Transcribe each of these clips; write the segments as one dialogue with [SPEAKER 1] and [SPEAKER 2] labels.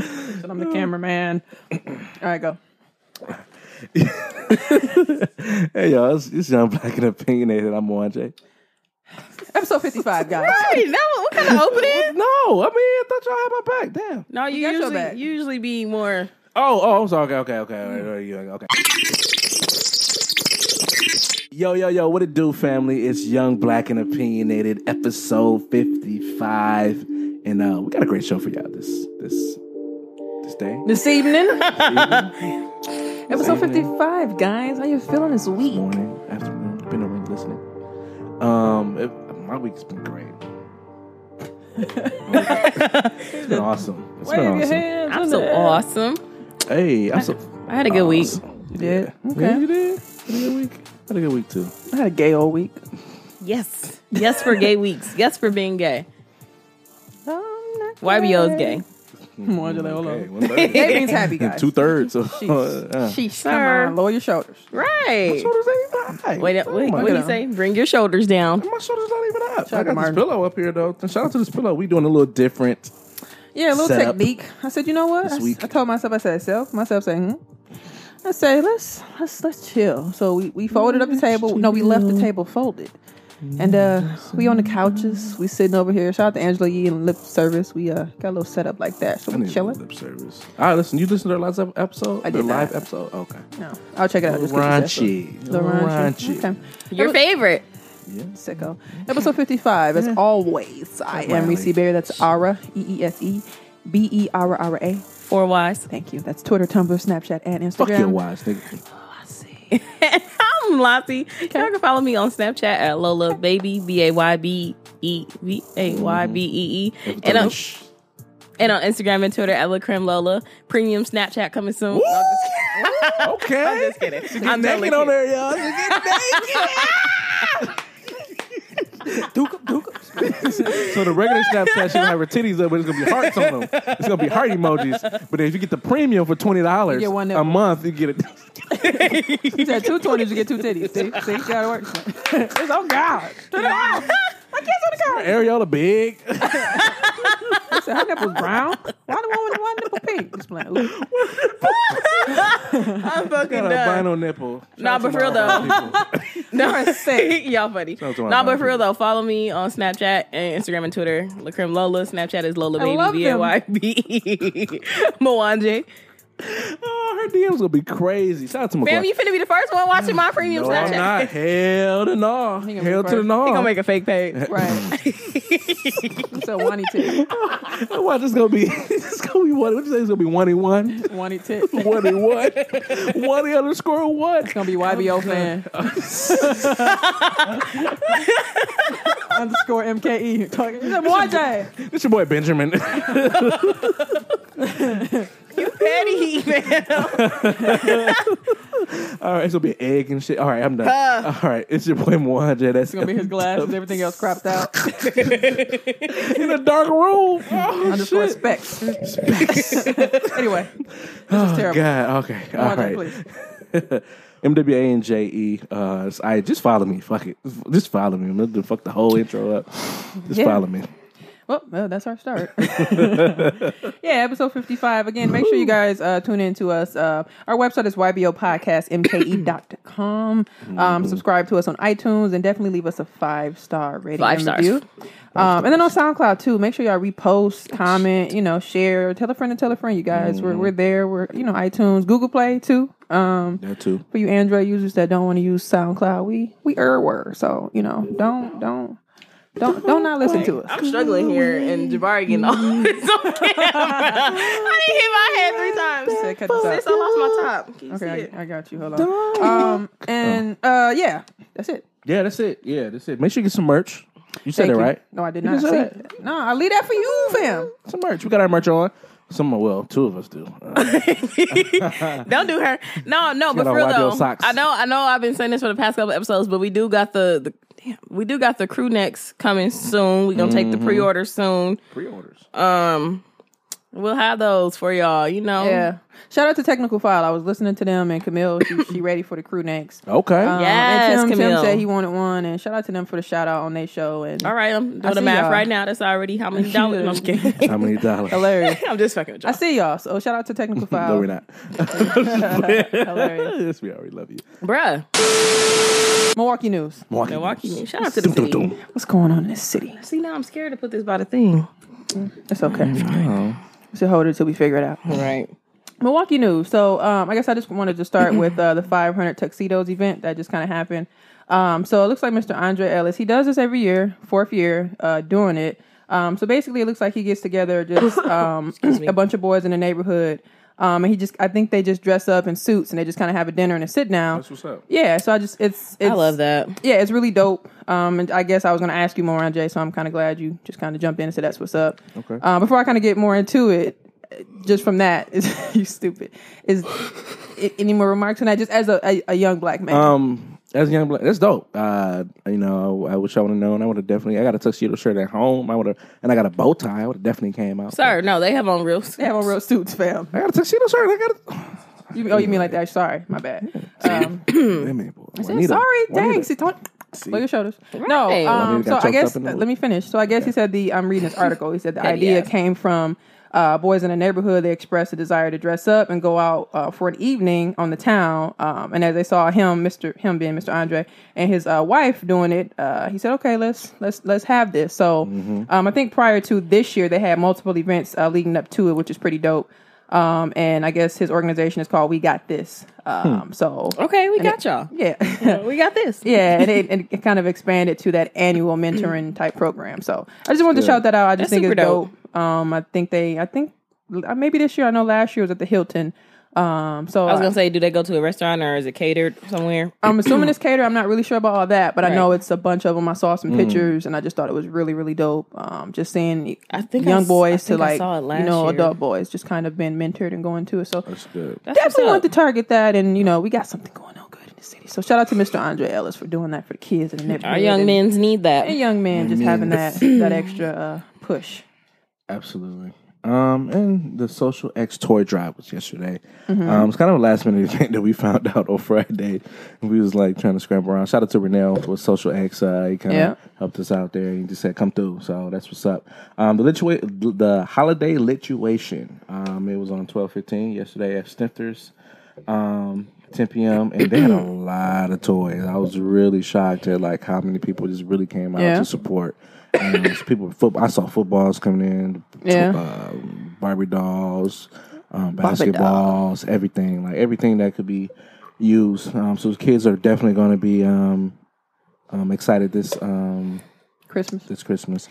[SPEAKER 1] said I'm the cameraman. All right, go.
[SPEAKER 2] Hey y'all, it's, it's Young Black and Opinionated. I'm on Jay.
[SPEAKER 1] Episode 55, guys.
[SPEAKER 3] Hey, that was, what kind of opening?
[SPEAKER 2] No, I mean I thought y'all had my back. Damn.
[SPEAKER 3] no, you
[SPEAKER 1] got your
[SPEAKER 3] usually
[SPEAKER 1] back.
[SPEAKER 3] you usually be more.
[SPEAKER 2] Oh, oh, I'm sorry. Okay, okay, okay. All right, all right, Young, okay. Yo, yo, yo, what it do, family? It's Young Black and Opinionated, episode 55. And uh we got a great show for y'all this this this day.
[SPEAKER 1] This evening, episode 55, guys. How you feeling this week?
[SPEAKER 2] morning, afternoon, been over and listening. Um, it, my week's been great. it's been awesome. It's been awesome.
[SPEAKER 3] I'm so awesome.
[SPEAKER 2] Hey, I'm so.
[SPEAKER 3] I had a good week.
[SPEAKER 2] week.
[SPEAKER 1] did?
[SPEAKER 2] Yeah.
[SPEAKER 1] Okay.
[SPEAKER 2] Yeah, you did. Had a good week. Had a good week too.
[SPEAKER 1] I had a gay old week.
[SPEAKER 3] Yes, yes for gay weeks. Yes for being gay. YBO is gay.
[SPEAKER 1] Modular, hold on.
[SPEAKER 2] Okay,
[SPEAKER 1] Gay means happy, guys.
[SPEAKER 2] Two thirds. of uh,
[SPEAKER 1] Sheesh,
[SPEAKER 3] Sir.
[SPEAKER 1] come on, lower your shoulders.
[SPEAKER 3] Right.
[SPEAKER 2] shoulders ain't high.
[SPEAKER 3] Wait, wait
[SPEAKER 2] my
[SPEAKER 3] what do you
[SPEAKER 2] God.
[SPEAKER 3] say? Bring your shoulders down.
[SPEAKER 2] My shoulders not even up.
[SPEAKER 1] out
[SPEAKER 2] I
[SPEAKER 1] to
[SPEAKER 2] got this
[SPEAKER 1] Martin.
[SPEAKER 2] pillow up here though. And shout out to this pillow. We doing a little different.
[SPEAKER 1] Yeah, a little
[SPEAKER 2] Set up
[SPEAKER 1] technique. I said, you know what?
[SPEAKER 2] this
[SPEAKER 1] I, s-
[SPEAKER 2] week.
[SPEAKER 1] I told myself, I said, self, myself saying, hmm. I say, let's let's let's chill. So we, we folded up the table. No, we left the table folded. And uh we on the couches, we sitting over here. Shout out to Angela Yee and Lip Service. We uh got a little setup like that. So
[SPEAKER 2] I
[SPEAKER 1] we
[SPEAKER 2] need
[SPEAKER 1] chilling.
[SPEAKER 2] lip service. All right, listen. You listen to their last ep- episode.
[SPEAKER 1] I
[SPEAKER 2] their
[SPEAKER 1] did not.
[SPEAKER 2] live episode. Okay.
[SPEAKER 1] No. I'll check it out. just 'cause you
[SPEAKER 2] raunchy.
[SPEAKER 1] said so. Little raunchy. Okay.
[SPEAKER 3] Your favorite.
[SPEAKER 1] Sicko. Episode 55. As always, I am
[SPEAKER 2] Wow.
[SPEAKER 1] Reese Berry. That's Ara, E E S E, B E R R A.
[SPEAKER 3] Four Ys.
[SPEAKER 1] Thank you. That's Twitter, Tumblr, Snapchat, and Instagram.
[SPEAKER 2] Fuck your wives, nigga.
[SPEAKER 3] I'm Lottie. Y'all can follow me on Snapchat at Lola Baby B A Y B E B A Y B E E, and on and on Instagram and Twitter at Lacrim Lola. Premium Snapchat coming soon.
[SPEAKER 2] okay. I'm just kidding. I'm naked on there, y'all. She get naked. Duke 'em, duke 'em. so the regular Snapchat, she gonna have her titties up, but it's gonna be hearts on them. It's gonna be heart emojis. But if you get the premium for twenty dollars
[SPEAKER 1] You get one nipple.
[SPEAKER 2] a month, you get it.
[SPEAKER 1] You said two twenties, you get two titties. See, see, see how it works. it's on God. Turn it off. My kids on the couch.
[SPEAKER 2] Areola big.
[SPEAKER 1] I said her nipple's brown. Why the one with one nipple pink? Just playing. Ooh.
[SPEAKER 3] I'm fucking
[SPEAKER 2] Got a
[SPEAKER 3] done.
[SPEAKER 2] vinyl nipple.
[SPEAKER 3] Nah,
[SPEAKER 2] Shout out
[SPEAKER 3] but
[SPEAKER 2] to
[SPEAKER 3] for real
[SPEAKER 2] my
[SPEAKER 3] though.
[SPEAKER 2] people.
[SPEAKER 3] No,
[SPEAKER 1] sick.
[SPEAKER 3] y'all funny.
[SPEAKER 2] out to my
[SPEAKER 3] Nah, but for
[SPEAKER 2] black
[SPEAKER 3] real though, follow me on Snapchat and Instagram and Twitter. Lacrim Lola. Snapchat is Lola
[SPEAKER 1] I love
[SPEAKER 3] Baby
[SPEAKER 1] them.
[SPEAKER 3] B A Y B Mwanje.
[SPEAKER 2] Oh, her DMs gonna be crazy. Shout out to my
[SPEAKER 3] Fam, you finna be the first one watching my premium
[SPEAKER 2] No, I'm
[SPEAKER 3] Snapchat.
[SPEAKER 2] not. Hell to no.
[SPEAKER 1] He gonna
[SPEAKER 2] Hell
[SPEAKER 1] be
[SPEAKER 2] to the
[SPEAKER 1] first.
[SPEAKER 2] no.
[SPEAKER 3] He gonna make a fake page.
[SPEAKER 1] Right. so one titty,
[SPEAKER 2] Watch, it's gonna be it's gonna be one. What you say? It's gonna be one and one,
[SPEAKER 1] one tit. It's
[SPEAKER 2] one and one, one and underscore one.
[SPEAKER 1] gonna be YBO fan. Underscore E. MKE. Talking. It's a boy J.
[SPEAKER 2] It's your boy Benjamin.
[SPEAKER 3] Petty man.
[SPEAKER 2] All right, it's gonna be egg and shit. All right, I'm done. All right, it's your boy Moanja. That's
[SPEAKER 1] It's gonna be his glasses. Everything else cropped out.
[SPEAKER 2] in a dark room. Oh,
[SPEAKER 1] Underscore
[SPEAKER 2] shit.
[SPEAKER 1] specs. anyway, this is terrible.
[SPEAKER 2] God, okay. All
[SPEAKER 1] Moanjay,
[SPEAKER 2] right.
[SPEAKER 1] please.
[SPEAKER 2] MWA and JE. Uh, it's- I just follow me. Fuck it. Just follow me. I'm gonna fuck the whole intro up. Just
[SPEAKER 1] Yeah.
[SPEAKER 2] follow me.
[SPEAKER 1] Well, well, that's our start. yeah, episode 55. Again, make sure you guys uh, tune in to us. Uh, our website is ybopodcastmke.com. E
[SPEAKER 3] Mm-hmm.
[SPEAKER 1] Um, subscribe to us on iTunes and definitely leave us a five star rating
[SPEAKER 3] Five
[SPEAKER 1] and
[SPEAKER 3] stars.
[SPEAKER 1] review. Um, and then on SoundCloud too. Make sure y'all repost, comment, you know, share, tell a friend and tell a friend. You guys, we're
[SPEAKER 3] Mm-hmm.
[SPEAKER 1] we're there. We're you know iTunes, Google Play too. Um,
[SPEAKER 2] That too.
[SPEAKER 1] for you Android users that don't want to use SoundCloud, we we erwere. So you know, don't don't don't don't not listen to us.
[SPEAKER 3] I'm struggling here and Jabari getting all this on camera. I didn't hit my head three times.
[SPEAKER 1] Said cut this out.
[SPEAKER 3] Sis, I lost my top. Can you see
[SPEAKER 1] Okay,
[SPEAKER 3] it?
[SPEAKER 1] I, I got you. Hold on. Um, and
[SPEAKER 2] Oh.
[SPEAKER 1] uh, yeah, that's it.
[SPEAKER 2] Yeah, that's it. Yeah, that's it. Make sure you get some merch. You said it
[SPEAKER 1] you.
[SPEAKER 2] right.
[SPEAKER 1] No, I did
[SPEAKER 2] You
[SPEAKER 1] not.
[SPEAKER 2] just
[SPEAKER 1] See,
[SPEAKER 2] said
[SPEAKER 1] no, I leave that for you, fam.
[SPEAKER 2] Some merch. We got our merch on. Some, well, two of us do. Uh,
[SPEAKER 3] Don't do her. No, no, but
[SPEAKER 2] gotta
[SPEAKER 3] for real
[SPEAKER 2] wipe your
[SPEAKER 3] though,
[SPEAKER 2] socks.
[SPEAKER 3] I know, I know, I've been saying this for the past couple episodes, but we do got the, the damn, we do got the
[SPEAKER 2] Mm-hmm.
[SPEAKER 3] crew necks coming soon. We gonna take the pre order soon.
[SPEAKER 2] Pre-orders.
[SPEAKER 3] Um, We'll have those for y'all. You know.
[SPEAKER 1] Yeah. Shout out to Technical File. I was listening to them and Camille. She, she ready for the crew next.
[SPEAKER 2] Okay.
[SPEAKER 1] Um,
[SPEAKER 3] Yes,
[SPEAKER 1] and Tim, Tim
[SPEAKER 3] Camille.
[SPEAKER 1] said he wanted one, and shout out to them for the shout out on their show. And
[SPEAKER 3] All right, I'm
[SPEAKER 1] I
[SPEAKER 3] doing the
[SPEAKER 1] see
[SPEAKER 3] math
[SPEAKER 1] y'all.
[SPEAKER 3] right now. That's already how many dollars. No, I'm just kidding.
[SPEAKER 2] How many dollars?
[SPEAKER 1] hilarious.
[SPEAKER 3] I'm just fucking with
[SPEAKER 1] I
[SPEAKER 3] y'all.
[SPEAKER 1] see y'all. So shout out to Technical File.
[SPEAKER 2] No, we're not.
[SPEAKER 1] Hilarious.
[SPEAKER 2] yes, we already love you.
[SPEAKER 3] Bruh,
[SPEAKER 1] Milwaukee news.
[SPEAKER 2] Milwaukee.
[SPEAKER 3] Milwaukee.
[SPEAKER 2] News.
[SPEAKER 3] News. Shout out to the
[SPEAKER 2] Dum, dum,
[SPEAKER 3] city.
[SPEAKER 2] dum.
[SPEAKER 1] What's going on in this city?
[SPEAKER 3] See, now I'm scared to put this by the thing.
[SPEAKER 1] It's okay. We should hold it till we figure it out.
[SPEAKER 3] Right.
[SPEAKER 1] Milwaukee news. So um, I guess I just wanted to start with uh, the 500 tuxedos event that just kind of happened. Um, so it looks like Mr. Andre Ellis. He does this every year, fourth year, uh, doing it. Um, so basically, it looks like he gets together just um, a bunch of boys in the neighborhood, um, and he just I think they just dress up in suits and they just kind of have a dinner and a sit down.
[SPEAKER 2] That's what's up.
[SPEAKER 1] yeah. So I just it's, it's
[SPEAKER 3] I love that.
[SPEAKER 1] yeah, it's really dope. Um, and I guess I was going to ask you more on Jay, so I'm kind of glad you just kind of jumped in and said that's what's up.
[SPEAKER 2] Okay.
[SPEAKER 1] Uh, before I kind of get more into it, uh, just from that, is you stupid. Is i- any more remarks on that? Just as a, a, a young black man,
[SPEAKER 2] Um, as a young black, that's dope. Uh, you know, I wish I would have known. I would have definitely. I got a tuxedo shirt at home. I would have, and I got a bow tie. I would have definitely came out.
[SPEAKER 3] Sir, no, they have on real.
[SPEAKER 1] they have on real suits, fam.
[SPEAKER 2] I got a tuxedo shirt. I got a.
[SPEAKER 1] You, oh, you mean like that? Sorry, my bad. Um,
[SPEAKER 2] Wait a minute, boy.
[SPEAKER 1] yeah,
[SPEAKER 2] Juanita.
[SPEAKER 1] sorry,
[SPEAKER 2] Juanita.
[SPEAKER 1] dang, see, don't Look your shoulders.
[SPEAKER 3] Right.
[SPEAKER 1] No, um,
[SPEAKER 2] Juanita
[SPEAKER 1] so
[SPEAKER 2] got
[SPEAKER 1] I
[SPEAKER 2] choked
[SPEAKER 1] guess
[SPEAKER 2] up in the
[SPEAKER 1] let
[SPEAKER 2] woods.
[SPEAKER 1] me finish. So I guess he said the I'm reading this article. He said the
[SPEAKER 3] Petty
[SPEAKER 1] idea
[SPEAKER 3] ass.
[SPEAKER 1] came from uh, boys in the neighborhood. They expressed a desire to dress up and go out uh, for an evening on the town. Um, and as they saw him, Mr. him being Mr. Andre and his uh, wife doing it, uh, he said, "Okay, let's let's let's have this." So
[SPEAKER 2] Mm-hmm.
[SPEAKER 1] um, I think prior to this year, they had multiple events uh, leading up to it, which is pretty dope. Um, and I guess his organization is called We Got This.
[SPEAKER 2] Hmm.
[SPEAKER 1] Um, So
[SPEAKER 3] Okay, we got y'all.
[SPEAKER 1] yeah.
[SPEAKER 3] We got this.
[SPEAKER 1] Yeah, and it, and it kind of expanded to that annual mentoring type program. So I just wanted to shout that out. I just
[SPEAKER 3] That's
[SPEAKER 1] think it's
[SPEAKER 3] super dope.
[SPEAKER 1] dope. Um, I think they, I think uh, maybe this year. I know last year was at the Hilton. Um, so
[SPEAKER 3] I was gonna say, do they go to a restaurant or is it catered somewhere?
[SPEAKER 1] I'm assuming it's catered. I'm not really sure about all that, but I
[SPEAKER 3] Right. Mm.
[SPEAKER 1] know it's a bunch of them. I saw some pictures, and I just thought it was really, really dope. Um, just seeing
[SPEAKER 3] I think I
[SPEAKER 1] young
[SPEAKER 3] s- I
[SPEAKER 1] boys to
[SPEAKER 3] think I
[SPEAKER 1] like
[SPEAKER 3] saw it
[SPEAKER 1] you
[SPEAKER 3] last
[SPEAKER 1] know
[SPEAKER 3] year.
[SPEAKER 1] adult boys just kind of being mentored and going to it. So
[SPEAKER 2] That's good.
[SPEAKER 3] That's
[SPEAKER 1] definitely want
[SPEAKER 3] what's
[SPEAKER 1] to
[SPEAKER 3] up.
[SPEAKER 1] target that, and you know we got something going on good in the city. So shout out to Mr. Andre Ellis for doing that for the kids and the neighborhood.
[SPEAKER 3] Our young
[SPEAKER 1] and-
[SPEAKER 3] men's need that.
[SPEAKER 1] and young men just having that that extra uh, push.
[SPEAKER 2] Absolutely. Um, and the Social X toy drive was yesterday. Um, it's kind of a last minute event that we found out on Friday. And we was like trying to scramble around. Shout out to Renell with Social X. Uh, he kind of
[SPEAKER 1] Yeah.
[SPEAKER 2] helped us out there. He just said, "Come through." So that's what's up. Um, the litua- the holiday lituation. Um, it was on twelve fifteen yesterday at Snifters. Um, 10 p.m. and they had a lot of toys. I was really shocked at like how many people just really came out
[SPEAKER 1] Yeah.
[SPEAKER 2] to support. Um, there's people, football. I saw footballs coming in,
[SPEAKER 1] Yeah.
[SPEAKER 2] um, Barbie dolls, um, basketballs, everything like everything that could be used. Um, so kids are definitely going to be um, um, excited this um,
[SPEAKER 1] Christmas.
[SPEAKER 2] this Christmas.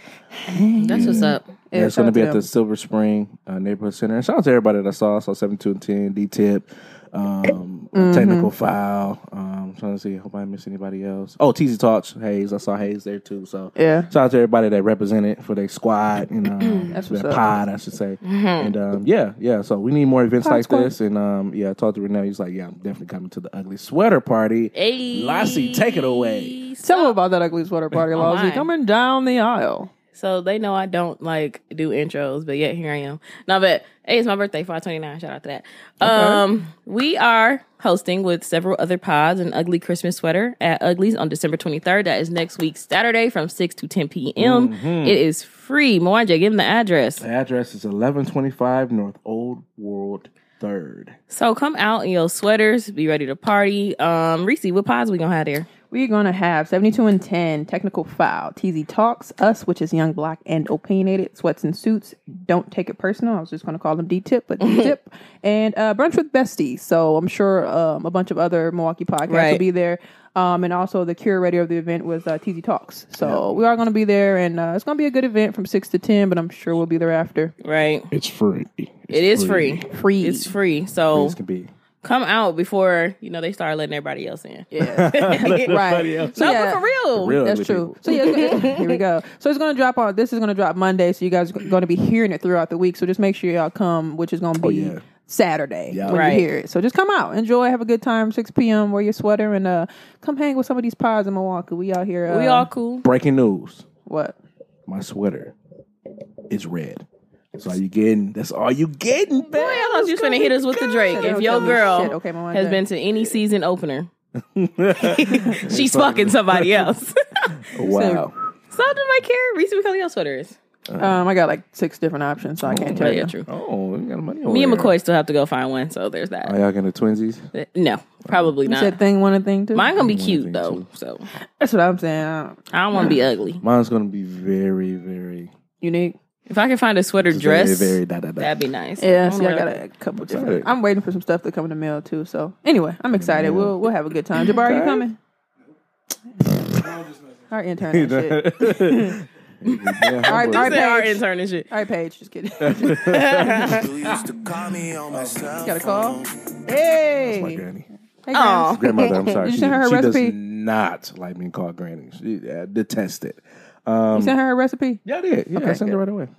[SPEAKER 3] That's what's up.
[SPEAKER 2] Yeah, it's
[SPEAKER 1] shout
[SPEAKER 2] going
[SPEAKER 1] out
[SPEAKER 2] to be
[SPEAKER 1] to
[SPEAKER 2] at
[SPEAKER 1] them.
[SPEAKER 2] the Silver Spring uh, Neighborhood Center. And shout out to everybody that I saw. I saw 7210, D Tip, um,
[SPEAKER 1] Mm-hmm.
[SPEAKER 2] Technical File. Um, trying to see, hope I didn't miss anybody else. Oh, TZ Talks, Hayes. I saw Hayes there too. So
[SPEAKER 1] Yeah.
[SPEAKER 2] shout out to everybody that represented for their squad, you know,
[SPEAKER 1] That's
[SPEAKER 2] their
[SPEAKER 1] what's up.
[SPEAKER 2] pod, I should say. And um, yeah, yeah. So we need more events
[SPEAKER 1] Mm-hmm. Pod
[SPEAKER 2] like
[SPEAKER 1] squad.
[SPEAKER 2] this. And um, yeah, I talked to Renee. He's like, yeah, I'm definitely coming to the ugly sweater party.
[SPEAKER 3] Hey,
[SPEAKER 2] Lassie, take it away.
[SPEAKER 1] Tell them about that ugly sweater party, Lawsy.
[SPEAKER 3] my.
[SPEAKER 1] Coming down the aisle.
[SPEAKER 3] So they know I don't like do intros, but yet here I am. No, but hey, it's my birthday, 529. Shout out to that. Um, we are hosting with several other pods an ugly Christmas sweater at Ugly's on December 23rd. That is next week, Saturday from 6 to 10 p.m. It is free. Moanja, give them the address.
[SPEAKER 2] The address is 1125 North Old World 3rd.
[SPEAKER 3] So come out in your sweaters, be ready to party. Um, Reese, what pods we gonna have there?
[SPEAKER 1] We're gonna have seventy-two and ten technical file, TZ talks, us, which is young, black, and opinionated, sweats and suits. Don't take it personal. I was just gonna call them D tip, but D tip, and uh, brunch with besties. So I'm sure um, a bunch of other Milwaukee podcasts will
[SPEAKER 3] Right.
[SPEAKER 1] be there, um, and also the curator of the event was uh, TZ talks. So we are gonna be there, and uh, it's gonna be a good event from six to ten. But I'm sure we'll be there after.
[SPEAKER 3] Right.
[SPEAKER 2] It's free. It's
[SPEAKER 3] It is free.
[SPEAKER 1] Free.
[SPEAKER 3] It's free. So
[SPEAKER 2] This can be.
[SPEAKER 3] come out before, you know, they start letting everybody else in.
[SPEAKER 1] Yeah. right. So,
[SPEAKER 3] No,
[SPEAKER 1] yeah,
[SPEAKER 3] but for real.
[SPEAKER 2] real
[SPEAKER 1] That's
[SPEAKER 2] ugly
[SPEAKER 1] true.
[SPEAKER 2] people.
[SPEAKER 1] So yeah, it's gonna- here we go. So it's gonna drop on. This is gonna drop Monday. So you guys are gonna be hearing it throughout the week. So just make sure y'all come, which is gonna be
[SPEAKER 2] yeah.
[SPEAKER 1] Saturday
[SPEAKER 2] Yeah.
[SPEAKER 1] when
[SPEAKER 3] Oh, Right.
[SPEAKER 1] you hear it. So just come out, enjoy, have a good time. Six p.m. Wear your sweater and uh, come hang with some of these pods in Milwaukee. We out here. Uh,
[SPEAKER 3] We all cool.
[SPEAKER 2] Breaking news.
[SPEAKER 1] what?
[SPEAKER 2] My sweater is red. That's all you getting. That's all you getting,
[SPEAKER 3] Boy,
[SPEAKER 2] babe.
[SPEAKER 3] I thought you was gonna hit us with the Drake.
[SPEAKER 1] Don't
[SPEAKER 3] If
[SPEAKER 1] tell
[SPEAKER 3] your
[SPEAKER 1] me
[SPEAKER 3] girl
[SPEAKER 1] shit. Okay, my mind's
[SPEAKER 3] has
[SPEAKER 1] done.
[SPEAKER 3] been to any season opener, she's fucking somebody else.
[SPEAKER 2] Wow.
[SPEAKER 3] so I don't care. Reese McCullough sweater is.
[SPEAKER 1] Um, I got like six different options, so I can't
[SPEAKER 3] Oh,
[SPEAKER 1] tell
[SPEAKER 3] yeah,
[SPEAKER 1] you.
[SPEAKER 3] true.
[SPEAKER 2] Oh, we got money over
[SPEAKER 3] Me and
[SPEAKER 2] here.
[SPEAKER 3] McCoy still have to go find one, so there's that.
[SPEAKER 2] Are y'all getting the twinsies?
[SPEAKER 3] No, probably
[SPEAKER 1] You
[SPEAKER 3] not.
[SPEAKER 1] said thing one and thing two.
[SPEAKER 3] Mine gonna be cute
[SPEAKER 2] think
[SPEAKER 3] though,
[SPEAKER 2] too.
[SPEAKER 3] so
[SPEAKER 1] That's what I'm saying. Uh,
[SPEAKER 3] I don't want to be ugly.
[SPEAKER 2] Mine's gonna be very, very,
[SPEAKER 1] unique.
[SPEAKER 3] If I can find a sweater
[SPEAKER 2] very,
[SPEAKER 3] dress,
[SPEAKER 2] very da da da.
[SPEAKER 3] that'd be nice.
[SPEAKER 1] Yeah,
[SPEAKER 3] don't
[SPEAKER 1] see, I
[SPEAKER 3] know.
[SPEAKER 1] got a couple
[SPEAKER 2] Right.
[SPEAKER 1] different. I'm waiting for some stuff to come in the mail too. So anyway, I'm excited. We'll we'll have a good time. Jabbar, you coming? Our intern. and shit. All right, all right,
[SPEAKER 3] He said our
[SPEAKER 1] Paige.
[SPEAKER 3] intern and shit.
[SPEAKER 1] All right, Paige. Just kidding. you
[SPEAKER 4] You used to call me on my cell
[SPEAKER 1] got a
[SPEAKER 4] phone.
[SPEAKER 1] call? Hey.
[SPEAKER 2] My granny.
[SPEAKER 1] Hey,
[SPEAKER 3] Aw.
[SPEAKER 1] guys.
[SPEAKER 2] Grandmother, I'm sorry.
[SPEAKER 1] Did you
[SPEAKER 2] she
[SPEAKER 1] send her her
[SPEAKER 2] she
[SPEAKER 1] recipe?
[SPEAKER 2] does not like being called granny. She uh, detests it. um,
[SPEAKER 1] You sent her a recipe.
[SPEAKER 2] Yeah, I did. Yeah, I sent it right away.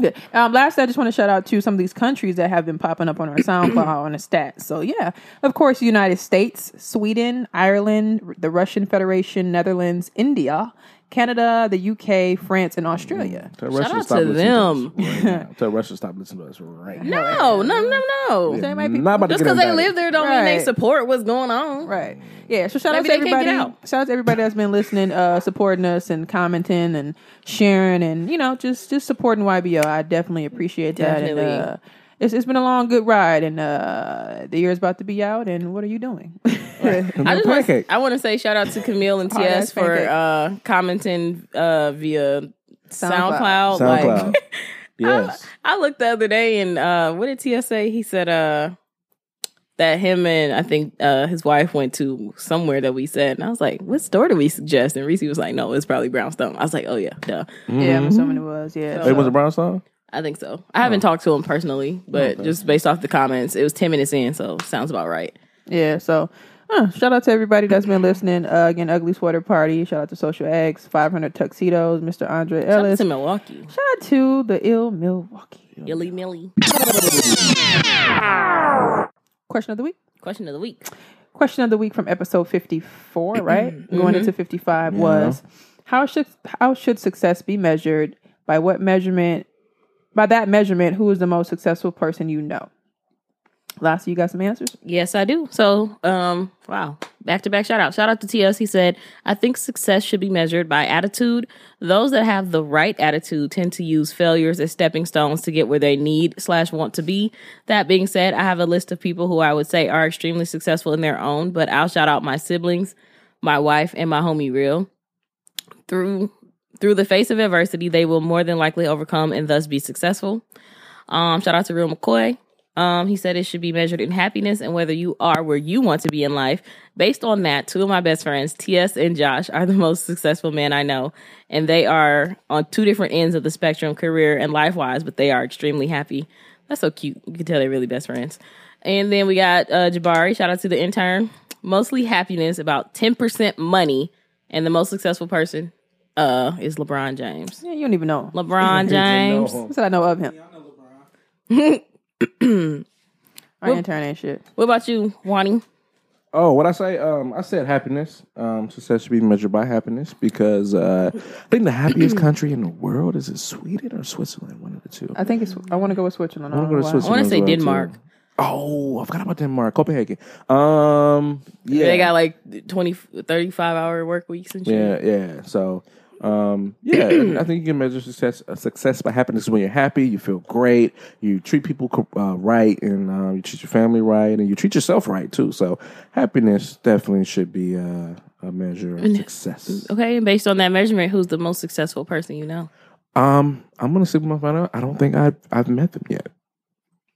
[SPEAKER 1] Good. Um, last, I just want to shout out to some of these countries that have been popping up on our SoundCloud and the stats. So, yeah, of course, United States, Sweden, Ireland, the Russian Federation, Netherlands, India, Canada, the UK, France, and Australia.
[SPEAKER 2] Tell
[SPEAKER 3] Shout
[SPEAKER 2] Russia
[SPEAKER 3] out
[SPEAKER 2] stop
[SPEAKER 3] to
[SPEAKER 2] listening To
[SPEAKER 3] them.
[SPEAKER 2] us right now. Tell Russia to stop listening to us right now. Mm,
[SPEAKER 3] No, no, no, no.
[SPEAKER 1] They might be-
[SPEAKER 2] Not about to
[SPEAKER 3] Just
[SPEAKER 2] get
[SPEAKER 3] because they
[SPEAKER 2] indicted.
[SPEAKER 3] live there don't mean they
[SPEAKER 1] Right.
[SPEAKER 3] support what's going on.
[SPEAKER 1] Right. Yeah. So shout
[SPEAKER 3] Mm. Maybe
[SPEAKER 1] out to
[SPEAKER 3] they can't
[SPEAKER 1] everybody.
[SPEAKER 3] get
[SPEAKER 1] Shout out to everybody that's been listening, uh, supporting us and commenting and sharing and you know just just supporting YBO. I definitely appreciate that. And,
[SPEAKER 3] Definitely.
[SPEAKER 1] uh, it's it's been a long good ride and uh, the year's about to be out. And what are you doing?
[SPEAKER 3] I just want
[SPEAKER 2] Pancake.
[SPEAKER 3] I want to say shout out to Camille and
[SPEAKER 1] Hot
[SPEAKER 3] TS
[SPEAKER 1] ass
[SPEAKER 3] for
[SPEAKER 1] pancake.
[SPEAKER 3] uh, commenting uh, via SoundCloud.
[SPEAKER 1] SoundCloud.
[SPEAKER 2] SoundCloud.
[SPEAKER 3] Oh, Like
[SPEAKER 2] yes.
[SPEAKER 3] I looked the other day and uh, what did TS say? He said uh, that him and I think uh, his wife went to somewhere that we said, and I was like, "What store do we suggest?" And Reese was like, "No, it's probably Brownstone." I was like, "Oh yeah, duh."
[SPEAKER 1] yeah, I'm assuming it was. Yeah.
[SPEAKER 2] It
[SPEAKER 3] Oh.
[SPEAKER 2] was a brown song?
[SPEAKER 3] I think so. I haven't talked to him personally, but just based off the comments, it was ten minutes in, so sounds about right.
[SPEAKER 1] Yeah, so uh, shout out to everybody that's been listening. Uh, again, Ugly Sweater Party. Shout out to Social Eggs, 500 Tuxedos, Mr. Andre
[SPEAKER 3] Shout out
[SPEAKER 1] Ellis.
[SPEAKER 3] to
[SPEAKER 1] Shout
[SPEAKER 3] Milwaukee,
[SPEAKER 1] out to the ill Milwaukee.
[SPEAKER 3] Illy Millie.
[SPEAKER 1] Question of the week.
[SPEAKER 3] Question of the week.
[SPEAKER 1] Question of the week from episode 54, right? Going into 55 was how should how should success be measured? By what measurement? By that measurement, who is the most successful person you know? Last, you got some answers?
[SPEAKER 3] Yes, I do. So, um, wow. Back to back shout out. Shout out to TS. He said, I think success should be measured by attitude. Those that have the right attitude tend to use failures as stepping stones to get where they need slash want to be. That being said, I have a list of people who I would say are extremely successful in their own, but I'll shout out my siblings, my wife, and my homie real. Through through the face of adversity, they will more than likely overcome and thus be successful. Um, shout out to Real McCoy. Um, he said it should be measured in happiness and whether you are where you want to be in life. Based on that, two of my best friends, TS and Josh, are the most successful men I know. And they are on two different ends of the spectrum, career and life wise, but they are extremely happy. That's so cute. You can tell they're really best friends. And then we got uh, Jabari. Shout out to the intern. Mostly happiness, about 10% money. And the most successful person uh, is LeBron James.
[SPEAKER 1] Yeah, you don't even know.
[SPEAKER 3] LeBron James.
[SPEAKER 1] I said I know of him. Our intern ain't shit.
[SPEAKER 3] What about you, Wani?
[SPEAKER 2] Oh, what I say? Um, I said happiness. Um, success should be measured by happiness because uh, I think the happiest country in the world is it Sweden or Switzerland, one of the two.
[SPEAKER 1] I think it's. I want to go with Switzerland. I
[SPEAKER 2] wanna
[SPEAKER 1] don't know
[SPEAKER 2] go to
[SPEAKER 1] why.
[SPEAKER 2] Switzerland.
[SPEAKER 3] I want to say
[SPEAKER 2] as well, too.
[SPEAKER 3] Denmark.
[SPEAKER 2] Oh, I forgot about Denmark, Copenhagen. Um, yeah,
[SPEAKER 3] They got like 20, 35 hour work weeks and shit.
[SPEAKER 2] yeah, yeah. So, um, yeah, I think you can measure success uh, success by happiness when you're happy, you feel great, you treat people co- uh, right, and um, you treat your family right, and you treat yourself right too. So, happiness definitely should be uh, a measure of success.
[SPEAKER 3] Okay, and based on that measurement, who's the most successful person you know?
[SPEAKER 2] Um, I'm gonna sleep with my find out. I don't think I've I've met them yet.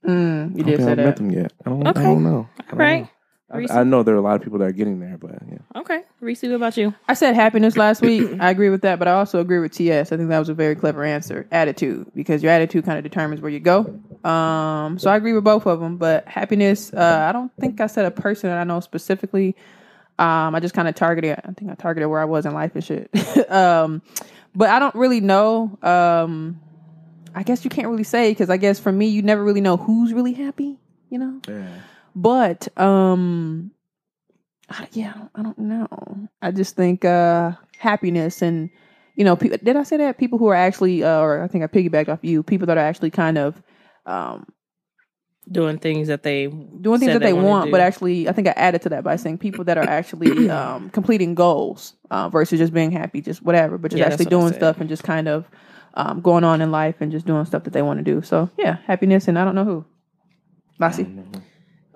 [SPEAKER 1] Mm, you did
[SPEAKER 2] I don't think
[SPEAKER 1] say
[SPEAKER 2] I've met
[SPEAKER 1] that.
[SPEAKER 2] them yet. I don't,
[SPEAKER 3] Okay.
[SPEAKER 2] I don't know. I
[SPEAKER 3] All
[SPEAKER 2] don't
[SPEAKER 3] right.
[SPEAKER 2] know. I-
[SPEAKER 3] Reese?
[SPEAKER 2] I, know there are a lot of people that are getting there, but yeah.
[SPEAKER 3] Okay. Reese, what about you?
[SPEAKER 1] I said happiness last week. I agree with that, but I also agree with TS. I think that was a very clever answer. Attitude, because your attitude kind of determines where you go. Um, so I agree with both of them. But happiness, uh, I don't think I said a person that I know specifically. Um, I just kind of targeted. I think I targeted where I was in life and shit. um, but I don't really know. Um, I guess you can't really say because I guess for me, you never really know who's really happy. You know. but um I, yeah I don't, I don't know i just think uh happiness and you know, pe- did I say that people who are actually, uh, or I think I piggybacked off you, people that are actually kind of um,
[SPEAKER 3] doing things that they
[SPEAKER 1] doing things
[SPEAKER 3] said
[SPEAKER 1] that they,
[SPEAKER 3] wanna
[SPEAKER 1] want,
[SPEAKER 3] do.
[SPEAKER 1] but actually, I think I added to that by saying people that are actually um, completing goals uh, versus just being happy, just whatever, but just
[SPEAKER 3] Yeah, that's
[SPEAKER 1] actually
[SPEAKER 3] what I
[SPEAKER 1] doing
[SPEAKER 3] said.
[SPEAKER 1] stuff and just kind of um, going on in life and just doing stuff that they want to do. So yeah, happiness and I don't know who. Lassie.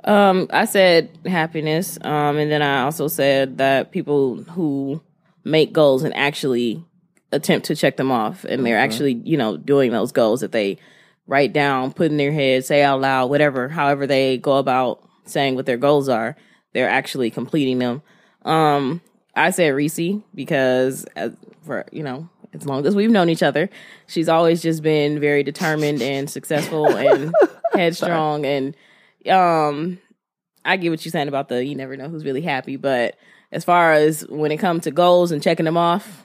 [SPEAKER 3] Um, I said happiness, um, and then I also said that people who make goals and actually attempt to check them off, and they're actually you know doing those goals that they write down, put in their head, say out loud, whatever, however they go about saying what their goals are, they're actually completing them. Um, I said Reese because as, for you know as long as we've known each other, she's always just been very determined and successful and headstrong and um I get what you're saying about the you never know who's really happy, but as far as when it comes to goals and checking them off,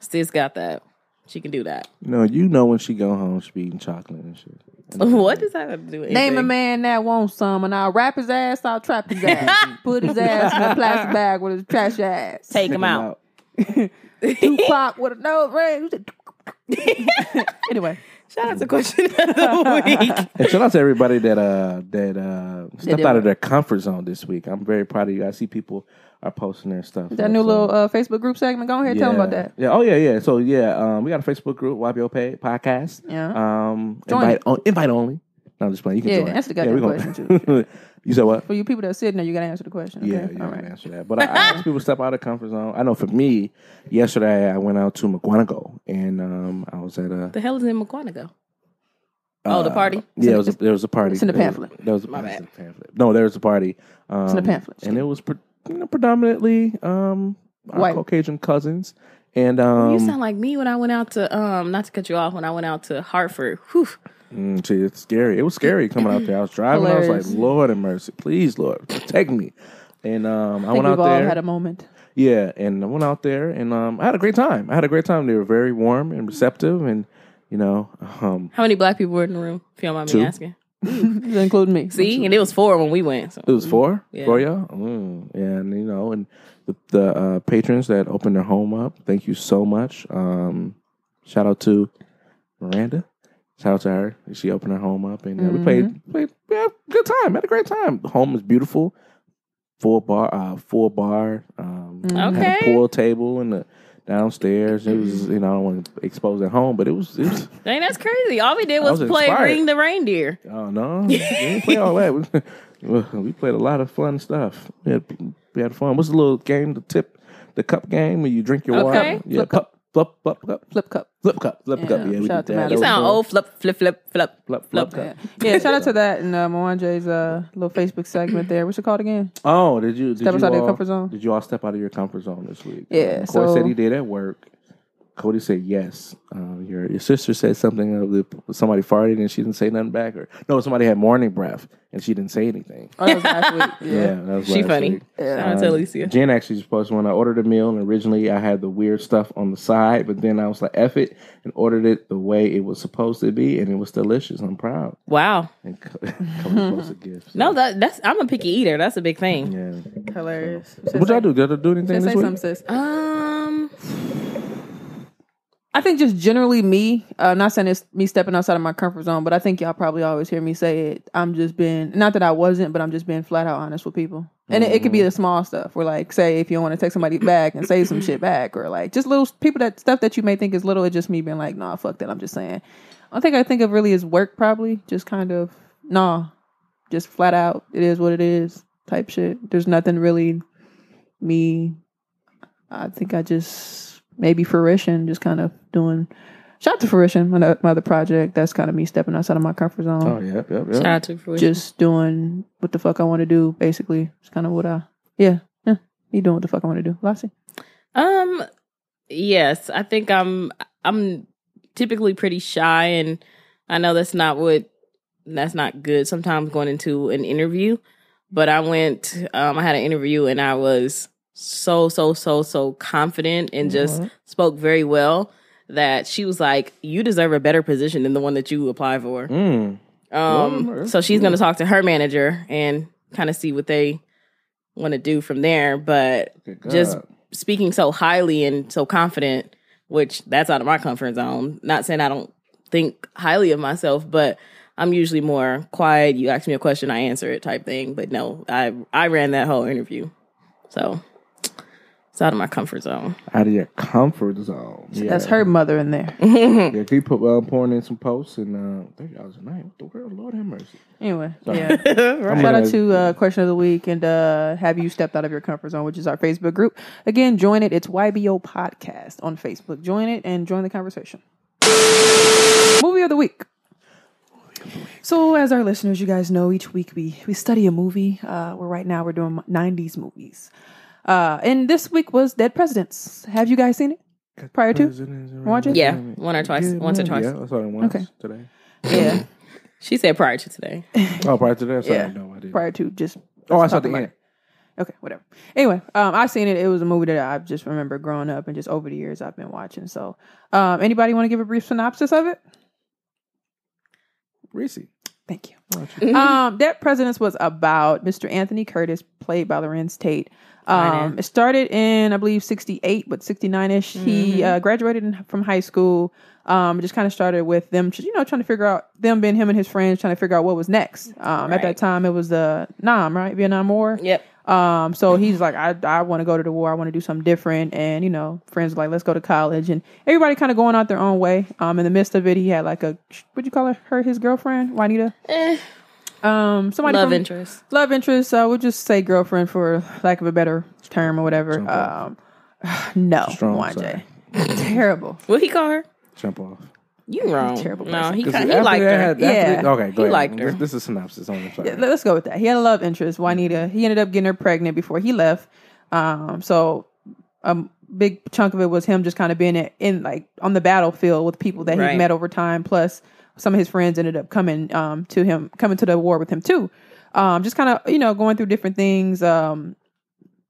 [SPEAKER 3] sis got that. She can do that.
[SPEAKER 2] No, you know when she go home, she be eating chocolate and shit.
[SPEAKER 3] Oh, what does that have to do with
[SPEAKER 1] Name a
[SPEAKER 3] anything?
[SPEAKER 1] man that wants some, and I'll wrap his ass, I'll trap his ass, put his ass in a plastic bag with his trash ass.
[SPEAKER 3] Take him out.
[SPEAKER 1] Tupac with a nose ring. You said- anyway,
[SPEAKER 3] Shout out to question of the week.
[SPEAKER 2] And shout out to everybody that uh that uh stepped
[SPEAKER 1] did
[SPEAKER 2] out
[SPEAKER 1] it.
[SPEAKER 2] of their comfort zone this week. I'm very proud of you. I see people are posting their stuff.
[SPEAKER 1] that new
[SPEAKER 2] So-
[SPEAKER 1] little uh, Facebook group segment. Go ahead,
[SPEAKER 2] yeah.
[SPEAKER 1] tell them about that.
[SPEAKER 2] Yeah. Oh yeah, yeah. So yeah, um, we got a Facebook group, YBO Pay Podcast.
[SPEAKER 1] Yeah.
[SPEAKER 2] Um,
[SPEAKER 1] Join
[SPEAKER 2] invite
[SPEAKER 1] it.
[SPEAKER 2] on, invite only. No, I'm just playing. You can
[SPEAKER 1] Yeah,
[SPEAKER 2] join.
[SPEAKER 1] answer the
[SPEAKER 2] we
[SPEAKER 1] goddamn
[SPEAKER 2] gonna- you said what?
[SPEAKER 1] For you people that are sitting there, you got to answer the question. Okay?
[SPEAKER 2] Yeah, yeah,
[SPEAKER 1] All
[SPEAKER 2] I can
[SPEAKER 1] right.
[SPEAKER 2] answer that. But I, I ask people to step out of comfort zone. I know for me, yesterday I went out to McGuanago and um, I was at a
[SPEAKER 3] the hell is in McGuanago? Oh,
[SPEAKER 2] Uh,
[SPEAKER 3] the party?
[SPEAKER 2] Yeah, it was a, there was a party.
[SPEAKER 1] it's in the
[SPEAKER 2] There was-
[SPEAKER 1] pamphlet.
[SPEAKER 2] There was a,
[SPEAKER 3] My
[SPEAKER 2] it's
[SPEAKER 3] bad.
[SPEAKER 2] in the pamphlet. No, there was a party. Um,
[SPEAKER 1] in the pamphlet.
[SPEAKER 2] and it was pre- you know, predominantly um, our
[SPEAKER 1] White.
[SPEAKER 2] Caucasian cousins. And um,
[SPEAKER 3] you sound like me when I went out to um not to cut you off when I went out to Hartford. Whew.
[SPEAKER 2] Mm, gee, it's scary. It was scary coming out there. I was driving. I was
[SPEAKER 1] Hilarious.
[SPEAKER 2] like, Lord have mercy, please, Lord, take me. And um, I,
[SPEAKER 1] I think
[SPEAKER 2] went out
[SPEAKER 1] we've all
[SPEAKER 2] there.
[SPEAKER 1] had a moment.
[SPEAKER 2] yeah, and I went out there, and um, I had a great time. I had a great time. They were very warm and receptive, and you know, um,
[SPEAKER 3] How many black people were in the room? If you don't mind me
[SPEAKER 2] Two.
[SPEAKER 3] asking.
[SPEAKER 1] including me.
[SPEAKER 3] See, and it was four when we went. So.
[SPEAKER 2] it was four,
[SPEAKER 3] Mm-hmm. Yeah.
[SPEAKER 2] four of y'all, mm, and you know, and the, the uh, patrons that opened their home up. Thank you so much. Um, shout out to Miranda. Shout out to her. She opened her home up, and uh, we
[SPEAKER 3] Mm-hmm.
[SPEAKER 2] played. Played. We had a good time. Had a great time. The home is beautiful. Full bar. Uh, full bar. Um, Had a
[SPEAKER 3] Okay. Mm-hmm.
[SPEAKER 2] pool table and the downstairs. It was. You know, I don't want to expose at home, but it was. It was
[SPEAKER 3] Dang, that's crazy. All we did
[SPEAKER 2] I
[SPEAKER 3] was,
[SPEAKER 2] was
[SPEAKER 3] play
[SPEAKER 2] inspired.
[SPEAKER 3] Ring the Reindeer.
[SPEAKER 2] oh no, we didn't play all that. We, we played a lot of fun stuff. We had, we had fun. What's the little game? The tip. The cup game where you drink your
[SPEAKER 3] Okay.
[SPEAKER 2] water. Yeah. Cup. Flip, flip, cup.
[SPEAKER 1] Flip cup.
[SPEAKER 2] Flip cup. Flip cup.
[SPEAKER 1] Yeah,
[SPEAKER 2] Yeah. we
[SPEAKER 1] shout out
[SPEAKER 2] did
[SPEAKER 1] to
[SPEAKER 2] that.
[SPEAKER 1] Madeline.
[SPEAKER 2] That
[SPEAKER 3] You
[SPEAKER 2] was
[SPEAKER 3] sound
[SPEAKER 2] fun.
[SPEAKER 3] old. Flip, flip, flip, flip.
[SPEAKER 2] Flip, flip,
[SPEAKER 1] Yeah.
[SPEAKER 2] cup.
[SPEAKER 1] yeah, shout out to that and uh, Moanjay's uh, little Facebook segment there. What's it called again?
[SPEAKER 2] Oh, did you did
[SPEAKER 1] Step
[SPEAKER 2] you
[SPEAKER 1] outside
[SPEAKER 2] all,
[SPEAKER 1] your comfort zone.
[SPEAKER 2] Did you all step out of your comfort zone this week?
[SPEAKER 1] Yeah,
[SPEAKER 2] Um, Corey said
[SPEAKER 1] so-
[SPEAKER 2] he did at work. Cody said yes. Um, your your sister said something of the somebody farted and she didn't say nothing back, or no, somebody had morning breath and she didn't say anything.
[SPEAKER 1] Oh, that was last week.
[SPEAKER 2] Yeah,
[SPEAKER 1] Yeah.
[SPEAKER 2] that was
[SPEAKER 3] She
[SPEAKER 2] last
[SPEAKER 3] funny.
[SPEAKER 2] week.
[SPEAKER 3] Shout out to Alicia.
[SPEAKER 2] Jen actually just posted when I ordered a meal and originally I had the weird stuff on the side, but then I was like, F it, and ordered it the way it was supposed to be, and it was delicious. I'm proud.
[SPEAKER 3] Wow.
[SPEAKER 2] And Co- Cody posted gifts.
[SPEAKER 3] No, that that's I'm a picky eater. That's a big thing.
[SPEAKER 2] Yeah.
[SPEAKER 1] Hilarious.
[SPEAKER 2] What y'all do? Did y'all do anything
[SPEAKER 1] Say
[SPEAKER 2] this
[SPEAKER 1] something,
[SPEAKER 2] week?
[SPEAKER 1] sis.
[SPEAKER 3] Um,
[SPEAKER 1] I think just generally me, uh, not saying it's me stepping outside of my comfort zone, but I think y'all probably always hear me say it. I'm just being, not that I wasn't, but I'm just being flat out honest with people. And it, it could be the small stuff where like, say if you want to take somebody back and say some shit back or like just little s- people that stuff that you may think is little, it's just me being like, nah, fuck that. I'm just saying. I think I think of really is work probably just kind of, nah, just flat out. It is what it is type shit. There's nothing really me I think I just maybe fruition, just kind of doing. Shout out to fruition, my, my other project. That's kind of me stepping outside of my comfort zone.
[SPEAKER 2] Oh, yeah, yeah, yeah.
[SPEAKER 3] shout out to fruition.
[SPEAKER 1] Just doing what the fuck I want to do. Basically, it's kind of what I. Yeah, yeah. Me doing what the fuck I want to do. Lassie.
[SPEAKER 3] Um, yes, I think I'm I'm typically pretty shy, and I know that's not what that's not good. Sometimes going into an interview, but I went. Um, I had an interview, and I was so so so so confident and just
[SPEAKER 2] Mm-hmm.
[SPEAKER 3] spoke very well. That she was like, "You deserve a better position than the one that you apply for."
[SPEAKER 2] Mm. Well,
[SPEAKER 3] Um, so she's going to talk to her manager and kind of see what they want to do from there. But
[SPEAKER 2] Good
[SPEAKER 3] just
[SPEAKER 2] God.
[SPEAKER 3] speaking so highly and so confident which that's out of my comfort zone. Not saying I don't think highly of myself, but I'm usually more quiet. You ask me a question, I answer it type thing. But no, I I ran that whole interview. So it's out of my comfort zone.
[SPEAKER 2] Out of your comfort zone. Yeah.
[SPEAKER 1] That's her mother in there.
[SPEAKER 2] Yeah, he put uh, pouring in some posts and uh, thirty dollars a night. What the world? Lord have mercy.
[SPEAKER 1] Anyway,
[SPEAKER 2] Sorry.
[SPEAKER 1] yeah.
[SPEAKER 2] I'm
[SPEAKER 1] Shout out
[SPEAKER 2] like-
[SPEAKER 1] to uh, question of the week and uh, have you stepped out of your comfort zone, which is our Facebook group. Again, join it. It's YBO Podcast on Facebook. Join it and join the conversation. movie of the week. So, as our listeners, you guys know, each week we we study a movie. Uh, we're right now we're doing '90s movies, uh, and this week was Dead Presidents. Have you guys seen it? Prior to? Watch it?
[SPEAKER 3] Yeah, one or twice- once or twice.
[SPEAKER 2] Yeah, I saw it once
[SPEAKER 1] Okay.
[SPEAKER 2] today.
[SPEAKER 1] Yeah,
[SPEAKER 3] She said prior to today.
[SPEAKER 2] Oh, prior to that, sorry,
[SPEAKER 1] Yeah.
[SPEAKER 2] no, I didn't.
[SPEAKER 1] prior to just
[SPEAKER 2] oh, I saw
[SPEAKER 1] talking
[SPEAKER 2] the
[SPEAKER 1] about
[SPEAKER 2] end.
[SPEAKER 1] Okay, whatever. Anyway, um, I seen it. It was a movie that I just remember growing up and just over the years I've been watching. So, um, anybody want to give a brief synopsis of it?
[SPEAKER 2] Reese,
[SPEAKER 1] Thank you. um, that Presidents was about Mr. Anthony Curtis, played by Lorenz Tate. Um, it started in, I believe, 68, but 69 ish. He uh, graduated in, from high school. Um, it just kind of started with them, just, you know, trying to figure out them being him and his friends, trying to figure out what was next. Um, At that
[SPEAKER 3] Right.
[SPEAKER 1] time, it was the Nam, right? Vietnam War.
[SPEAKER 3] Yep.
[SPEAKER 1] Um, so he's like, I, I want to go to the war. I want to do something different. And you know, friends were like, let's go to college. And everybody kind of going out their own way. Um, in the midst of it, he had like a what you call her, her his girlfriend, Juanita. Um, somebody
[SPEAKER 3] Eh. Love
[SPEAKER 1] from-
[SPEAKER 3] interest.
[SPEAKER 1] love interest. I would just say girlfriend for lack of a better term or whatever. Um, no,
[SPEAKER 2] Strong
[SPEAKER 1] Wanje,
[SPEAKER 2] side.
[SPEAKER 1] terrible.
[SPEAKER 3] What he call her?
[SPEAKER 2] jump off.
[SPEAKER 3] You wrong.
[SPEAKER 1] Terrible
[SPEAKER 3] No,
[SPEAKER 1] person.
[SPEAKER 3] he,
[SPEAKER 2] 'Cause
[SPEAKER 3] kind, he
[SPEAKER 2] after
[SPEAKER 3] liked
[SPEAKER 2] that
[SPEAKER 3] her.
[SPEAKER 2] had- after
[SPEAKER 1] Yeah.
[SPEAKER 2] that- okay, go
[SPEAKER 3] He
[SPEAKER 2] ahead.
[SPEAKER 3] liked her.
[SPEAKER 2] This, this is synopsis. I'm sorry.
[SPEAKER 1] Yeah, let's go with that. He had a love interest, Juanita. He ended up getting her pregnant before he left. Um, so a big chunk of it was him just kind of being in, in like on the battlefield with people that he
[SPEAKER 3] Right.
[SPEAKER 1] met over time. Plus, some of his friends ended up coming um, to him, coming to the war with him too. Um, just kind of you know going through different things, um,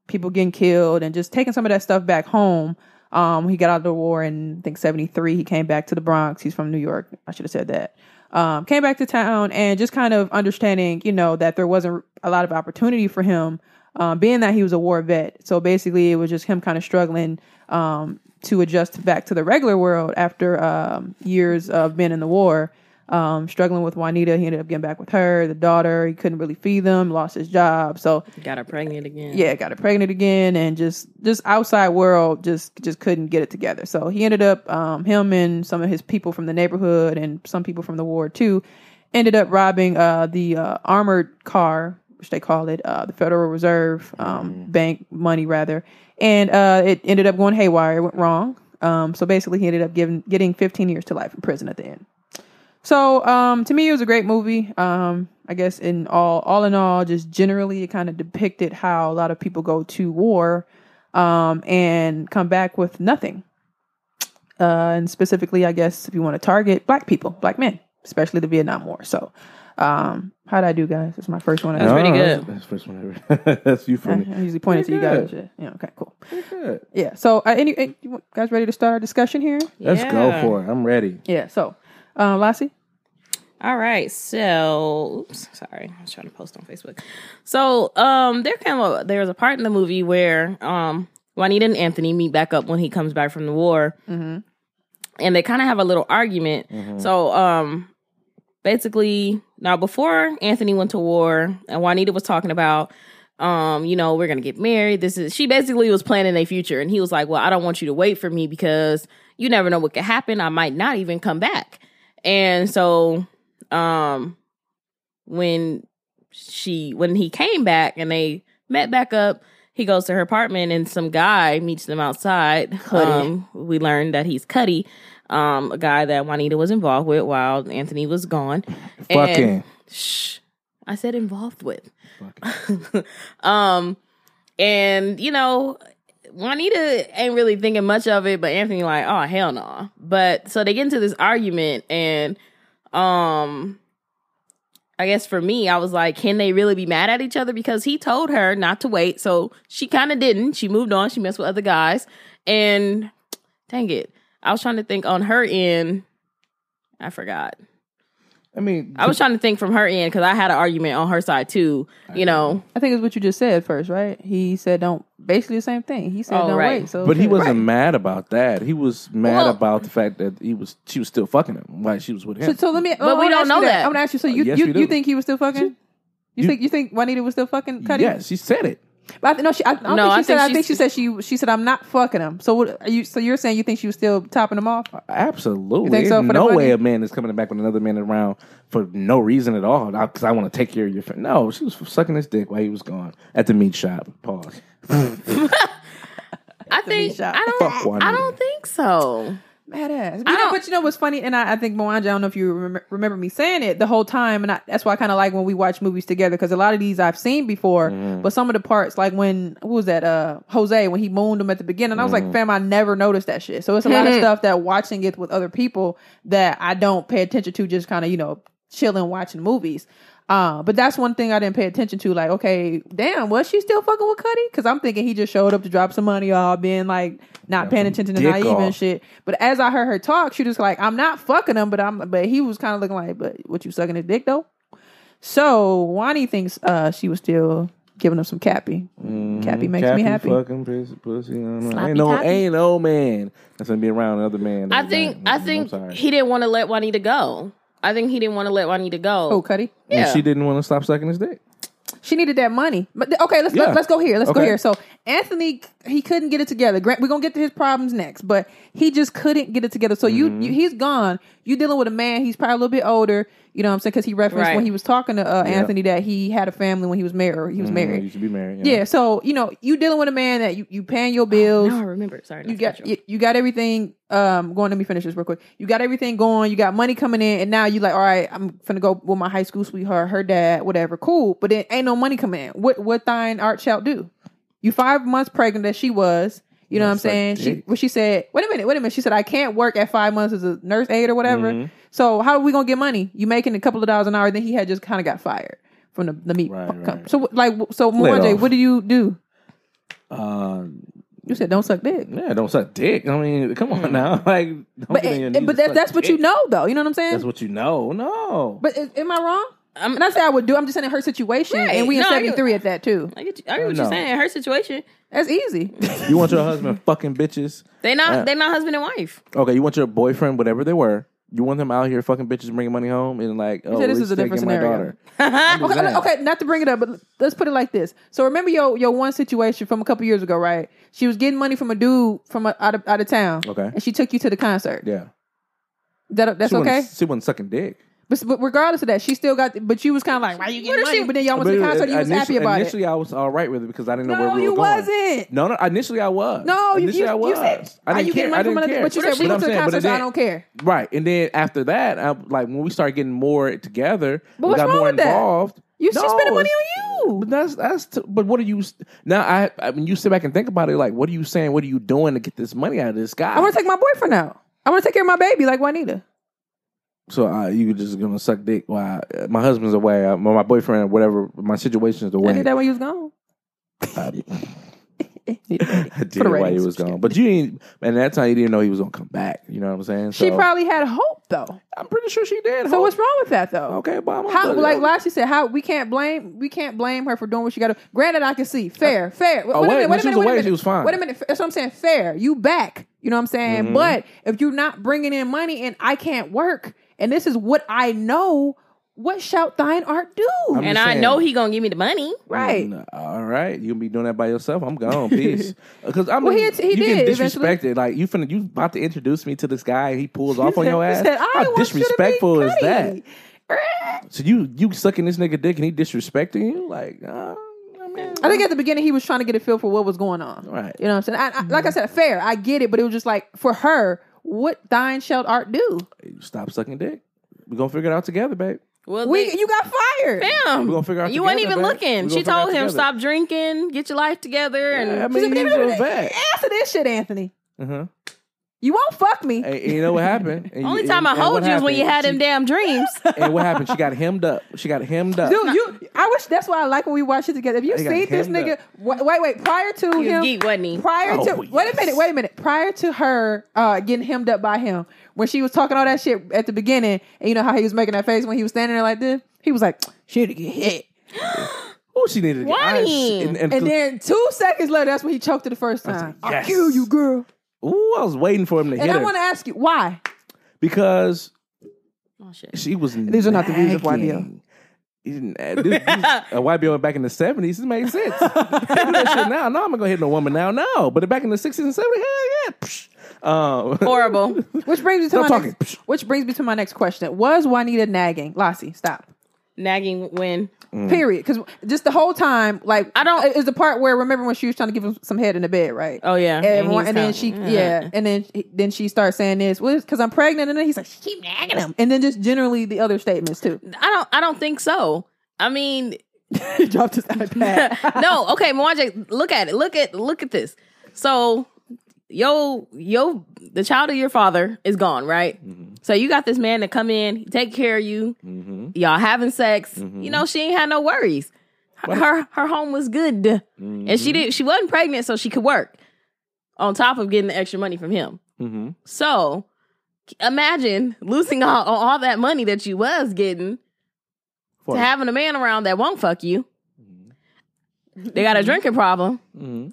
[SPEAKER 1] people getting killed, and just taking some of that stuff back home. Um, he got out of the war in I think seventy three. He came back to the Bronx. He's from New York. I should have said that. Um, came back to town and just kind of understanding, you know, that there wasn't a lot of opportunity for him, um, being that he was a war vet. So basically, it was just him kind of struggling um, to adjust back to the regular world after um, years of being in the war. Um, struggling with Juanita, he ended up getting back with her, the daughter. He couldn't really feed them, lost his job. So
[SPEAKER 3] Got her pregnant again.
[SPEAKER 1] yeah, got her pregnant again, and just just outside world just just couldn't get it together. So he ended up um, him and some of his people from the neighborhood and some people from the ward too ended up robbing uh, the uh, armored car, which they call it uh, the Federal Reserve um, Bank money rather, and uh, it ended up going haywire. It went wrong. Um, so basically, he ended up giving getting 15 years to life in prison at the end. So um, to me, it was a great movie. Um, I guess in all, all in all, just generally, it kind of depicted how a lot of people go to war um, and come back with nothing. Uh, and specifically, I guess if you want to target black people, black men, especially the Vietnam War. So, um, how'd I do, guys? It's my first one.
[SPEAKER 3] That's
[SPEAKER 1] I,
[SPEAKER 3] pretty
[SPEAKER 2] that's-
[SPEAKER 3] good.
[SPEAKER 2] That's the first one ever. that's you for me.
[SPEAKER 1] I usually point it to you
[SPEAKER 2] Pretty
[SPEAKER 1] guys. Yeah. Yeah, okay, cool.
[SPEAKER 2] Good.
[SPEAKER 1] Yeah. So, uh, any uh, you guys ready to start our discussion here?
[SPEAKER 2] Let's
[SPEAKER 3] Yeah.
[SPEAKER 2] go for it. I'm ready.
[SPEAKER 1] Yeah. So, um, Lassie.
[SPEAKER 3] All right, so oops, sorry, I was trying to post on Facebook. So um, there came a there was a part in the movie where um, Juanita and Anthony meet back up when he comes back from the war,
[SPEAKER 2] Mm-hmm.
[SPEAKER 1] Mhm.
[SPEAKER 3] and they kind of have a little argument. So um, basically, now before Anthony went to war, and Juanita was talking about. Um, you know, we're gonna get married. This is she basically was planning a future, and he was like, Well, I don't want you to wait for me because you never know what could happen. I might not even come back. And so um when she when he came back and they met back up he goes to her apartment and some guy meets them outside
[SPEAKER 1] Cuddy.
[SPEAKER 3] um we learned that he's cuddy um a guy that juanita was involved with while anthony was gone
[SPEAKER 2] Fucking.
[SPEAKER 3] shh i said involved with
[SPEAKER 2] Fucking.
[SPEAKER 3] um and you know Juanita ain't really thinking much of it, but Anthony like, oh hell no. But so they get into this argument, and um, I guess for me, I was like, can they really be mad at each other because he told her not to wait, so she kind of didn't. She moved on. She messed with other guys, and dang it, I was trying to think on her end. I forgot.
[SPEAKER 2] I mean,
[SPEAKER 3] I was trying to think from her end because I had an argument on her side too. You know,
[SPEAKER 1] I think it's what you just said first, right? He said, "Don't basically the same thing. He said,
[SPEAKER 3] Oh,
[SPEAKER 1] "Don't
[SPEAKER 3] right.
[SPEAKER 1] wait." So,
[SPEAKER 2] But he
[SPEAKER 1] okay.
[SPEAKER 2] wasn't mad about that. He was mad
[SPEAKER 3] Well-
[SPEAKER 2] about the fact that he was she was still fucking him while she was with
[SPEAKER 1] So,
[SPEAKER 2] him.
[SPEAKER 1] so let me. oh,
[SPEAKER 3] But we don't know that.
[SPEAKER 1] I'm gonna ask you. So you
[SPEAKER 2] yes,
[SPEAKER 1] you,
[SPEAKER 2] we do.
[SPEAKER 1] you think he was still fucking? You
[SPEAKER 2] You-
[SPEAKER 1] think you think Juanita was still fucking Cuddy?
[SPEAKER 2] yes, she said it.
[SPEAKER 1] But I th- no, she, I, I don't think she
[SPEAKER 3] No, I
[SPEAKER 1] said.
[SPEAKER 3] think
[SPEAKER 1] I think
[SPEAKER 3] she's-
[SPEAKER 1] she said she she said I'm not fucking him. So what are you? So you're saying you think she was still topping him off?
[SPEAKER 2] Absolutely.
[SPEAKER 1] You think so
[SPEAKER 2] There's
[SPEAKER 1] for the
[SPEAKER 2] no
[SPEAKER 1] money?
[SPEAKER 2] way a man is coming back with another man around for no reason at all. Because I want to take care of your friend. No, she was sucking his dick while he was gone at the meat shop. Pause.
[SPEAKER 3] I think
[SPEAKER 1] shot.
[SPEAKER 3] I
[SPEAKER 2] Fuck
[SPEAKER 3] don't.
[SPEAKER 2] Juanita.
[SPEAKER 3] I don't think so.
[SPEAKER 1] Badass.
[SPEAKER 3] I
[SPEAKER 1] You know,
[SPEAKER 3] don't-
[SPEAKER 1] but you know what's funny, and I, I think Moanja, I don't know if you remember, remember me saying it the whole time, and I, that's why I kind of like when we watch movies together because a lot of these I've seen before,
[SPEAKER 2] Mm-hmm.
[SPEAKER 1] but some of the parts, like when who was that? Uh, Jose when he mooned him at the beginning, I was
[SPEAKER 2] Mm-hmm.
[SPEAKER 1] like, fam, I never noticed that shit. So it's a lot
[SPEAKER 3] Mm-hmm.
[SPEAKER 1] of stuff that watching it with other people that I don't pay attention to, just kind of you know chilling watching movies. Uh, but that's one thing I didn't pay attention to. Like, okay, damn, was she still fucking with Cuddy? Because I'm thinking he just showed up to drop some money off, being like not paying
[SPEAKER 2] some
[SPEAKER 1] attention to
[SPEAKER 2] dick
[SPEAKER 1] naive
[SPEAKER 2] off.
[SPEAKER 1] and shit. But as I heard her talk, she was like, "I'm not fucking him," but I'm. But he was kind of looking like, "But what you sucking his dick though?" So Wani thinks uh, she was still giving him some cappy. Cappy makes me
[SPEAKER 2] Mm, Cappy
[SPEAKER 1] happy.
[SPEAKER 2] Fucking pussy, pussy. I don't know.
[SPEAKER 3] Sloppy
[SPEAKER 2] Ain't no,
[SPEAKER 3] toppy.
[SPEAKER 2] ain't no man that's gonna be around another man.
[SPEAKER 3] I
[SPEAKER 2] that's
[SPEAKER 3] think.
[SPEAKER 2] not-
[SPEAKER 3] I
[SPEAKER 2] I'm
[SPEAKER 3] think
[SPEAKER 2] sorry.
[SPEAKER 3] he didn't want to let Juanita go. I think he didn't want to let Juanita go.
[SPEAKER 1] Oh, Cuddy,
[SPEAKER 2] And
[SPEAKER 3] yeah.
[SPEAKER 2] she didn't want to stop sucking his dick.
[SPEAKER 1] she needed that money. But th- okay, let's let,
[SPEAKER 2] Yeah.
[SPEAKER 1] us let us go here. Let's go
[SPEAKER 2] Okay.
[SPEAKER 1] here. So Anthony, he couldn't get it together. Grant, we're gonna get to his problems next, but he just couldn't get it together. So
[SPEAKER 2] Mm-hmm.
[SPEAKER 1] you, you, he's gone. You dealing with a man. He's probably a little bit older. You know what I'm saying? Because he referenced
[SPEAKER 3] Right.
[SPEAKER 1] when he was talking to uh,
[SPEAKER 2] Yeah. Mm,
[SPEAKER 1] Anthony that he had a family when he was married. Or he was married.
[SPEAKER 2] You should be married.
[SPEAKER 1] Yeah, so you know, you dealing with a man that you you paying your bills,
[SPEAKER 3] Now I remember. Sorry.
[SPEAKER 1] you
[SPEAKER 3] not
[SPEAKER 1] got
[SPEAKER 3] special.
[SPEAKER 1] you, you got everything um going. Let me finish this real quick. You got everything going. You got money coming in, and now you like, all right, I'm finna go with my high school sweetheart, her dad, whatever. Cool, but then ain't no money coming in. What what thine art shall do? You five months pregnant that she was. You know what I'm
[SPEAKER 2] That's like
[SPEAKER 1] saying? She
[SPEAKER 2] dick.
[SPEAKER 1] what she said. Wait a minute, wait a minute. She said I can't work at five months as a nurse aide or whatever.
[SPEAKER 2] Mm-hmm.
[SPEAKER 1] So how are we gonna get money? You making a couple of dollars an hour? Then he had just kind of got fired from the the meat.
[SPEAKER 2] Right,
[SPEAKER 1] company.
[SPEAKER 2] right.
[SPEAKER 1] So like so,
[SPEAKER 2] Let
[SPEAKER 1] Moanjay,
[SPEAKER 2] off.
[SPEAKER 1] what do you do?
[SPEAKER 2] Uh,
[SPEAKER 1] You said don't suck dick.
[SPEAKER 2] yeah. Don't suck dick. I mean, come
[SPEAKER 3] Mm.
[SPEAKER 2] on now. Like, don't
[SPEAKER 1] But,
[SPEAKER 2] get on your
[SPEAKER 1] it,
[SPEAKER 2] knees
[SPEAKER 1] but
[SPEAKER 2] and
[SPEAKER 1] that,
[SPEAKER 2] suck
[SPEAKER 1] that's what you
[SPEAKER 2] dick.
[SPEAKER 1] know, though. You know what I'm saying?
[SPEAKER 2] That's what you know. No.
[SPEAKER 1] but is, am I wrong?
[SPEAKER 3] I'm-
[SPEAKER 1] and I say I would do. I'm just saying in her situation,
[SPEAKER 3] Right.
[SPEAKER 1] and we in
[SPEAKER 3] No, I get-
[SPEAKER 1] 73 at that too.
[SPEAKER 3] I get, you, I get what
[SPEAKER 2] No.
[SPEAKER 3] you're saying. Her situation,
[SPEAKER 1] That's easy.
[SPEAKER 2] you want your husband fucking bitches.
[SPEAKER 3] they not
[SPEAKER 2] Yeah.
[SPEAKER 3] they not husband and wife.
[SPEAKER 2] Okay, you want your boyfriend, whatever they were. You want them out here fucking bitches, bringing money home, and like, oh,
[SPEAKER 1] said this
[SPEAKER 2] this
[SPEAKER 1] is
[SPEAKER 2] is
[SPEAKER 1] a different
[SPEAKER 2] my
[SPEAKER 1] scenario.
[SPEAKER 2] daughter.
[SPEAKER 1] okay, no, okay, not to bring it up, but let's put it like this. So remember your your one situation from a couple years ago, right? She was getting money from a dude from a, out of out of town.
[SPEAKER 2] Okay.
[SPEAKER 1] and she took you to the concert.
[SPEAKER 2] Yeah,
[SPEAKER 1] That that's
[SPEAKER 2] she
[SPEAKER 1] okay.
[SPEAKER 2] Wasn't, she wasn't sucking dick.
[SPEAKER 1] But, but regardless of that, she still got. But you was kind of like, why you getting
[SPEAKER 3] What if
[SPEAKER 1] money?
[SPEAKER 3] she-
[SPEAKER 1] but then y'all went to the
[SPEAKER 2] But
[SPEAKER 1] concert. You was happy
[SPEAKER 2] initially-
[SPEAKER 1] about it.
[SPEAKER 2] Initially, I was all right with it because I didn't know
[SPEAKER 1] No,
[SPEAKER 2] where we
[SPEAKER 1] you
[SPEAKER 2] were going.
[SPEAKER 1] wasn't.
[SPEAKER 2] No, no. Initially, I was.
[SPEAKER 1] No, you,
[SPEAKER 2] initially
[SPEAKER 1] you,
[SPEAKER 2] I was.
[SPEAKER 1] you said,
[SPEAKER 2] I
[SPEAKER 1] are
[SPEAKER 2] didn't
[SPEAKER 1] you
[SPEAKER 2] care.
[SPEAKER 1] getting
[SPEAKER 2] I
[SPEAKER 1] money
[SPEAKER 2] didn't
[SPEAKER 1] from another?
[SPEAKER 2] care.
[SPEAKER 1] But you
[SPEAKER 2] But
[SPEAKER 1] said we
[SPEAKER 2] I'm
[SPEAKER 1] went to the
[SPEAKER 2] saying, but
[SPEAKER 1] concert,
[SPEAKER 2] it
[SPEAKER 1] so I
[SPEAKER 2] didn't-
[SPEAKER 1] don't care.
[SPEAKER 2] Right, and then after that, I like when we started getting more together, we
[SPEAKER 1] what's
[SPEAKER 2] got
[SPEAKER 1] wrong
[SPEAKER 2] more
[SPEAKER 1] with that?
[SPEAKER 2] involved.
[SPEAKER 1] You she's spending money
[SPEAKER 2] it's-
[SPEAKER 1] on you.
[SPEAKER 2] But that's that's. T- but what are you s- now? I I mean, you sit back and think about it. Like, what are you saying? What are you doing to get this money out of this guy?
[SPEAKER 1] I want to take my boyfriend out. I want to take care of my baby, like Juanita.
[SPEAKER 2] so uh, you just gonna suck dick? Why uh, my husband's away? Uh, my my boyfriend, whatever. My situation's
[SPEAKER 1] I
[SPEAKER 2] away.
[SPEAKER 1] did that when you was gone.
[SPEAKER 2] I did
[SPEAKER 1] For the
[SPEAKER 2] while he
[SPEAKER 1] ratings.
[SPEAKER 2] was gone, but you didn't. And that time, you didn't know he was gonna come back. You know what I'm saying?
[SPEAKER 1] She
[SPEAKER 2] So,
[SPEAKER 1] probably had hope though.
[SPEAKER 2] I'm pretty sure she did.
[SPEAKER 1] So
[SPEAKER 2] Hope.
[SPEAKER 1] what's wrong with that though?
[SPEAKER 2] okay? But um, I'm
[SPEAKER 1] How like Lassie said, how we can't blame we can't blame her for doing what she got to. Granted, I can see fair, fair. Wait,
[SPEAKER 2] oh,
[SPEAKER 1] a
[SPEAKER 2] wait,
[SPEAKER 1] minute,
[SPEAKER 2] when
[SPEAKER 1] wait a
[SPEAKER 2] she was
[SPEAKER 1] minute, wait a
[SPEAKER 2] away,
[SPEAKER 1] minute.
[SPEAKER 2] she was fine. Mm-hmm.
[SPEAKER 1] Wait a minute, that's what I'm saying. Fair, you back. You know what I'm saying? But if you're not bringing in money and I can't work, and this is what I know, what shalt thine art do?
[SPEAKER 2] I'm
[SPEAKER 3] And
[SPEAKER 2] just
[SPEAKER 3] I
[SPEAKER 2] saying.
[SPEAKER 3] know he gonna give me the money.
[SPEAKER 1] right.
[SPEAKER 2] Mm, all right, you gonna be doing that by yourself. I'm gone. Peace. Uh, Because I'm
[SPEAKER 1] Well, he- he
[SPEAKER 2] you
[SPEAKER 1] did
[SPEAKER 2] get
[SPEAKER 1] eventually.
[SPEAKER 2] disrespected. Like you finna, you about to introduce me to this guy, and he pulls off on your
[SPEAKER 1] He
[SPEAKER 2] ass.
[SPEAKER 1] said, I
[SPEAKER 2] How
[SPEAKER 1] want you to be
[SPEAKER 2] disrespectful is that?
[SPEAKER 1] Cuddy.
[SPEAKER 2] So you you sucking this nigga dick, and he disrespecting you? Like, uh, I mean,
[SPEAKER 1] I think at the beginning he was trying to get a feel for what was going on.
[SPEAKER 2] Right. Mm-hmm.
[SPEAKER 1] You know what I'm saying? I, I, like I said, fair. I get it, but it was just like for her, what thine shall art do?
[SPEAKER 2] stop sucking dick. We gonna figure it out together, babe.
[SPEAKER 3] Well,
[SPEAKER 1] We
[SPEAKER 3] then-
[SPEAKER 1] you got fired.
[SPEAKER 3] Damn.
[SPEAKER 2] We gonna figure out
[SPEAKER 3] You weren't
[SPEAKER 2] together,
[SPEAKER 3] even
[SPEAKER 2] babe.
[SPEAKER 3] looking.
[SPEAKER 2] We
[SPEAKER 3] She
[SPEAKER 2] gonna figure out
[SPEAKER 3] told him,
[SPEAKER 2] together.
[SPEAKER 3] stop drinking, get your life together. And
[SPEAKER 2] I
[SPEAKER 1] She's
[SPEAKER 2] mean,
[SPEAKER 1] like,
[SPEAKER 2] you
[SPEAKER 1] "Damn,
[SPEAKER 2] was
[SPEAKER 1] damn,
[SPEAKER 2] back.
[SPEAKER 1] Answer this shit, Anthony.
[SPEAKER 2] Uh-huh.
[SPEAKER 1] You won't fuck me.
[SPEAKER 2] And, and you know what happened? And
[SPEAKER 3] only
[SPEAKER 2] you-
[SPEAKER 3] time I
[SPEAKER 2] and- and
[SPEAKER 3] hold
[SPEAKER 2] what
[SPEAKER 3] you is when you had
[SPEAKER 2] happened?
[SPEAKER 3] them damn dreams.
[SPEAKER 2] She- And what happened? She got hemmed up. She got hemmed up.
[SPEAKER 1] Dude, you. I wish that's why I like when we watch it together. If you
[SPEAKER 2] They got
[SPEAKER 1] see this
[SPEAKER 2] hemmed
[SPEAKER 1] nigga,
[SPEAKER 2] up.
[SPEAKER 1] wait, wait, wait. Prior to
[SPEAKER 3] was
[SPEAKER 1] him,
[SPEAKER 3] geek, wasn't he?
[SPEAKER 1] Prior to
[SPEAKER 2] Oh,
[SPEAKER 1] wait a
[SPEAKER 2] yes.
[SPEAKER 1] minute, wait a minute. Prior to her uh, getting hemmed up by him, when she was talking all that shit at the beginning, and you know how he was making that face when he was standing there like this, he was like, "She to get hit."
[SPEAKER 2] Who she needed to get I-
[SPEAKER 3] Why?
[SPEAKER 2] and, and,
[SPEAKER 1] And then two seconds later, that's when he choked her the first
[SPEAKER 2] was
[SPEAKER 1] time.
[SPEAKER 2] like,
[SPEAKER 1] I'll kill
[SPEAKER 2] yes.
[SPEAKER 1] you, girl.
[SPEAKER 2] ooh, I was waiting for him to
[SPEAKER 1] And
[SPEAKER 2] hit
[SPEAKER 1] I
[SPEAKER 2] her
[SPEAKER 1] want to ask you why.
[SPEAKER 2] because
[SPEAKER 3] Oh shit.
[SPEAKER 2] she was.
[SPEAKER 1] These are not the views of YBO.
[SPEAKER 2] nagging. He didn't- uh, this- this- A YBO back in the seventies, this made sense. Do that shit now, no, I'm gonna go hit no woman now, no. But back in the sixties and seventies, hell yeah. Psh. Um,
[SPEAKER 3] Horrible.
[SPEAKER 1] Which brings me to
[SPEAKER 2] Stop
[SPEAKER 1] my
[SPEAKER 2] talking.
[SPEAKER 1] next, which brings me to my next question. Was Juanita nagging? Lassie, stop.
[SPEAKER 3] Nagging when
[SPEAKER 1] Period. Because just the whole time, like
[SPEAKER 3] I don't-
[SPEAKER 1] Is the part where remember when she was trying to give him some head in the bed, right?
[SPEAKER 3] Oh, yeah.
[SPEAKER 1] And,
[SPEAKER 3] And
[SPEAKER 1] everyone-
[SPEAKER 3] he's Mm-hmm.
[SPEAKER 1] and then she,
[SPEAKER 3] talking.
[SPEAKER 1] yeah, and then then she starts saying this, well, because I'm pregnant, and then he's like, she keep nagging him, and then just generally the other statements too.
[SPEAKER 3] I don't I don't think so. I mean,
[SPEAKER 1] he dropped his iPad.
[SPEAKER 3] no, okay, Mwanje, look at it. Look at look at this. So yo yo the child of your father is gone, right?
[SPEAKER 1] Mm-hmm.
[SPEAKER 3] So you got this man to come in, he take care of you.
[SPEAKER 2] Mm-hmm,
[SPEAKER 1] Mm-hmm.
[SPEAKER 3] Y'all having sex. You know, she ain't had no worries. Her her, her home was good. And
[SPEAKER 1] Mm-hmm.
[SPEAKER 3] she did she wasn't pregnant, so she could work. On top of getting the extra money from him.
[SPEAKER 2] mhm.
[SPEAKER 3] So imagine losing all, all that money that you was getting
[SPEAKER 2] For-
[SPEAKER 3] to having a man around that won't fuck you. They got a drinking problem
[SPEAKER 2] mhm,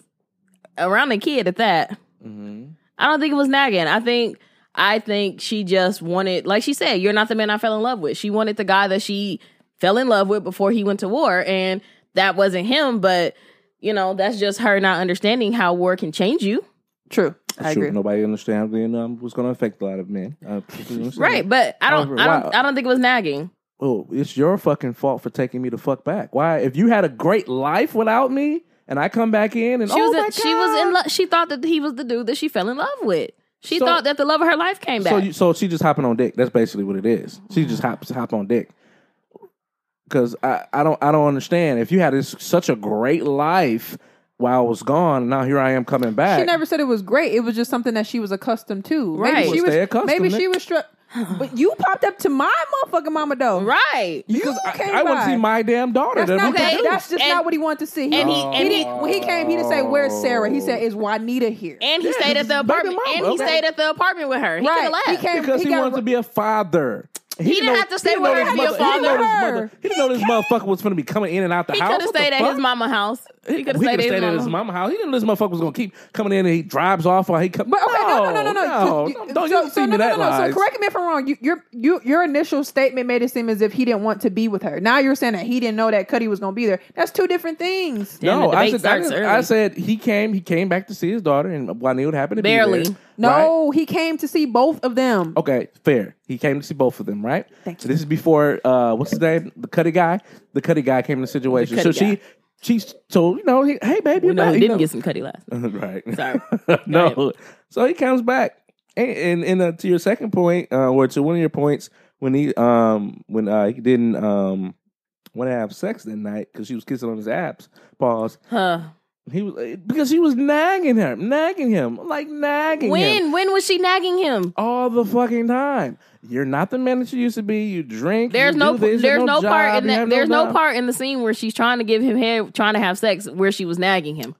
[SPEAKER 3] around the kid at that.
[SPEAKER 2] mhm.
[SPEAKER 3] I don't think it was nagging. I think I think she just wanted, like she said, you're not the man I fell in love with. She wanted the guy that she fell in love with before he went to war, and that wasn't him. But you know, that's just her not understanding how war can change you,
[SPEAKER 1] True, I
[SPEAKER 2] Sure,
[SPEAKER 1] agree.
[SPEAKER 2] Nobody understands then um, what's going to affect a lot of men. Uh, you know what I'm saying?
[SPEAKER 3] right? But I don't,
[SPEAKER 2] However,
[SPEAKER 3] I don't,
[SPEAKER 2] why-
[SPEAKER 3] I don't think it was nagging.
[SPEAKER 2] Oh, it's your fucking fault for taking me the fuck back. Why? If you had a great life without me, and I come back in, and
[SPEAKER 3] She
[SPEAKER 2] oh
[SPEAKER 3] was
[SPEAKER 2] my
[SPEAKER 3] in, she was
[SPEAKER 2] God.
[SPEAKER 3] in love. She thought that he was the dude that she fell in love with. She
[SPEAKER 2] So-
[SPEAKER 3] thought that the love of her life came back.
[SPEAKER 2] So, you, so she just hopping on dick. That's basically what it is. She just hops hop on dick. Because I, I don't I don't understand. If you had this, such a great life while I was gone, and now here I am coming back.
[SPEAKER 1] She never said it was great. It was just something that she was accustomed to.
[SPEAKER 3] Right.
[SPEAKER 1] Maybe she
[SPEAKER 2] Well,
[SPEAKER 1] was.
[SPEAKER 2] stay accustomed,
[SPEAKER 1] maybe
[SPEAKER 2] Nick.
[SPEAKER 1] she was struck. But you popped up to my motherfucking mama though.
[SPEAKER 3] right.
[SPEAKER 1] You came
[SPEAKER 2] I, I want
[SPEAKER 1] by.
[SPEAKER 2] to see my damn daughter.
[SPEAKER 1] That's
[SPEAKER 2] That's
[SPEAKER 1] not
[SPEAKER 3] Okay.
[SPEAKER 1] what, that's just
[SPEAKER 3] And-
[SPEAKER 1] not what he wanted to see.
[SPEAKER 3] and he- and he-
[SPEAKER 1] didn't, when he came, he didn't say, "Where's Sarah?" He said, "Is Juanita here?"
[SPEAKER 3] And he
[SPEAKER 2] Yeah,
[SPEAKER 3] stayed at
[SPEAKER 2] baby
[SPEAKER 3] the apartment.
[SPEAKER 2] mama,
[SPEAKER 3] and he
[SPEAKER 2] okay.
[SPEAKER 3] stayed at the apartment with her. He could have
[SPEAKER 1] right?
[SPEAKER 3] left.
[SPEAKER 1] He came
[SPEAKER 2] because he,
[SPEAKER 1] got-
[SPEAKER 2] wanted to be a father. He,
[SPEAKER 3] didn't have to stay
[SPEAKER 2] didn't
[SPEAKER 3] with
[SPEAKER 2] know
[SPEAKER 3] her
[SPEAKER 2] this
[SPEAKER 3] to be a
[SPEAKER 2] mother- He didn't know
[SPEAKER 1] father.
[SPEAKER 2] this, mother- he didn't know this motherfucker was going to be coming in and out the
[SPEAKER 3] He
[SPEAKER 2] house.
[SPEAKER 3] could have
[SPEAKER 2] What the
[SPEAKER 3] stayed at his
[SPEAKER 2] fuck?
[SPEAKER 3] mama house. He could have
[SPEAKER 2] We could
[SPEAKER 3] stayed,
[SPEAKER 2] have stayed
[SPEAKER 3] at
[SPEAKER 2] at
[SPEAKER 3] his
[SPEAKER 2] his
[SPEAKER 3] mama.
[SPEAKER 2] mama house. He didn't know this motherfucker was gonna keep coming in and he drives off while he comes.
[SPEAKER 1] But okay, no, no, no, no,
[SPEAKER 2] no,
[SPEAKER 1] no. You-
[SPEAKER 2] don't you see
[SPEAKER 1] no,
[SPEAKER 2] me
[SPEAKER 1] no,
[SPEAKER 2] that
[SPEAKER 1] no, no.
[SPEAKER 2] lies.
[SPEAKER 1] So correct me if I'm wrong. You, your, you, your initial statement made it seem as if he didn't want to be with her. Now you're saying that he didn't know that Cuddy was going to be there. That's two different things.
[SPEAKER 3] Damn,
[SPEAKER 2] no,
[SPEAKER 3] the
[SPEAKER 2] I
[SPEAKER 3] debate
[SPEAKER 2] said, I,
[SPEAKER 3] starts
[SPEAKER 2] didn't-
[SPEAKER 3] early.
[SPEAKER 2] I said he came. He came back to see his daughter, and Juanita happened to
[SPEAKER 3] Barely.
[SPEAKER 2] be there. right? Oh.
[SPEAKER 1] No, he came to see both of them.
[SPEAKER 2] Okay, fair. He came to see both of them, right?
[SPEAKER 1] Thank
[SPEAKER 2] so this is before uh what's his name? The Cuddy guy. The Cuddy guy came in the situation.
[SPEAKER 3] The
[SPEAKER 2] so
[SPEAKER 3] Cuddy guy.
[SPEAKER 2] she she told, you know, he, hey baby,
[SPEAKER 3] You know,
[SPEAKER 2] you
[SPEAKER 3] he didn't
[SPEAKER 2] know.
[SPEAKER 3] get some cutty last.
[SPEAKER 2] right.
[SPEAKER 3] Sorry.
[SPEAKER 2] no.
[SPEAKER 3] ahead.
[SPEAKER 2] So he comes back, and and, and uh, to your second point, uh, or to one of your points, when he um when uh, he didn't um want to have sex that night because she was kissing on his abs. Pause.
[SPEAKER 3] Huh.
[SPEAKER 2] He was uh, because he was nagging her, nagging him, like nagging him
[SPEAKER 3] When when was she nagging him?
[SPEAKER 2] all the fucking time. You're not the man that you used to be. You drink.
[SPEAKER 3] There's
[SPEAKER 2] you
[SPEAKER 3] no
[SPEAKER 2] do this,
[SPEAKER 3] there's no,
[SPEAKER 2] job,
[SPEAKER 3] part in
[SPEAKER 2] you have
[SPEAKER 3] that there's no
[SPEAKER 2] job.
[SPEAKER 3] part in the scene where she's trying to give him head, trying to have sex, where she was nagging him.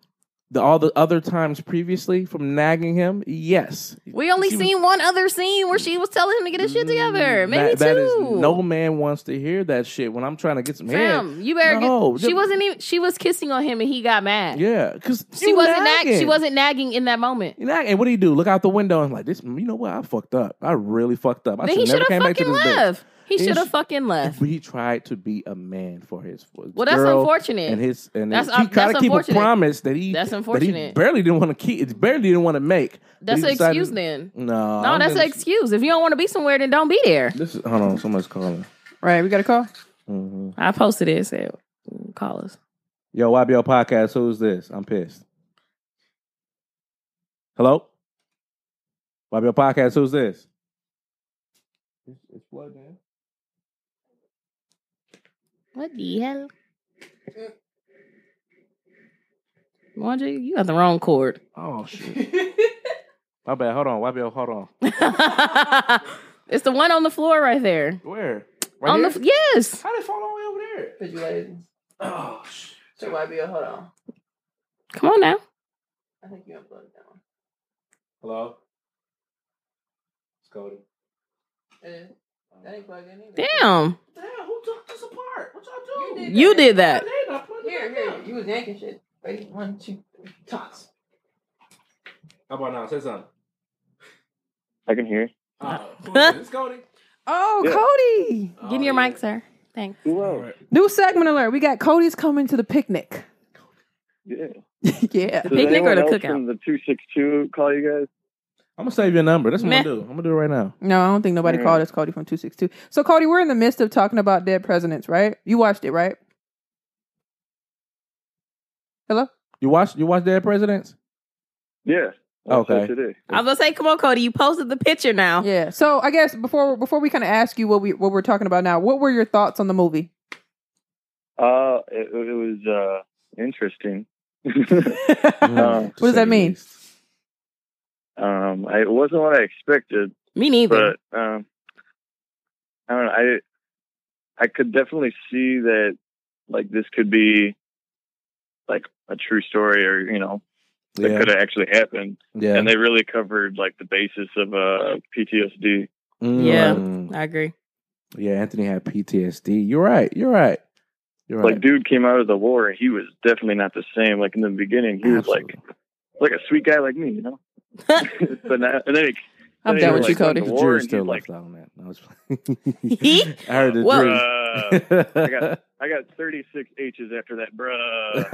[SPEAKER 2] The, all the other times previously from nagging him. Yes,
[SPEAKER 3] We only
[SPEAKER 2] She was- Mm,
[SPEAKER 3] seen one other scene where she was telling him to get his shit together. Maybe
[SPEAKER 2] That- that is-
[SPEAKER 3] two.
[SPEAKER 2] no man wants to hear that shit when I'm trying to get some
[SPEAKER 3] Fam,
[SPEAKER 2] head.
[SPEAKER 3] you better
[SPEAKER 2] No,
[SPEAKER 3] get. She
[SPEAKER 2] the-
[SPEAKER 3] wasn't even. She was kissing on him, and he got mad.
[SPEAKER 2] Yeah, because
[SPEAKER 3] she wasn't. Nag, she wasn't nagging in that moment.
[SPEAKER 2] You nagging. What do you do? Look out the window and like this. You know what? I fucked up. I really fucked up. I
[SPEAKER 3] Then he
[SPEAKER 2] should
[SPEAKER 3] should
[SPEAKER 2] never came
[SPEAKER 3] have
[SPEAKER 2] back to
[SPEAKER 3] fucking
[SPEAKER 2] this bitch.
[SPEAKER 3] left. He
[SPEAKER 2] He
[SPEAKER 3] should have
[SPEAKER 2] sh-
[SPEAKER 3] fucking left.
[SPEAKER 2] But he tried to be a man for his well.
[SPEAKER 3] that's unfortunate.
[SPEAKER 2] And his and
[SPEAKER 3] That's-
[SPEAKER 2] his, he
[SPEAKER 3] uh,
[SPEAKER 2] tried
[SPEAKER 3] that's
[SPEAKER 2] to keep a
[SPEAKER 3] unfortunate.
[SPEAKER 2] promise that he
[SPEAKER 3] That's
[SPEAKER 2] That he
[SPEAKER 3] unfortunate.
[SPEAKER 2] barely didn't want to keep. Barely didn't want to make. but
[SPEAKER 3] That's
[SPEAKER 2] he
[SPEAKER 3] an
[SPEAKER 2] decided-
[SPEAKER 3] excuse then.
[SPEAKER 2] No,
[SPEAKER 3] No, that's an
[SPEAKER 2] an
[SPEAKER 3] excuse. If you don't want to be somewhere, then don't be there.
[SPEAKER 2] This is hold on. Someone's calling. Mm-hmm.
[SPEAKER 1] Right, we got a call.
[SPEAKER 3] I posted it. Said, call us.
[SPEAKER 2] Yo, YBL podcast. Who's this? I'm pissed. Hello. YBL podcast. Who's this? It's, it's plugged in.
[SPEAKER 3] What the hell? Wandre, you got the wrong cord.
[SPEAKER 2] Oh shit. My bad. Hold on. YBL. Hold on.
[SPEAKER 3] it's the one on the floor right there.
[SPEAKER 2] Where? Right
[SPEAKER 3] on
[SPEAKER 2] here?
[SPEAKER 3] the yes.
[SPEAKER 2] How did it fall all the way over there?
[SPEAKER 1] Did you lazy?
[SPEAKER 2] Oh shit.
[SPEAKER 1] So YBL, hold on.
[SPEAKER 3] Come on now.
[SPEAKER 1] I think you unplugged that one.
[SPEAKER 2] Hello. It's Cody.
[SPEAKER 1] That ain't plugged in
[SPEAKER 3] Damn.
[SPEAKER 2] Damn. Who took this apart? What y'all doing?
[SPEAKER 3] You did that.
[SPEAKER 1] Here, was yanking shit. Ready? One, two, three, toss.
[SPEAKER 2] How about now? Say something.
[SPEAKER 5] I can hear.
[SPEAKER 2] Oh, who is it? it's Cody.
[SPEAKER 1] Oh,
[SPEAKER 5] Yeah.
[SPEAKER 1] Cody!
[SPEAKER 3] Give me your mic, sir. Thanks.
[SPEAKER 5] Whoa.
[SPEAKER 1] New segment alert. We got Cody's coming to the picnic.
[SPEAKER 5] Yeah.
[SPEAKER 1] yeah.
[SPEAKER 5] Does
[SPEAKER 3] picnic or
[SPEAKER 5] anyone
[SPEAKER 3] the
[SPEAKER 5] else
[SPEAKER 3] cookout?
[SPEAKER 5] From the two six two call you guys.
[SPEAKER 2] I'm gonna save your number. That's what
[SPEAKER 3] Meh.
[SPEAKER 2] I'm gonna do. I'm gonna do it right now.
[SPEAKER 1] No, I don't think nobody
[SPEAKER 5] Mhm.
[SPEAKER 1] called us Cody from 262. So, Cody, we're in the midst of talking about dead presidents, right? You watched it, right? Hello?
[SPEAKER 2] You watch you watch Dead Presidents?
[SPEAKER 5] Yeah. That's
[SPEAKER 2] Okay.
[SPEAKER 5] what you do.
[SPEAKER 3] I was gonna say, come on, Cody. You posted the picture now.
[SPEAKER 1] Yeah. So, I guess before before we kind of ask you what we what we're talking about now, what were your thoughts on the movie?
[SPEAKER 5] Uh, it, it was uh interesting.
[SPEAKER 2] No,
[SPEAKER 1] What does that mean?
[SPEAKER 5] um, I, it wasn't what I expected,
[SPEAKER 3] Me neither.
[SPEAKER 5] but um, I don't know. I I could definitely see that like this could be like a true story, or you know, that
[SPEAKER 2] Yeah.
[SPEAKER 5] could have actually happened.
[SPEAKER 2] yeah.
[SPEAKER 5] And they really covered like the basis of uh PTSD.
[SPEAKER 2] Mm.
[SPEAKER 3] I agree.
[SPEAKER 2] Yeah, Anthony had PTSD. You're right. You're right. You're right.
[SPEAKER 5] Like, dude came out of the war, and he was definitely not the same. Like in the beginning, he was
[SPEAKER 2] Absolutely.
[SPEAKER 5] like like a sweet guy like me, you know. but now, and then he
[SPEAKER 1] I'm
[SPEAKER 5] Hey,
[SPEAKER 1] down
[SPEAKER 5] you're
[SPEAKER 1] with you,
[SPEAKER 5] like-
[SPEAKER 1] Cody.
[SPEAKER 2] The
[SPEAKER 5] War
[SPEAKER 2] Jews
[SPEAKER 5] and
[SPEAKER 2] still
[SPEAKER 5] he's
[SPEAKER 2] left out on that. No, it's I heard the
[SPEAKER 3] Well-
[SPEAKER 2] Jews.
[SPEAKER 5] Uh, I got I got 36 H's after that, bruh.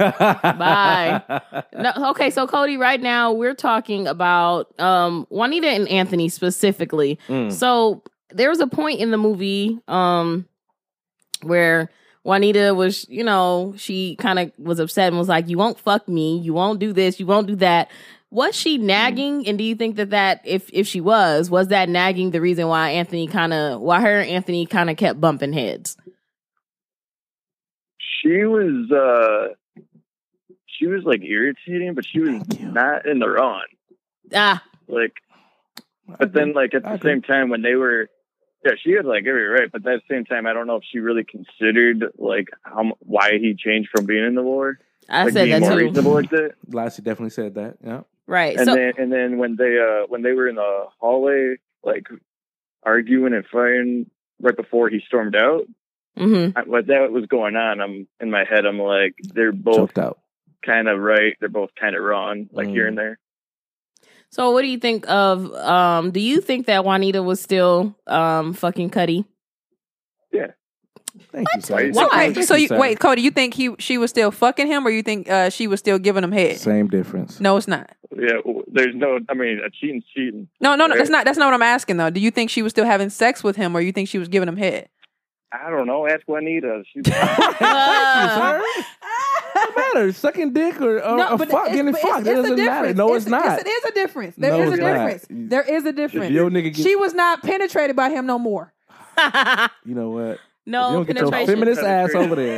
[SPEAKER 5] uh,
[SPEAKER 3] Bye. No, okay, so Cody, right now we're talking about um, Juanita and Anthony specifically.
[SPEAKER 5] Hmm.
[SPEAKER 2] Mm.
[SPEAKER 3] So there was a point in the movie um, where Juanita was, you know, she kind of was upset and was like, "You won't fuck me. You won't do this. You won't do that." Was she
[SPEAKER 5] Hmm.
[SPEAKER 3] nagging? And do you think that that if if she was, was that nagging the reason why Anthony kind of why her and Anthony kind of kept bumping heads?
[SPEAKER 5] She was uh she was like irritating, but she was
[SPEAKER 2] Thank you.
[SPEAKER 5] not in the wrong.
[SPEAKER 3] Ah,
[SPEAKER 5] Like but then like at
[SPEAKER 2] I
[SPEAKER 5] the
[SPEAKER 2] agree.
[SPEAKER 5] same time when they were yeah, she had like every right, but at the same time I don't know if she really considered like how m- why he changed from being in the war.
[SPEAKER 3] I
[SPEAKER 5] like
[SPEAKER 3] said that
[SPEAKER 5] being more
[SPEAKER 3] too.
[SPEAKER 5] reasonable with it.
[SPEAKER 2] Lassie definitely said that. Yeah.
[SPEAKER 3] Right.
[SPEAKER 5] And
[SPEAKER 3] so
[SPEAKER 5] then and then when they uh when they were in the hallway like arguing and fighting right before he stormed out,
[SPEAKER 3] hmm
[SPEAKER 5] I- what that was going on, I'm in my head. I'm like, they're both
[SPEAKER 2] Choked out.
[SPEAKER 5] kind of right. They're both kind of wrong. Like
[SPEAKER 2] Mm.
[SPEAKER 5] here and there.
[SPEAKER 3] So what do you think of um do you think that Juanita was still um fucking Cuddy?
[SPEAKER 2] Thank you, sir.
[SPEAKER 5] Why?
[SPEAKER 2] Thank
[SPEAKER 1] So,
[SPEAKER 3] Why?
[SPEAKER 1] wait, so you,
[SPEAKER 2] sir.
[SPEAKER 1] wait, Cody, you think he she was still fucking him, or you think uh, she was still giving him head?
[SPEAKER 2] Same difference.
[SPEAKER 1] No, it's not.
[SPEAKER 5] Yeah, w- there's no. I mean, a cheating, cheating.
[SPEAKER 1] No, no, no. That's not. That's not what I'm asking though. Do you think she was still having sex with him, or you think she was giving him head?
[SPEAKER 5] I don't know. Ask Juanita. She's
[SPEAKER 2] Thank you, sir. What matters? Sucking dick or, or, or
[SPEAKER 1] but
[SPEAKER 2] Oh, fuck,
[SPEAKER 1] it's-
[SPEAKER 2] getting
[SPEAKER 1] but it's-
[SPEAKER 2] fucked.
[SPEAKER 1] it's
[SPEAKER 2] it
[SPEAKER 1] a
[SPEAKER 2] doesn't matter.
[SPEAKER 1] difference.
[SPEAKER 2] No, it's, not.
[SPEAKER 1] It is a difference. There is
[SPEAKER 2] No,
[SPEAKER 1] a
[SPEAKER 2] it's not.
[SPEAKER 1] difference. There is a
[SPEAKER 2] If
[SPEAKER 1] difference.
[SPEAKER 2] your nigga get,
[SPEAKER 1] She was not penetrated by him no more.
[SPEAKER 2] you know what?
[SPEAKER 3] no
[SPEAKER 1] Oh,
[SPEAKER 2] you don't get your
[SPEAKER 3] penetration.
[SPEAKER 2] feminist ass over there.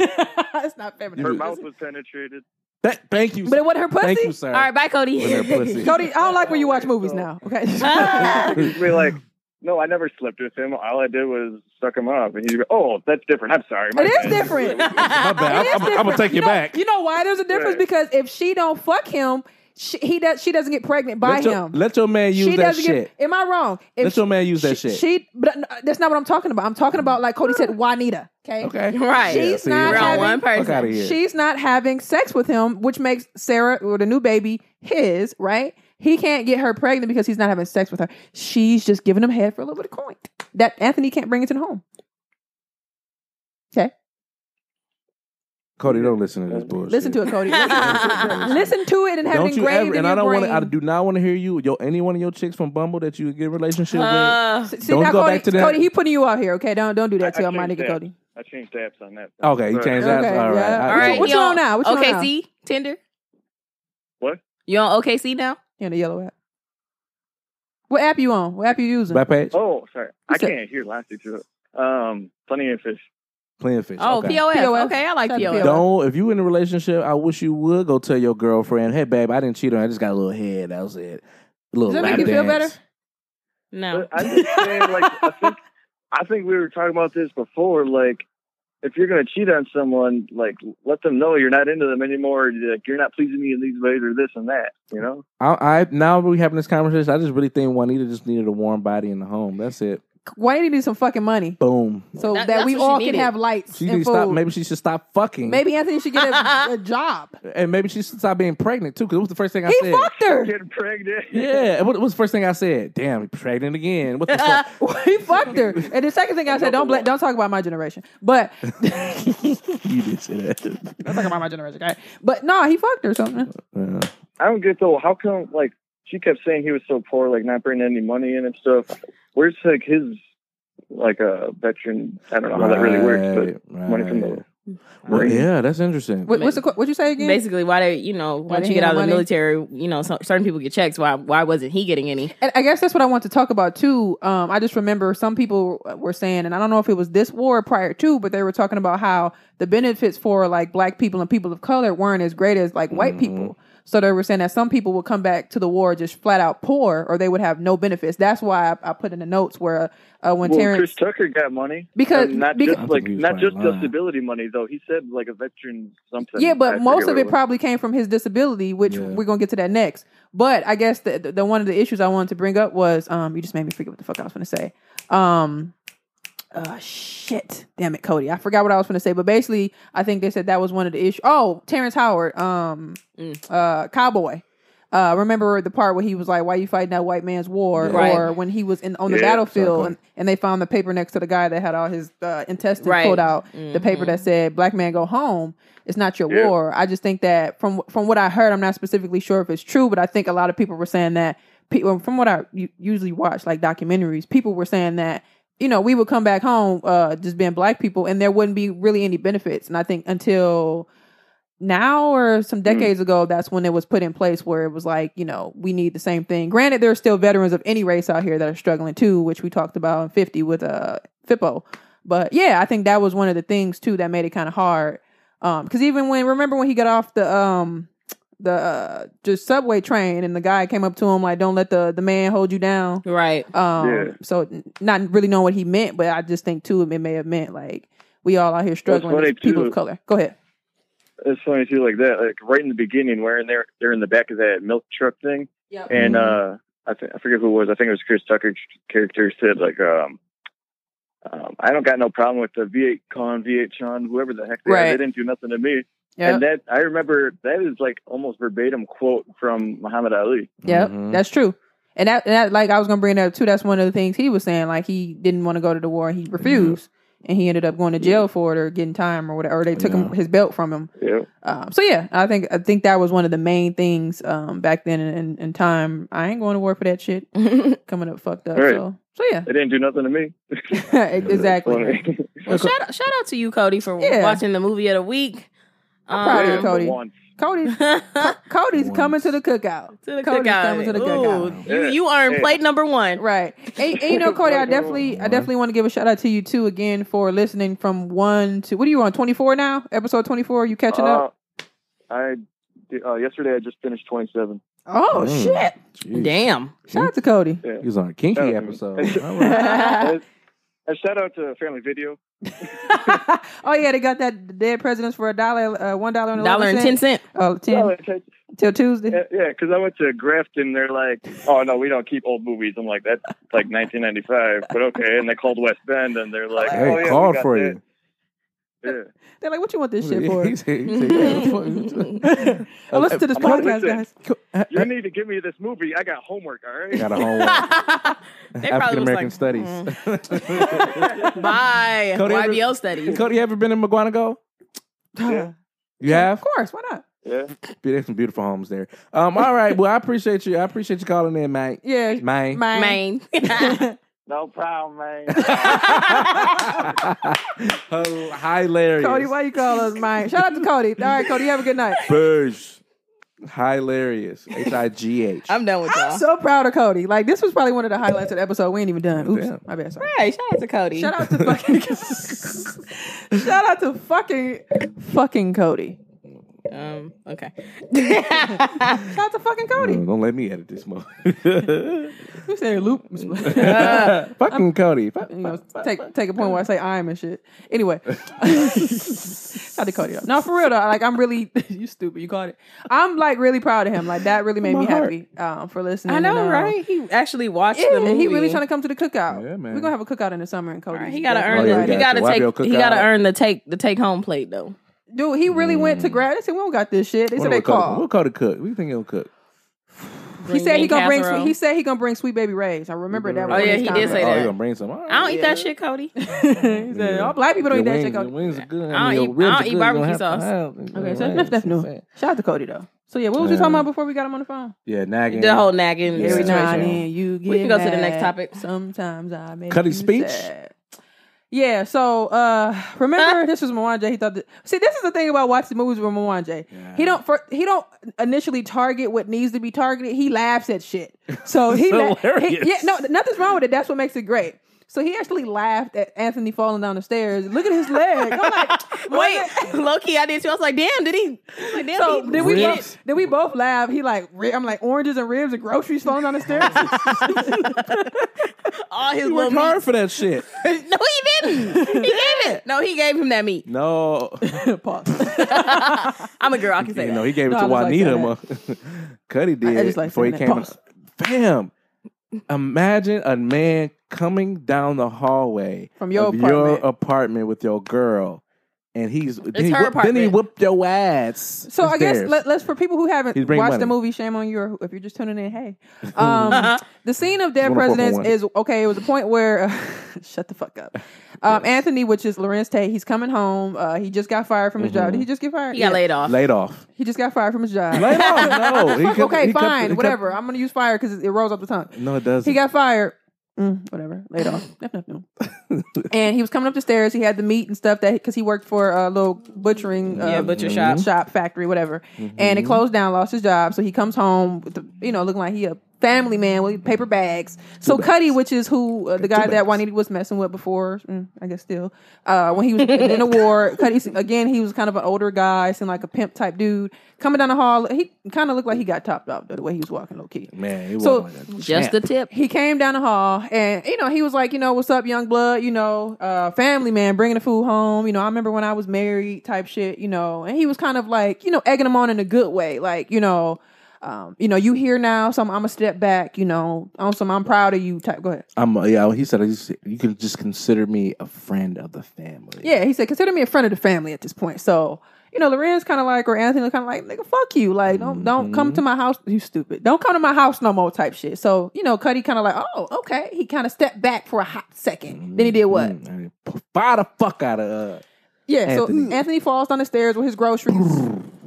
[SPEAKER 1] it's not feminine.
[SPEAKER 5] her
[SPEAKER 2] You-
[SPEAKER 5] mouth was penetrated.
[SPEAKER 2] Th- thank you.
[SPEAKER 1] But it wasn't her pussy.
[SPEAKER 2] Thank you, sir.
[SPEAKER 3] All right, bye Cody.
[SPEAKER 2] With her pussy.
[SPEAKER 1] Cody, I don't like when you watch movies now. Okay.
[SPEAKER 3] Ah.
[SPEAKER 5] She'd be like, no, I never slept with him. All I did was suck him up. And he'd be, oh, that's different. I'm sorry. my
[SPEAKER 1] It is
[SPEAKER 5] bad."
[SPEAKER 1] different.
[SPEAKER 2] My bad.
[SPEAKER 1] It is
[SPEAKER 2] I'm, I'm, I'm gonna
[SPEAKER 1] different.
[SPEAKER 2] take you
[SPEAKER 1] know-
[SPEAKER 2] back.
[SPEAKER 1] You know why there's a difference?
[SPEAKER 5] Right.
[SPEAKER 1] Because if she don't fuck him, she, he does. She doesn't get pregnant by
[SPEAKER 2] let your,
[SPEAKER 1] him.
[SPEAKER 2] Let your man use
[SPEAKER 1] she
[SPEAKER 2] that
[SPEAKER 1] doesn't
[SPEAKER 2] shit.
[SPEAKER 1] get. Am I wrong? If
[SPEAKER 2] let your man use that
[SPEAKER 1] she,
[SPEAKER 2] shit.
[SPEAKER 1] She, but uh, that's not what I'm talking about. I'm talking about like Cody said, Juanita. Okay.
[SPEAKER 2] okay.
[SPEAKER 3] Right.
[SPEAKER 1] She's
[SPEAKER 2] see,
[SPEAKER 1] not
[SPEAKER 3] We're on
[SPEAKER 1] having-
[SPEAKER 3] one
[SPEAKER 2] Fuck out
[SPEAKER 3] person.
[SPEAKER 2] of here.
[SPEAKER 1] She's not having sex with him, which makes Sarah or the new baby his. Right. He can't get her pregnant because he's not having sex with her. She's just giving him head for a little bit of coin that Anthony can't bring into the home.
[SPEAKER 2] Cody, don't listen to this bullshit.
[SPEAKER 1] Listen to it, Cody. Listen, listen to it and have
[SPEAKER 2] Don't
[SPEAKER 1] it
[SPEAKER 2] you
[SPEAKER 1] engraved
[SPEAKER 2] ever?
[SPEAKER 1] in
[SPEAKER 2] And
[SPEAKER 1] your
[SPEAKER 2] I don't
[SPEAKER 1] brain.
[SPEAKER 2] want. I do not want to hear you. Yo, any one of your chicks from Bumble that you get a relationship
[SPEAKER 3] Uh,
[SPEAKER 1] See,
[SPEAKER 2] Don't
[SPEAKER 1] now,
[SPEAKER 2] go
[SPEAKER 1] Cody,
[SPEAKER 2] back to that.
[SPEAKER 1] Cody, he putting you out here, okay? Don't don't do that
[SPEAKER 5] I-
[SPEAKER 1] to
[SPEAKER 5] I
[SPEAKER 1] my
[SPEAKER 5] think
[SPEAKER 1] nigga,
[SPEAKER 5] that-
[SPEAKER 1] Cody.
[SPEAKER 5] I changed apps on that.
[SPEAKER 2] with. Okay, he changed
[SPEAKER 1] Okay,
[SPEAKER 2] that. All right.
[SPEAKER 1] yeah.
[SPEAKER 2] I-
[SPEAKER 3] all right.
[SPEAKER 1] what you on now? What you on
[SPEAKER 3] OKC?
[SPEAKER 1] now?
[SPEAKER 3] Tinder?
[SPEAKER 5] What?
[SPEAKER 3] You on OKC now?
[SPEAKER 1] Yeah, the yellow app. What app you on? What app you using?
[SPEAKER 2] Back page.
[SPEAKER 5] Oh, sorry. I
[SPEAKER 1] said-
[SPEAKER 5] can't hear last two. Um, Plenty of fish.
[SPEAKER 2] Playing fish.
[SPEAKER 3] Oh,
[SPEAKER 2] okay.
[SPEAKER 3] POF.
[SPEAKER 1] POF.
[SPEAKER 3] Okay, I like
[SPEAKER 1] Shout out to
[SPEAKER 3] POF.
[SPEAKER 2] Don't. If you in a relationship, I wish you would go tell your girlfriend, "Hey, babe, I didn't cheat on. her. I just got a little head. That was it. A little
[SPEAKER 1] Does that
[SPEAKER 2] lap
[SPEAKER 1] make you feel
[SPEAKER 2] dance.
[SPEAKER 1] better?
[SPEAKER 3] No.
[SPEAKER 5] I just saying, like, I think, I think we were talking about this before. Like, if you're gonna cheat on someone, like, let them know you're not into them anymore. Like, you're not pleasing me in these ways or this and that. You know?
[SPEAKER 2] I, I now we having this conversation. I just really think Juanita just needed a warm body in the home. That's it.
[SPEAKER 1] Why didn't you do some fucking money
[SPEAKER 2] Boom.
[SPEAKER 1] so that,
[SPEAKER 3] That- that's
[SPEAKER 1] we
[SPEAKER 3] what she
[SPEAKER 1] all can
[SPEAKER 3] needed.
[SPEAKER 1] have lights
[SPEAKER 2] She
[SPEAKER 1] and
[SPEAKER 2] need to
[SPEAKER 1] food?
[SPEAKER 2] stop. Maybe she should stop fucking.
[SPEAKER 1] Maybe Anthony should get a, a job.
[SPEAKER 2] and maybe she should stop being pregnant too. Because it was the first thing I
[SPEAKER 1] He
[SPEAKER 2] said.
[SPEAKER 1] fucked her.
[SPEAKER 5] Getting pregnant.
[SPEAKER 2] Yeah, and what what was the first thing I said? Damn, pregnant again. What the fuck?
[SPEAKER 1] he fucked her. And the second thing I said, don't bla- don't talk about my generation, but
[SPEAKER 2] you did say that.
[SPEAKER 1] don't talk about my generation, okay? But no, he fucked her. Something.
[SPEAKER 2] Uh,
[SPEAKER 5] I don't get though. How come like she kept saying he was so poor, like not bringing any money in and stuff? Where's like his like a veteran? I don't know how that really works,
[SPEAKER 2] right,
[SPEAKER 5] but money from the
[SPEAKER 2] right. Well, yeah, that's interesting.
[SPEAKER 1] What, what's the qu- what you say again?
[SPEAKER 3] Basically, why they, you know, once
[SPEAKER 1] they
[SPEAKER 3] you get
[SPEAKER 1] get
[SPEAKER 3] out of the
[SPEAKER 1] money?
[SPEAKER 3] military, you know, so, certain people get checks. Why, why wasn't he getting any?
[SPEAKER 1] And I guess that's what I want to talk about too. Um, I just remember some people were saying, and I don't know if it was this war or prior to, but they were talking about how the benefits for like black people and people of color weren't as great as like white people. So they were saying that some people would come back to the war just flat out poor, or they would have no benefits. That's why I, I put in the notes where uh, when
[SPEAKER 5] well,
[SPEAKER 1] Terrence
[SPEAKER 5] Chris Tucker got money
[SPEAKER 1] Because-
[SPEAKER 5] And not
[SPEAKER 1] because-
[SPEAKER 5] just like
[SPEAKER 2] I think he was
[SPEAKER 5] not just
[SPEAKER 2] probably lying.
[SPEAKER 5] disability money though. He said like a veteran something.
[SPEAKER 1] Yeah,
[SPEAKER 5] I
[SPEAKER 1] but
[SPEAKER 5] forget
[SPEAKER 1] most of
[SPEAKER 5] what
[SPEAKER 1] it
[SPEAKER 5] was.
[SPEAKER 1] probably came from his disability, which
[SPEAKER 2] Yeah.
[SPEAKER 1] we're gonna get to that next. But I guess the, the the- one of the issues I wanted to bring up was um you just made me forget what the fuck I was gonna say. Um uh shit. Damn it, Cody. I forgot what I was gonna say. But basically I think they said that was one of the issues. Oh, Terrence Howard, um
[SPEAKER 3] Mm.
[SPEAKER 1] uh cowboy. Uh, remember the part where he was like, "Why you fighting that white man's war?"
[SPEAKER 2] Yeah.
[SPEAKER 1] Or when he was in on the
[SPEAKER 5] Yeah,
[SPEAKER 1] battlefield
[SPEAKER 2] exactly.
[SPEAKER 1] and, and they found the paper next to the guy that had all his uh, intestines
[SPEAKER 3] Right.
[SPEAKER 1] pulled out, the paper
[SPEAKER 3] Mhm.
[SPEAKER 1] that said "Black man go home." it's not your
[SPEAKER 5] Yeah.
[SPEAKER 1] war. I just think that from from what I heard, I'm not specifically sure if it's true, but I think a lot of people were saying that people from what I u- usually watch like documentaries, people were saying that you know we would come back home uh, just being black people, and there wouldn't be really any benefits. And I think until now or some decades ago, that's when it was put in place where it was like you know we need the same thing. Granted, there are still veterans of any race out here that are struggling too, which we talked about in 50 with uh, FIPO. But yeah, I think that was one of the things too that made it kind of hard. Um, because even when remember when he got off the um the uh, just subway train and the guy came up to him like, "Don't let the the man hold you down."
[SPEAKER 3] Right.
[SPEAKER 1] Um,
[SPEAKER 5] Yeah.
[SPEAKER 1] so n- not really knowing what he meant, but I just think too it may have meant like we all out here struggling,
[SPEAKER 5] funny,
[SPEAKER 1] as people
[SPEAKER 5] too.
[SPEAKER 1] of color. Go ahead.
[SPEAKER 5] it's funny too, like that. Like right in the beginning, where in there they're in the back of that milk truck thing,
[SPEAKER 1] Yep.
[SPEAKER 5] and
[SPEAKER 2] Mm-hmm.
[SPEAKER 5] uh, I th- I forget who it was. I think it was Chris Tucker's character said like, um, um, I don't got no problem with the V8 Con, V8 Sean, whoever the heck they are.
[SPEAKER 1] Right.
[SPEAKER 5] They didn't do nothing to me.
[SPEAKER 1] Yep.
[SPEAKER 5] And that I remember that is like almost verbatim quote from Muhammad Ali.
[SPEAKER 1] Yep,
[SPEAKER 2] Mhm.
[SPEAKER 1] that's true. And that, and that, like, I was gonna bring that up too. That's one of the things he was saying. Like, he didn't want to go to the war. He refused, and he ended up going to jail for it, or getting time, or whatever. Or they took him
[SPEAKER 2] Yeah.
[SPEAKER 1] his belt from him.
[SPEAKER 5] Yeah.
[SPEAKER 1] Um, so yeah, I think I think that was one of the main things um, back then in, in, in time. I ain't going to war for that shit.
[SPEAKER 3] Mm.
[SPEAKER 1] Coming up fucked up.
[SPEAKER 5] Right.
[SPEAKER 1] So so yeah,
[SPEAKER 5] They didn't do nothing to me.
[SPEAKER 1] exactly.
[SPEAKER 5] Funny.
[SPEAKER 3] Well, shout out, shout out to you, Cody, for
[SPEAKER 1] Yeah.
[SPEAKER 3] watching the movie of the week. Um,
[SPEAKER 1] I'm proud of you,
[SPEAKER 5] Yeah,
[SPEAKER 1] Cody.
[SPEAKER 5] once.
[SPEAKER 1] Cody, Co- Cody's coming to the cookout.
[SPEAKER 3] To the
[SPEAKER 1] Cody's
[SPEAKER 3] cookout.
[SPEAKER 1] coming to the
[SPEAKER 3] Ooh,
[SPEAKER 1] cookout.
[SPEAKER 3] You,
[SPEAKER 5] Yeah.
[SPEAKER 3] you earned
[SPEAKER 5] Yeah.
[SPEAKER 3] plate number one.
[SPEAKER 1] Right. And, and you know, Cody, I definitely I definitely want to give a shout out to you too again for listening from one to what are you on? Twenty four now? Episode twenty four, you catching
[SPEAKER 5] Uh,
[SPEAKER 1] up?
[SPEAKER 5] I did- uh, yesterday I just finished 27.
[SPEAKER 1] Oh
[SPEAKER 2] Mm.
[SPEAKER 1] shit.
[SPEAKER 2] Jeez.
[SPEAKER 3] Damn.
[SPEAKER 1] Shout out to Cody.
[SPEAKER 5] Yeah.
[SPEAKER 2] He was on a kinky
[SPEAKER 5] Shout out to me.
[SPEAKER 2] episode. All right.
[SPEAKER 1] oh
[SPEAKER 5] And- and shout out to Family Video.
[SPEAKER 1] yeah, they got that the dead presidents for a dollar uh, one dollar and
[SPEAKER 3] Dollar and ten cent.
[SPEAKER 1] Oh,
[SPEAKER 5] Oh,
[SPEAKER 1] 10
[SPEAKER 5] okay.
[SPEAKER 1] till Tuesday.
[SPEAKER 5] Yeah, because I went to Grafton. They're like, "Oh no, we don't keep old movies." I'm like, "That's like 1995," but okay. And they called West Bend, and they're like,
[SPEAKER 2] Hey,
[SPEAKER 5] "Oh yeah,
[SPEAKER 2] called
[SPEAKER 5] we got
[SPEAKER 2] for
[SPEAKER 5] that."
[SPEAKER 2] you.
[SPEAKER 5] Yeah.
[SPEAKER 1] They're like, what you want this shit for?
[SPEAKER 2] He said- he said, "Yeah,
[SPEAKER 1] I listen to this
[SPEAKER 5] I'm like,
[SPEAKER 1] podcast,
[SPEAKER 5] listen.
[SPEAKER 1] guys.
[SPEAKER 2] fuck
[SPEAKER 5] You
[SPEAKER 2] you."
[SPEAKER 5] need to give me this movie. I got homework. All right.
[SPEAKER 2] Got a homework.
[SPEAKER 3] They
[SPEAKER 2] African
[SPEAKER 3] probably was
[SPEAKER 2] American
[SPEAKER 3] like,
[SPEAKER 2] studies.
[SPEAKER 3] mm,
[SPEAKER 1] mm.
[SPEAKER 3] Bye.
[SPEAKER 2] Cody,
[SPEAKER 3] YBL
[SPEAKER 2] ever-
[SPEAKER 3] studies.
[SPEAKER 2] Cody, you ever been in McGuanago?
[SPEAKER 5] Yeah.
[SPEAKER 2] You have?
[SPEAKER 1] Of course, why not?
[SPEAKER 5] Yeah.
[SPEAKER 2] There's some beautiful homes there. Um, all right. Well, I appreciate you. I appreciate you calling in, mate.
[SPEAKER 1] Yeah.
[SPEAKER 2] Mate.
[SPEAKER 1] Mine.
[SPEAKER 3] Maine.
[SPEAKER 5] No problem, man.
[SPEAKER 2] Hilarious.
[SPEAKER 1] Cody, why you call us mine? Shout out to Cody. All right, Cody, you have a good night.
[SPEAKER 2] Boosh. Hilarious. H I G H.
[SPEAKER 3] I'm done with y'all.
[SPEAKER 1] I'm so proud of Cody. Like this was probably one of the highlights of the episode. We ain't even done. Oops,
[SPEAKER 2] Damn.
[SPEAKER 1] my bad. Sorry.
[SPEAKER 3] All right, shout out to Cody.
[SPEAKER 1] Shout out to fucking. shout out to fucking fucking Cody.
[SPEAKER 3] Um, okay.
[SPEAKER 1] Shout out to fucking Cody.
[SPEAKER 2] Mm,
[SPEAKER 5] Mm.
[SPEAKER 2] don't let me edit this mother.
[SPEAKER 1] Who said loop?
[SPEAKER 3] Uh,
[SPEAKER 2] Fucking Cody. Fuck-
[SPEAKER 1] you know,
[SPEAKER 2] fuck- fuck-
[SPEAKER 1] take take a point where I say I'm and shit. Anyway, how to cut it up. No, for real though. Like I'm really you stupid. You caught it. I'm like really proud of him. Like that really made
[SPEAKER 2] My
[SPEAKER 1] me
[SPEAKER 2] heart.
[SPEAKER 1] happy um, for listening.
[SPEAKER 3] I know,
[SPEAKER 1] and, um,
[SPEAKER 3] right? He actually watched
[SPEAKER 1] Yeah,
[SPEAKER 3] the movie.
[SPEAKER 1] he really trying to come to the cookout.
[SPEAKER 2] Yeah, man.
[SPEAKER 1] We're gonna have a cookout in the summer in Cody.
[SPEAKER 3] He gotta earn.
[SPEAKER 2] Oh, yeah,
[SPEAKER 3] the,
[SPEAKER 2] you
[SPEAKER 3] he gotta
[SPEAKER 2] got to.
[SPEAKER 3] take.
[SPEAKER 2] Wipe
[SPEAKER 3] He
[SPEAKER 2] your
[SPEAKER 3] gotta
[SPEAKER 2] cookout.
[SPEAKER 3] earn the take the take home plate though.
[SPEAKER 1] Dude, he really went to grad. They said we don't got this shit. They
[SPEAKER 2] What
[SPEAKER 1] said
[SPEAKER 2] do Mm. we
[SPEAKER 1] they
[SPEAKER 2] call it? We'll
[SPEAKER 1] called.
[SPEAKER 2] call it cook. We think it'll cook.
[SPEAKER 1] He said he
[SPEAKER 3] Green
[SPEAKER 1] gonna bring.
[SPEAKER 3] casserole.
[SPEAKER 1] sweet- He said he gonna bring sweet baby rays. I remember that.
[SPEAKER 3] Oh,
[SPEAKER 1] one of
[SPEAKER 3] yeah,
[SPEAKER 1] his
[SPEAKER 3] he did
[SPEAKER 1] comments.
[SPEAKER 3] say
[SPEAKER 2] oh,
[SPEAKER 3] that.
[SPEAKER 2] you gonna bring some? All
[SPEAKER 3] I don't
[SPEAKER 2] right.
[SPEAKER 3] eat that shit, Cody. "Oh,
[SPEAKER 1] he said all black people don't eat that shit.
[SPEAKER 2] Your
[SPEAKER 1] Cody.
[SPEAKER 2] wings are good.
[SPEAKER 3] I don't
[SPEAKER 2] your
[SPEAKER 3] eat-
[SPEAKER 2] ribs
[SPEAKER 3] I
[SPEAKER 2] are
[SPEAKER 3] don't eat
[SPEAKER 2] good.
[SPEAKER 3] barbecue
[SPEAKER 2] You're gonna have to have-
[SPEAKER 1] Okay, so
[SPEAKER 2] Right.
[SPEAKER 1] that's, that's new. Shout out to Cody though. So yeah, what was you talking about before we got him on the phone?
[SPEAKER 2] Yeah, nagging.
[SPEAKER 3] The whole nagging
[SPEAKER 2] Yeah.
[SPEAKER 1] Every
[SPEAKER 3] situation.
[SPEAKER 1] now
[SPEAKER 2] Situation.
[SPEAKER 1] and then you get.
[SPEAKER 3] We can go to the
[SPEAKER 1] mad.
[SPEAKER 3] next topic.
[SPEAKER 1] Sometimes I make
[SPEAKER 2] Cutting
[SPEAKER 1] you
[SPEAKER 2] speech?
[SPEAKER 1] sad. Yeah. So uh, remember, this was Mwanje. He thought. That, see, this is the thing about watching movies with Mwanje. He don't. For, he don't initially target what needs to be targeted. He laughs at shit. So he. la- he
[SPEAKER 2] hilarious.
[SPEAKER 1] yeah. No, nothing's wrong with it. That's what makes it great. So he actually laughed at Anthony falling down the stairs. Look at his leg. I'm like,
[SPEAKER 3] Wait, low key, I did too. I was like, damn, did he? I was like, damn,
[SPEAKER 1] So
[SPEAKER 3] he-
[SPEAKER 1] did we
[SPEAKER 2] Ribs?
[SPEAKER 1] both, did we both laugh? He like ri- I'm like oranges and ribs and groceries falling down the stairs.
[SPEAKER 3] all his
[SPEAKER 2] You
[SPEAKER 3] little
[SPEAKER 2] worked
[SPEAKER 3] meat.
[SPEAKER 2] hard for that shit.
[SPEAKER 3] no, he didn't. He gave it. No, he gave him that meat.
[SPEAKER 2] No,
[SPEAKER 1] Pause.
[SPEAKER 3] I'm a girl. I can say
[SPEAKER 2] you
[SPEAKER 3] that.
[SPEAKER 2] know he gave it
[SPEAKER 1] No,
[SPEAKER 2] to
[SPEAKER 1] I just
[SPEAKER 2] Juanita.
[SPEAKER 1] like
[SPEAKER 2] mo- Cuddy did
[SPEAKER 1] just like
[SPEAKER 2] before he
[SPEAKER 1] saying
[SPEAKER 2] came.
[SPEAKER 1] that.
[SPEAKER 2] Bam! Imagine a man coming down the hallway
[SPEAKER 1] From your
[SPEAKER 2] of
[SPEAKER 1] apartment.
[SPEAKER 2] your apartment with your girl, and he's then he,
[SPEAKER 3] her
[SPEAKER 2] whoop- then he
[SPEAKER 3] apartment.
[SPEAKER 2] whipped your ass.
[SPEAKER 1] So I guess
[SPEAKER 2] upstairs.
[SPEAKER 1] let, let's for people who haven't
[SPEAKER 2] He's
[SPEAKER 1] watched
[SPEAKER 2] bringing money.
[SPEAKER 1] the movie, shame on you. Or if you're just tuning in, hey, um, the scene of Dead
[SPEAKER 2] It's wonderful for
[SPEAKER 1] Presidents
[SPEAKER 2] one.
[SPEAKER 1] is okay. It was a point where shut the fuck up. Um, Anthony, which is Lorenz Tate, he's coming home. Uh, he just got fired from his
[SPEAKER 2] Mm-hmm.
[SPEAKER 1] job. Did he just get fired?
[SPEAKER 3] He got laid off.
[SPEAKER 2] laid off.
[SPEAKER 1] He just got fired from his job.
[SPEAKER 2] Laid off. No. He kept-
[SPEAKER 1] okay,
[SPEAKER 2] he kept-
[SPEAKER 1] fine,
[SPEAKER 2] he kept-
[SPEAKER 1] whatever. I'm gonna use fire because it, it rolls up the tongue.
[SPEAKER 2] no, it doesn't.
[SPEAKER 1] He got fired. Mm, whatever, laid off. Nuff, nuff, nuff. and he was coming up the stairs. He had the meat and stuff that because he worked for a little butchering, uh,
[SPEAKER 3] Yeah, butcher shop. Mm-hmm.
[SPEAKER 1] shop factory, whatever. And it closed down, lost his job. So he comes home with the, you know, looking like he a family man with paper bags. so Cuddy, which is who uh, the guy that Juanita was messing with before, mm, I guess still, uh, when he was in the war, Cuddy again, he was kind of an older guy, seemed like a pimp type dude coming down the hall. He kind of looked like he got topped off though, the way he was walking, low key.
[SPEAKER 2] Man, he
[SPEAKER 1] So-
[SPEAKER 2] wasn't like that.
[SPEAKER 3] Just the tip.
[SPEAKER 1] He came down the hall and, you know, he was like, you know, what's up, young blood? You know, uh, family man, bringing the food home. You know, I remember when I was married type shit, you know, and he was kind of like, you know, egging him on in a good way. Like, you know, um, you know, you here now, so I'm, I'm a step back, you know, on some I'm proud of you type. Go ahead.
[SPEAKER 2] I'm. uh, Yeah, he said he said, you can just consider me a friend of the family.
[SPEAKER 1] Yeah, he said, consider me a friend of the family at this point. So, you know, Lorenz kind of like, or Anthony kind of like, nigga, fuck you. Like, don't don't come to my house. You stupid. Don't come to my house no more type shit. So, you know, Cuddy kind of like, oh, okay. He kind of stepped back for a hot 2nd Then he did what?
[SPEAKER 2] Mm, I mean, p- fire the fuck out of. Uh,
[SPEAKER 1] Yeah, so mm,
[SPEAKER 2] Anthony.
[SPEAKER 1] Anthony falls down the stairs with his groceries,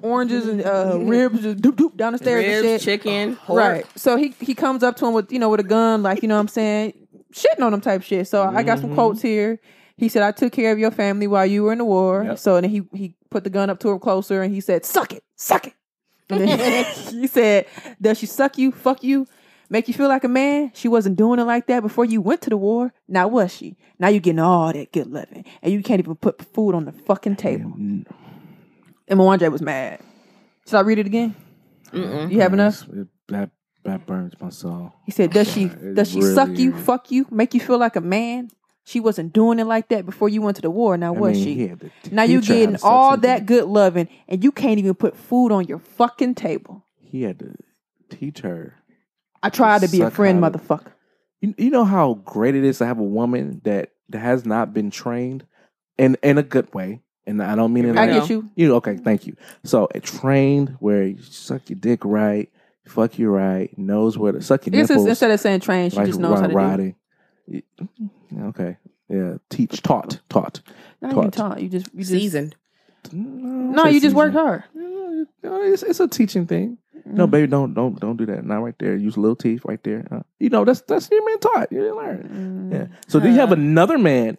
[SPEAKER 1] oranges and uh, ribs just doop doop down the stairs and shit.
[SPEAKER 3] Ribs, chicken, pork.
[SPEAKER 1] Right. So he he comes up to him with you know with a gun, like you know what I'm saying, shitting on him type shit. So I got some quotes here. He said, "I took care of your family while you were in the war."
[SPEAKER 2] Yep.
[SPEAKER 1] So then he he put the gun up to her closer, and he said, "Suck it, suck it." And then he said, "Does she suck you? Fuck you." Make you feel like a man? She wasn't doing it like that before you went to the war. Now was she? Now you getting all that good loving, and you can't even put food on the fucking table.
[SPEAKER 2] uh,
[SPEAKER 1] And Mwanje was mad. Should I read it again? Mm-mm. You have enough?
[SPEAKER 2] It- that that burns my soul.
[SPEAKER 1] He said, "Does she?
[SPEAKER 2] Sorry, it
[SPEAKER 1] Does she suck
[SPEAKER 2] really
[SPEAKER 1] you?
[SPEAKER 2] is.
[SPEAKER 1] Fuck you? Make you feel like a man? She wasn't doing it like that before you went to the war. Now
[SPEAKER 2] I
[SPEAKER 1] was
[SPEAKER 2] mean,
[SPEAKER 1] she?
[SPEAKER 2] he had to
[SPEAKER 1] now you
[SPEAKER 2] teach her how to
[SPEAKER 1] getting
[SPEAKER 2] suck
[SPEAKER 1] all
[SPEAKER 2] some
[SPEAKER 1] that
[SPEAKER 2] dick.
[SPEAKER 1] good loving, and you can't even put food on your fucking table.
[SPEAKER 2] He had to teach her.
[SPEAKER 1] I tried to be a
[SPEAKER 2] Suck
[SPEAKER 1] friend,
[SPEAKER 2] how to-
[SPEAKER 1] motherfucker.
[SPEAKER 2] You, you know how great it is to have a woman that, that has not been trained, in in a good way. And I don't mean in
[SPEAKER 3] I
[SPEAKER 1] I
[SPEAKER 2] like,
[SPEAKER 3] know.
[SPEAKER 1] get you.
[SPEAKER 2] You okay? Thank you. So it trained where you suck your dick right, fuck you right, knows where to suck your
[SPEAKER 1] I guess it's-
[SPEAKER 2] nipples.
[SPEAKER 1] instead of saying train, she
[SPEAKER 2] like
[SPEAKER 1] just knows how to do. it.
[SPEAKER 2] riding. Yeah, Okay. Yeah. Teach, taught, taught.
[SPEAKER 1] Not even taught. You just you just
[SPEAKER 3] Seasoned.
[SPEAKER 1] no. You just worked hard.
[SPEAKER 2] No, It's, it's a teaching thing. Mm-hmm. No, baby, don't don't don't do that. Not right there. Use little teeth right there. Uh, you know that's that's your man taught. You didn't learn. Yeah. So then you have another man,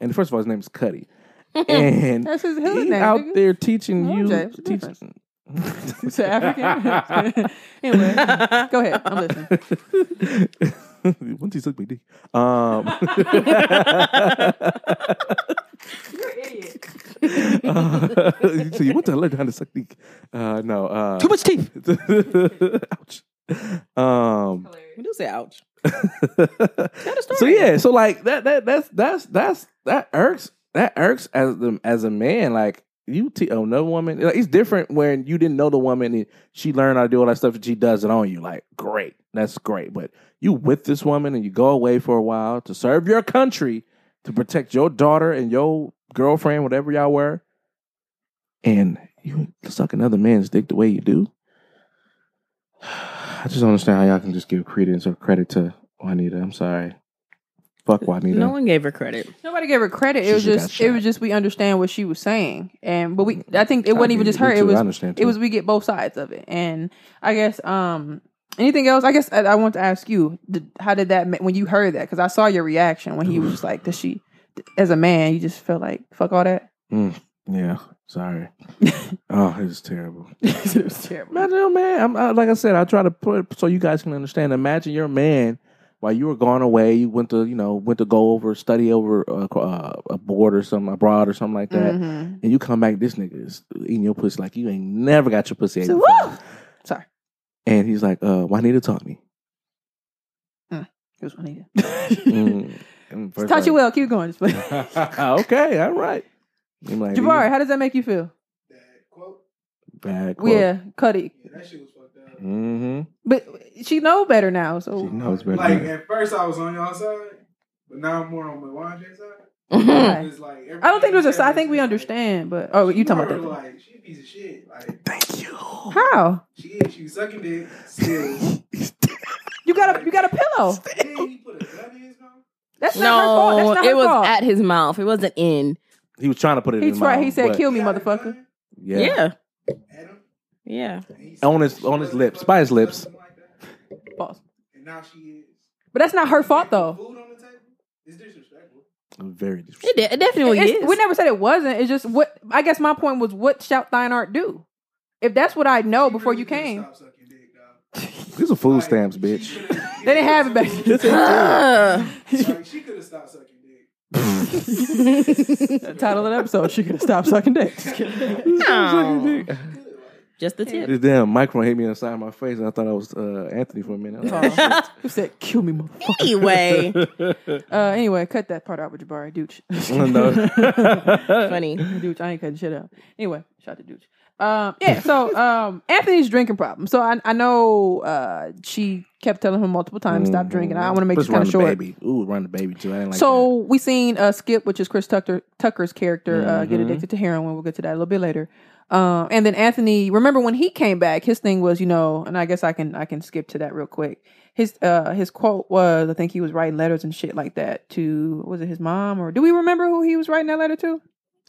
[SPEAKER 2] and first of all, his name is Cuddy, and
[SPEAKER 1] That's his hood
[SPEAKER 2] he's
[SPEAKER 1] name.
[SPEAKER 2] out
[SPEAKER 1] nigga.
[SPEAKER 2] there teaching
[SPEAKER 1] Oh,
[SPEAKER 2] you.
[SPEAKER 1] Jay, what's the
[SPEAKER 2] Teaching.
[SPEAKER 1] difference? It's an African. anyway, go ahead. I'm listening.
[SPEAKER 2] Once he took my dick. Um,
[SPEAKER 3] You're an idiot.
[SPEAKER 2] uh, so you went to learn how to suck dick. Uh, no. Uh, Too much teeth. Ouch. Um,
[SPEAKER 6] We do say ouch.
[SPEAKER 2] so yeah, so like that that that's that's that's that irks that irks as the as a man like you t- another woman like, it's different when you didn't know the woman and she learned how to do all that stuff and she does it on you like great that's great but you with this woman and you go away for a while to serve your country to protect your daughter and your girlfriend whatever y'all were and you suck another man's dick the way you do I just don't understand how y'all can just give credence or credit to Juanita I'm sorry fuck Juanita
[SPEAKER 3] No one gave her credit.
[SPEAKER 1] Nobody gave her credit.
[SPEAKER 2] She
[SPEAKER 1] It was
[SPEAKER 2] should've
[SPEAKER 1] just
[SPEAKER 2] got
[SPEAKER 1] it was
[SPEAKER 2] shot.
[SPEAKER 1] just we understand what she was saying, and but we I think it wasn't
[SPEAKER 2] I
[SPEAKER 1] even
[SPEAKER 2] get
[SPEAKER 1] just her.
[SPEAKER 2] me
[SPEAKER 1] It
[SPEAKER 2] too. I
[SPEAKER 1] was
[SPEAKER 2] understand
[SPEAKER 1] it
[SPEAKER 2] too.
[SPEAKER 3] Mm.
[SPEAKER 1] was we get both sides of it, and I guess um anything else. I guess I, I want to ask you did, how did that ma- when you heard that because I saw your reaction when he was just like, does she? As a man, you just felt like fuck all that.
[SPEAKER 2] Yeah, sorry. oh, it was terrible.
[SPEAKER 1] it was terrible.
[SPEAKER 2] Imagine your man. I'm, I, like I said, I try to put it so you guys can understand. Imagine your man while you were gone away. You went to you know went to go over study over uh, co- uh, a board or something abroad or something like that,
[SPEAKER 1] Mhm.
[SPEAKER 2] and you come back. This nigga is eating your pussy like you ain't never got your pussy. ate
[SPEAKER 1] So,
[SPEAKER 2] before.
[SPEAKER 1] woo! Sorry,
[SPEAKER 2] And he's like, uh, "Why need to talk me?"
[SPEAKER 1] it was Juanita.
[SPEAKER 2] Mm. And first
[SPEAKER 1] Touch it
[SPEAKER 2] like-
[SPEAKER 1] well. Keep going. Just play.
[SPEAKER 2] okay, all right. I'm like,
[SPEAKER 1] Jabari, how does that make you feel?
[SPEAKER 2] bad.
[SPEAKER 1] Yeah, Cuddy.
[SPEAKER 7] That shit was fucked up.
[SPEAKER 2] Mm-hmm.
[SPEAKER 1] But she know better now, so
[SPEAKER 2] She knows better.
[SPEAKER 7] Like
[SPEAKER 2] than that.
[SPEAKER 7] at first I was on y'all side, but now I'm more on Melanje's side.
[SPEAKER 1] Why?
[SPEAKER 7] It's like
[SPEAKER 1] I don't think there's a. si- I think we understand, but oh, you talking about that?
[SPEAKER 7] Like she a piece of shit. Like
[SPEAKER 2] Thank you.
[SPEAKER 1] How
[SPEAKER 7] she she was sucking dick still.
[SPEAKER 1] you got a you got a pillow?
[SPEAKER 7] then he put a gun in his mouth.
[SPEAKER 1] That's not her fault. That's
[SPEAKER 3] No,
[SPEAKER 1] not
[SPEAKER 3] it
[SPEAKER 1] her
[SPEAKER 3] was
[SPEAKER 1] fault.
[SPEAKER 3] at his mouth. It wasn't in.
[SPEAKER 2] He was trying to put it. in
[SPEAKER 1] He's
[SPEAKER 2] my
[SPEAKER 1] right. He
[SPEAKER 2] mouth,
[SPEAKER 1] said,
[SPEAKER 2] but-
[SPEAKER 1] "Kill me,
[SPEAKER 7] He had a
[SPEAKER 1] motherfucker."
[SPEAKER 7] gun
[SPEAKER 2] Yeah.
[SPEAKER 3] Yeah.
[SPEAKER 7] at him,
[SPEAKER 3] Yeah.
[SPEAKER 7] and he
[SPEAKER 2] On his-
[SPEAKER 7] sucked
[SPEAKER 2] on
[SPEAKER 7] the
[SPEAKER 2] his
[SPEAKER 7] shit
[SPEAKER 2] lips,
[SPEAKER 7] out of
[SPEAKER 2] by his
[SPEAKER 7] him,
[SPEAKER 2] lips.
[SPEAKER 7] something like that.
[SPEAKER 1] False.
[SPEAKER 7] And now she is.
[SPEAKER 1] But that's not her fault though.
[SPEAKER 7] Food on the table. It's disrespectful.
[SPEAKER 2] Very disrespectful.
[SPEAKER 3] It, de- it definitely
[SPEAKER 1] It's-
[SPEAKER 3] is.
[SPEAKER 1] We never said it wasn't. It's just what I guess my point was what shall thine art do? If that's what I know
[SPEAKER 7] She
[SPEAKER 1] before
[SPEAKER 7] really
[SPEAKER 1] you
[SPEAKER 7] coulda
[SPEAKER 1] came,
[SPEAKER 7] stopped sucking dick, dog.
[SPEAKER 2] These are food
[SPEAKER 7] Like,
[SPEAKER 2] stamps,
[SPEAKER 7] she
[SPEAKER 2] bitch.
[SPEAKER 7] coulda-
[SPEAKER 1] They didn't have it back then.
[SPEAKER 3] Ugh.
[SPEAKER 7] Like, she could have stopped sucking dick.
[SPEAKER 1] title of the episode, she could stop sucking dick. Just kidding.
[SPEAKER 3] No. Just the tip.
[SPEAKER 2] This damn microphone hit me inside my face, and I thought I was uh, Anthony for a minute. I was like,
[SPEAKER 1] Oh. You said, "Kill me, motherfucker."
[SPEAKER 3] Anyway,
[SPEAKER 1] Uh, anyway, cut that part out with Jabari Dooch.
[SPEAKER 2] oh, no.
[SPEAKER 3] funny.
[SPEAKER 1] Dooch, I ain't cutting shit out. Anyway, shout out to Dooch. Um, yeah, so um, Anthony's drinking problem. So I, I know uh, she kept telling him multiple times, stop drinking. I want to make
[SPEAKER 2] Let's
[SPEAKER 1] this kind
[SPEAKER 2] run
[SPEAKER 1] mm, of
[SPEAKER 2] the
[SPEAKER 1] short.
[SPEAKER 2] baby. Ooh, run the baby too. I didn't like
[SPEAKER 1] so we seen uh, Skip, which is Chris Tucker Tucker's character, uh, get
[SPEAKER 2] Mhm.
[SPEAKER 1] addicted to heroin. We'll get to that a little bit later. Um, and then Anthony, remember when he came back, his thing was, you know, and I guess I can I can skip to that real quick. His uh his quote was, I think he was writing letters and shit like that to was it his mom or do we remember who he was writing that letter to?
[SPEAKER 2] that.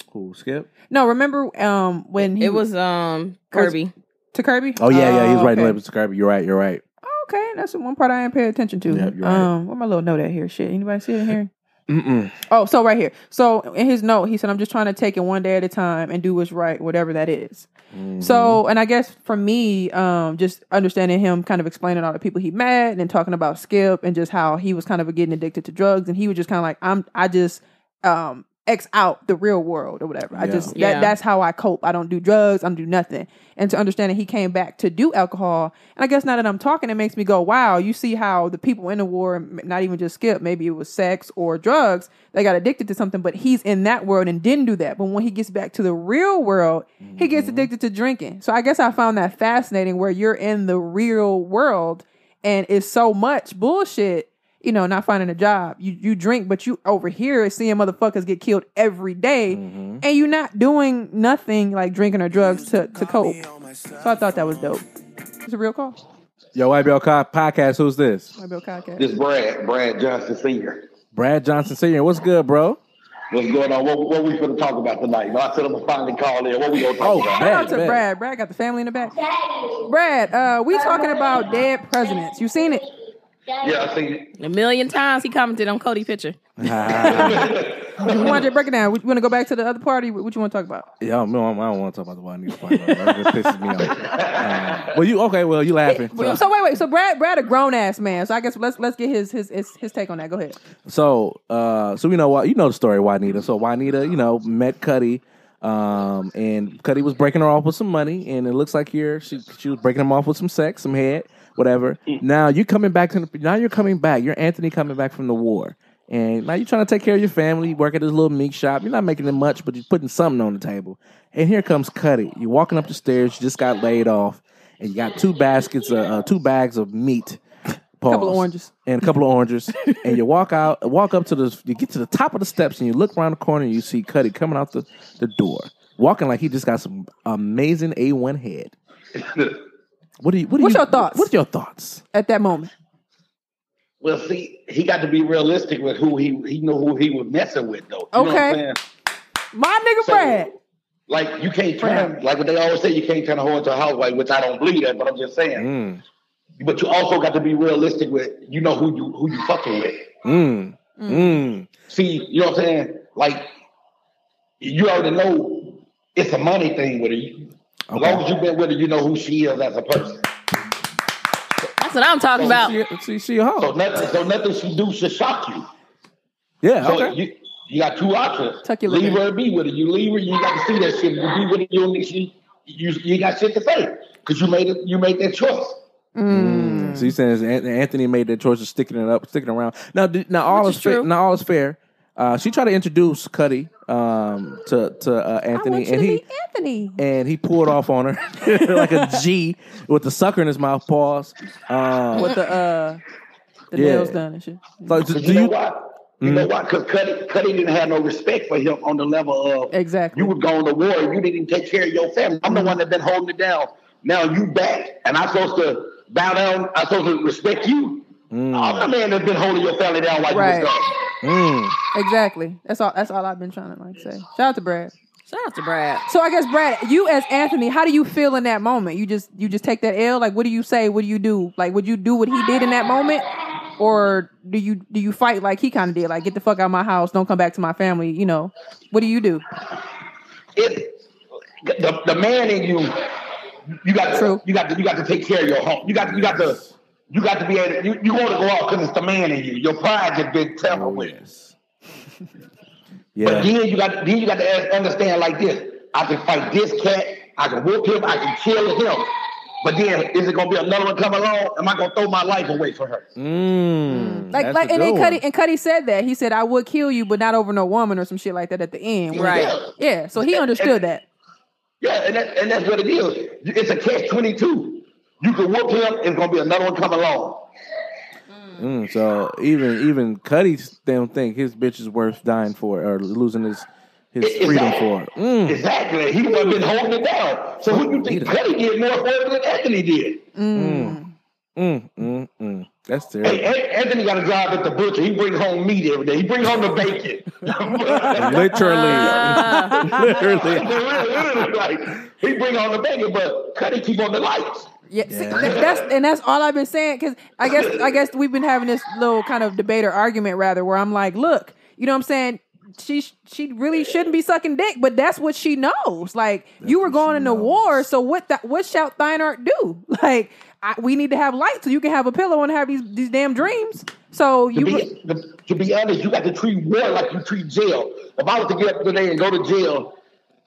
[SPEAKER 2] Cool, Skip.
[SPEAKER 1] No, remember um when he
[SPEAKER 3] It was um
[SPEAKER 1] Was-
[SPEAKER 3] Kirby.
[SPEAKER 1] to Kirby.
[SPEAKER 2] Oh yeah, yeah. He was writing
[SPEAKER 1] okay.
[SPEAKER 2] letters to Kirby. You're right. You're right.
[SPEAKER 1] Oh, okay, that's the one part I didn't pay attention to.
[SPEAKER 2] Yep, you're right.
[SPEAKER 1] Um, where my little note at here? Shit, anybody see it here?
[SPEAKER 2] Mm-mm.
[SPEAKER 1] Oh, so right here. So in his note, he said, "I'm just trying to take it one day at a time and do what's right, whatever that is."
[SPEAKER 2] Mm-hmm.
[SPEAKER 1] So, and I guess for me, um, just understanding him, kind of explaining all the people he met, and then talking about Skip and just how he was kind of getting addicted to drugs, and he was just kind of like, "I'm, I just, um, X out the real world or whatever. I
[SPEAKER 2] Yeah.
[SPEAKER 1] just that,
[SPEAKER 3] Yeah.
[SPEAKER 1] that's how I cope. I don't do drugs. I don't do nothing." And to understand that he came back to do alcohol, and I guess now that I'm talking, it makes me go, "Wow, you see how the people in the war, m- not even just Skip, maybe it was sex or drugs, they got addicted to something, but he's in that world and didn't do that. But when he gets back to the real world, he gets addicted to drinking. So I guess I found that fascinating where you're in the real world and it's so much bullshit, you know, not finding a job. You you drink, but you over here is seeing motherfuckers get killed every day,
[SPEAKER 2] Mm-hmm.
[SPEAKER 1] and you're not doing nothing like drinking or drugs to, to cope. So I thought that was dope. It's a real call.
[SPEAKER 2] Yo, YBL Co- podcast. Who's this?
[SPEAKER 1] My Bill Podcast.
[SPEAKER 8] This Brad, Brad Johnson Sr.
[SPEAKER 2] Brad Johnson Senior. What's good, bro?
[SPEAKER 8] What's going on? What, what we finna talk about tonight? No, I said I'm gonna finally call in. What we gonna talk
[SPEAKER 2] Oh,
[SPEAKER 8] about?
[SPEAKER 1] Shout out
[SPEAKER 2] Brad.
[SPEAKER 1] to Brad. Brad got the family in the back. Brad, uh, we talking about dead presidents. You seen it?
[SPEAKER 8] Yeah, I see.
[SPEAKER 3] A million times he commented on Cody's picture.
[SPEAKER 2] Brad.
[SPEAKER 1] You want to break it down? You want to go back to the other party? What you want to talk about?
[SPEAKER 2] Yeah, no, I don't want to talk about the white niggas fight. bro. That just pisses me off. Uh, well, you okay? Well, you laughing. So,
[SPEAKER 1] So wait, wait. So Brad, Brad, a grown ass man. So I guess let's let's get his his his, his take on that. Go ahead.
[SPEAKER 2] so, uh, so you know what? You know the story, of Juanita. So Juanita, you know, met Cuddy, um, and Cuddy was breaking her off with some money, and it looks like here she she was breaking him off with some sex, some head, whatever. Now you coming back to the, now you're coming back. You're Anthony coming back from the war. And now you're trying to take care of your family. You work at this little meat shop. You're not making it much, but you're putting something on the table. And here comes Cuddy. You're walking up the stairs. You just got laid off, and you got two baskets, uh, uh, two bags of meat. Pause.
[SPEAKER 1] Couple of oranges.
[SPEAKER 2] and a couple of oranges. and you walk out, walk up to the, you get to the top of the steps, and you look around the corner, and you see Cuddy coming out the, the door, walking like he just got some amazing A1 head. What do you? What do
[SPEAKER 1] What's
[SPEAKER 2] you-
[SPEAKER 1] your thoughts?
[SPEAKER 2] What's your thoughts?
[SPEAKER 1] At that moment,
[SPEAKER 8] Well, see, he got to be realistic with who he he knew who he was messing with though. You know what I'm
[SPEAKER 1] Okay.
[SPEAKER 8] saying?
[SPEAKER 1] my nigga
[SPEAKER 8] So-
[SPEAKER 1] Brad.
[SPEAKER 8] Like you can't turn like what they always say, you can't turn a hoe into a housewife, which I don't believe that, but I'm just saying.
[SPEAKER 2] Mm,
[SPEAKER 8] But you also got to be realistic with you know who you who you fucking with.
[SPEAKER 2] mm, mm.
[SPEAKER 8] See, you know what I'm saying? Like you already know it's a money thing with her. You- As
[SPEAKER 2] Okay.
[SPEAKER 8] long as you've been with her, you know who she is as a person.
[SPEAKER 3] That's what I'm talking about.
[SPEAKER 2] She, she, she a
[SPEAKER 8] So
[SPEAKER 2] hoe.
[SPEAKER 8] nothing, so nothing she do should shock you.
[SPEAKER 2] Yeah.
[SPEAKER 8] So
[SPEAKER 2] Okay.
[SPEAKER 8] you, you got two options.
[SPEAKER 1] Tuck your
[SPEAKER 8] leave
[SPEAKER 1] liver.
[SPEAKER 8] her or be with her. You leave her, you got to see that shit. You be with her, you don't need she, you you ain't got shit to say because you made it. You made that choice.
[SPEAKER 2] So you saying is An- Anthony made that choice of sticking it up, sticking around. Now, did- now all
[SPEAKER 3] Which
[SPEAKER 2] is,
[SPEAKER 3] is
[SPEAKER 2] fair.
[SPEAKER 3] true.
[SPEAKER 2] Now all is fair. Uh, she tried to introduce Cuddy um, to to uh,
[SPEAKER 1] I want
[SPEAKER 2] Anthony,
[SPEAKER 1] you
[SPEAKER 2] and
[SPEAKER 1] to
[SPEAKER 2] he
[SPEAKER 1] meet Anthony.
[SPEAKER 2] and he pulled off on her like a G with the sucker in his mouth. Pause. Um,
[SPEAKER 1] With the uh, the
[SPEAKER 2] Yeah.
[SPEAKER 1] nails done and shit.
[SPEAKER 2] so do,
[SPEAKER 8] 'Cause
[SPEAKER 2] do
[SPEAKER 8] you know
[SPEAKER 2] you?
[SPEAKER 8] why? You know why? Because Cuddy, Cuddy didn't have no respect for him on the level of
[SPEAKER 1] Exactly.
[SPEAKER 8] you were going to war. You didn't even take care of your family. I'm the one that been holding it down. Now you back, and I'm supposed to bow down. I'm supposed to respect you. I'm the man that's been holding your family down while you
[SPEAKER 1] Right.
[SPEAKER 8] was gone.
[SPEAKER 2] Mm.
[SPEAKER 1] Exactly. That's all. That's all I've been trying to like say. Shout out to Brad.
[SPEAKER 3] Shout out to Brad.
[SPEAKER 1] So I guess Brad, you as Anthony, how do you feel in that moment? You just you just take that L. Like, what do you say? What do you do? Like, would you do what he did in that moment, or do you do you fight like he kind of did? Like, get the fuck out of my house. Don't come back to my family. You know, what do you do?
[SPEAKER 8] it the, the man in you you got
[SPEAKER 1] True.
[SPEAKER 8] to, you got to, you got to take care of your home. You got you got to you got to be able to, you, you want to go out because it's the man in you. Your pride has been tampered
[SPEAKER 2] Oh
[SPEAKER 8] with.
[SPEAKER 2] yes.
[SPEAKER 8] But
[SPEAKER 2] yeah.
[SPEAKER 8] then you got then you got to understand like this. I can fight this cat. I can whoop him. I can kill him. But then is it gonna be another one come along? Am I gonna throw my life away for her?
[SPEAKER 2] Mm-hmm. Mm.
[SPEAKER 1] Like,
[SPEAKER 2] That's
[SPEAKER 1] like,
[SPEAKER 2] a
[SPEAKER 1] and
[SPEAKER 2] good
[SPEAKER 1] then
[SPEAKER 2] one.
[SPEAKER 1] Cuddy and Cuddy said that he said I would kill you, but not over no woman or some shit like that at the end.
[SPEAKER 3] Right.
[SPEAKER 1] Yeah. So he understood that.
[SPEAKER 8] Yeah, and, that, and that's what it is. It's a catch twenty two. You can whoop him. It's gonna be another one come along.
[SPEAKER 2] Mm, so even even Cuddy don't think his bitch is worth dying for or losing his his
[SPEAKER 8] Exactly.
[SPEAKER 2] freedom for. Mm.
[SPEAKER 8] Exactly. He would have been holding it down. So who you think Petty did more for it than Anthony did?
[SPEAKER 2] Mm, mm, mm. That's
[SPEAKER 8] Hey,
[SPEAKER 2] terrible.
[SPEAKER 8] An- Anthony got a job at the butcher. He bring home meat every day. He bring home the bacon.
[SPEAKER 2] Literally,
[SPEAKER 3] Uh,
[SPEAKER 2] literally.
[SPEAKER 8] like, he bring home the bacon, but Cuddy keep on the lights.
[SPEAKER 1] Yeah, see,
[SPEAKER 2] Yeah.
[SPEAKER 1] that- that's and that's all I've been saying because I guess I guess we've been having this little kind of debate or argument rather where I'm like, look, you know what I'm saying? She sh- she really shouldn't be sucking dick, but that's what she knows. Like you were
[SPEAKER 2] what she
[SPEAKER 1] going into
[SPEAKER 2] knows.
[SPEAKER 1] war, so what that what shall thine art do? Like I, we need to have light so you can have a pillow and have these these damn dreams. So
[SPEAKER 8] To
[SPEAKER 1] you
[SPEAKER 8] be, to, to be honest, you got to treat war like you treat jail. If I was to get up today and go to jail,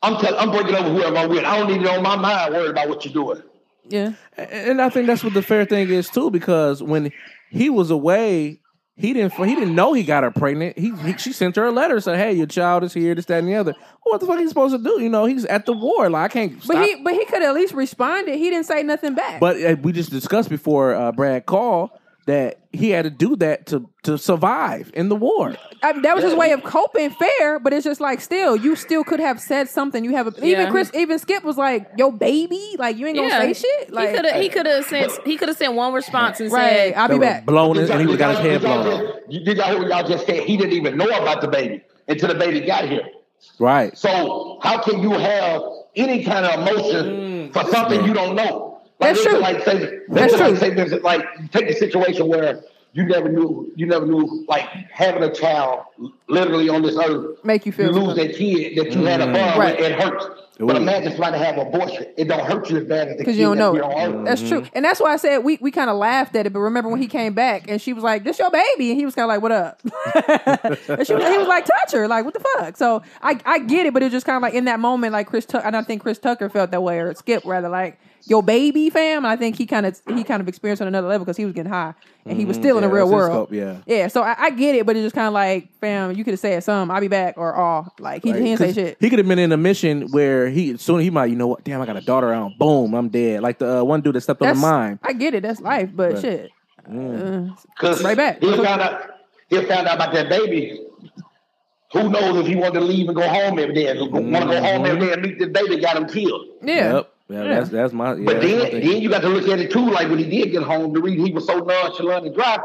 [SPEAKER 8] I'm tell, I'm breaking over whoever I'm with. I don't need it on my mind worried about what you're doing.
[SPEAKER 1] yeah
[SPEAKER 2] And I think that's what the fair thing is too, because when he was away, he didn't he didn't know he got her pregnant. He, he she sent her a letter said, "Hey, your child is here. This, that, and the other." What the fuck he supposed to do? You know, he's at the war. Like I can't.
[SPEAKER 1] But
[SPEAKER 2] stop-
[SPEAKER 1] he but he could at least responded. He didn't say nothing back.
[SPEAKER 2] But uh, we just discussed before uh, Brad called that he had to do that to to survive in the war.
[SPEAKER 1] I mean, that was his way of coping fair, but it's just like still, you still could have said something. You have a, even
[SPEAKER 3] Yeah.
[SPEAKER 1] Chris, even Skip was like, "Yo, baby, like you ain't gonna
[SPEAKER 3] yeah.
[SPEAKER 1] say shit." Like,
[SPEAKER 3] he could have. He could have sent. He could have sent one response and
[SPEAKER 1] right?
[SPEAKER 3] said,
[SPEAKER 1] I'll
[SPEAKER 2] They
[SPEAKER 1] be
[SPEAKER 2] were
[SPEAKER 1] back.
[SPEAKER 2] blown in, and he was got his head blown off.
[SPEAKER 8] You, did y'all hear what y'all just said? He didn't even know about the baby until the baby got here.
[SPEAKER 2] Right.
[SPEAKER 8] So how can you have any kind of emotion for something you don't know? Like
[SPEAKER 1] Mm. That's
[SPEAKER 8] they could,
[SPEAKER 1] true.
[SPEAKER 8] Like say, they
[SPEAKER 1] That's
[SPEAKER 8] could,
[SPEAKER 1] true.
[SPEAKER 8] Like, say there's, like take the situation where you never knew, you never knew, like having a child literally on this earth,
[SPEAKER 1] Make you
[SPEAKER 8] you
[SPEAKER 1] feel
[SPEAKER 8] lose that kid that you had a bond
[SPEAKER 1] Right.
[SPEAKER 8] with, it hurts.
[SPEAKER 2] Ooh.
[SPEAKER 8] But imagine somebody have abortion. It don't hurt you as bad as the kid
[SPEAKER 1] because you don't
[SPEAKER 8] that
[SPEAKER 1] know
[SPEAKER 8] we don't
[SPEAKER 1] it.
[SPEAKER 8] own.
[SPEAKER 1] That's true,
[SPEAKER 2] Mm-hmm.
[SPEAKER 1] and that's why I said we, we kind of laughed at it. But remember when he came back and she was like, "This your baby," and he was kind of like, "What up?" and she was, he was like, "Touch her," like, "What the fuck?" So I I get it, but it's just kind of like in that moment, like Chris Tucker. I don't think Chris Tucker felt that way, or Skip rather, like your baby fam. And I think he kind of he kind of experienced on another level because he was getting high and he was still in the
[SPEAKER 2] Mm-hmm. yeah,
[SPEAKER 1] real
[SPEAKER 2] that's his
[SPEAKER 1] world.
[SPEAKER 2] scope, yeah.
[SPEAKER 1] yeah. So I, I get it, but it's just kind of like, fam, you could have said some, "I'll be back" or "all." Like he,
[SPEAKER 2] Like,
[SPEAKER 1] he didn't say
[SPEAKER 2] 'cause
[SPEAKER 1] shit.
[SPEAKER 2] He could have been in a mission where he soon he might, you know what? Damn, I got a daughter out. Boom, I'm dead. Like the uh, one dude that stepped on
[SPEAKER 1] That's
[SPEAKER 2] the mine.
[SPEAKER 1] I get it. That's life, but
[SPEAKER 2] Right.
[SPEAKER 1] shit. Uh,
[SPEAKER 8] Cause
[SPEAKER 1] Right back.
[SPEAKER 8] He found out. He found out about that baby. Who knows if he wanted to leave and go home every day? Want to go home every day and meet this baby? Got him killed.
[SPEAKER 1] yeah.
[SPEAKER 2] Yep. Yeah, That's that's my. Yeah,
[SPEAKER 8] But
[SPEAKER 2] that's my
[SPEAKER 8] then,
[SPEAKER 2] thing.
[SPEAKER 8] then you got to look at it too. Like when he did get home, the reason he was so nonchalant and dry,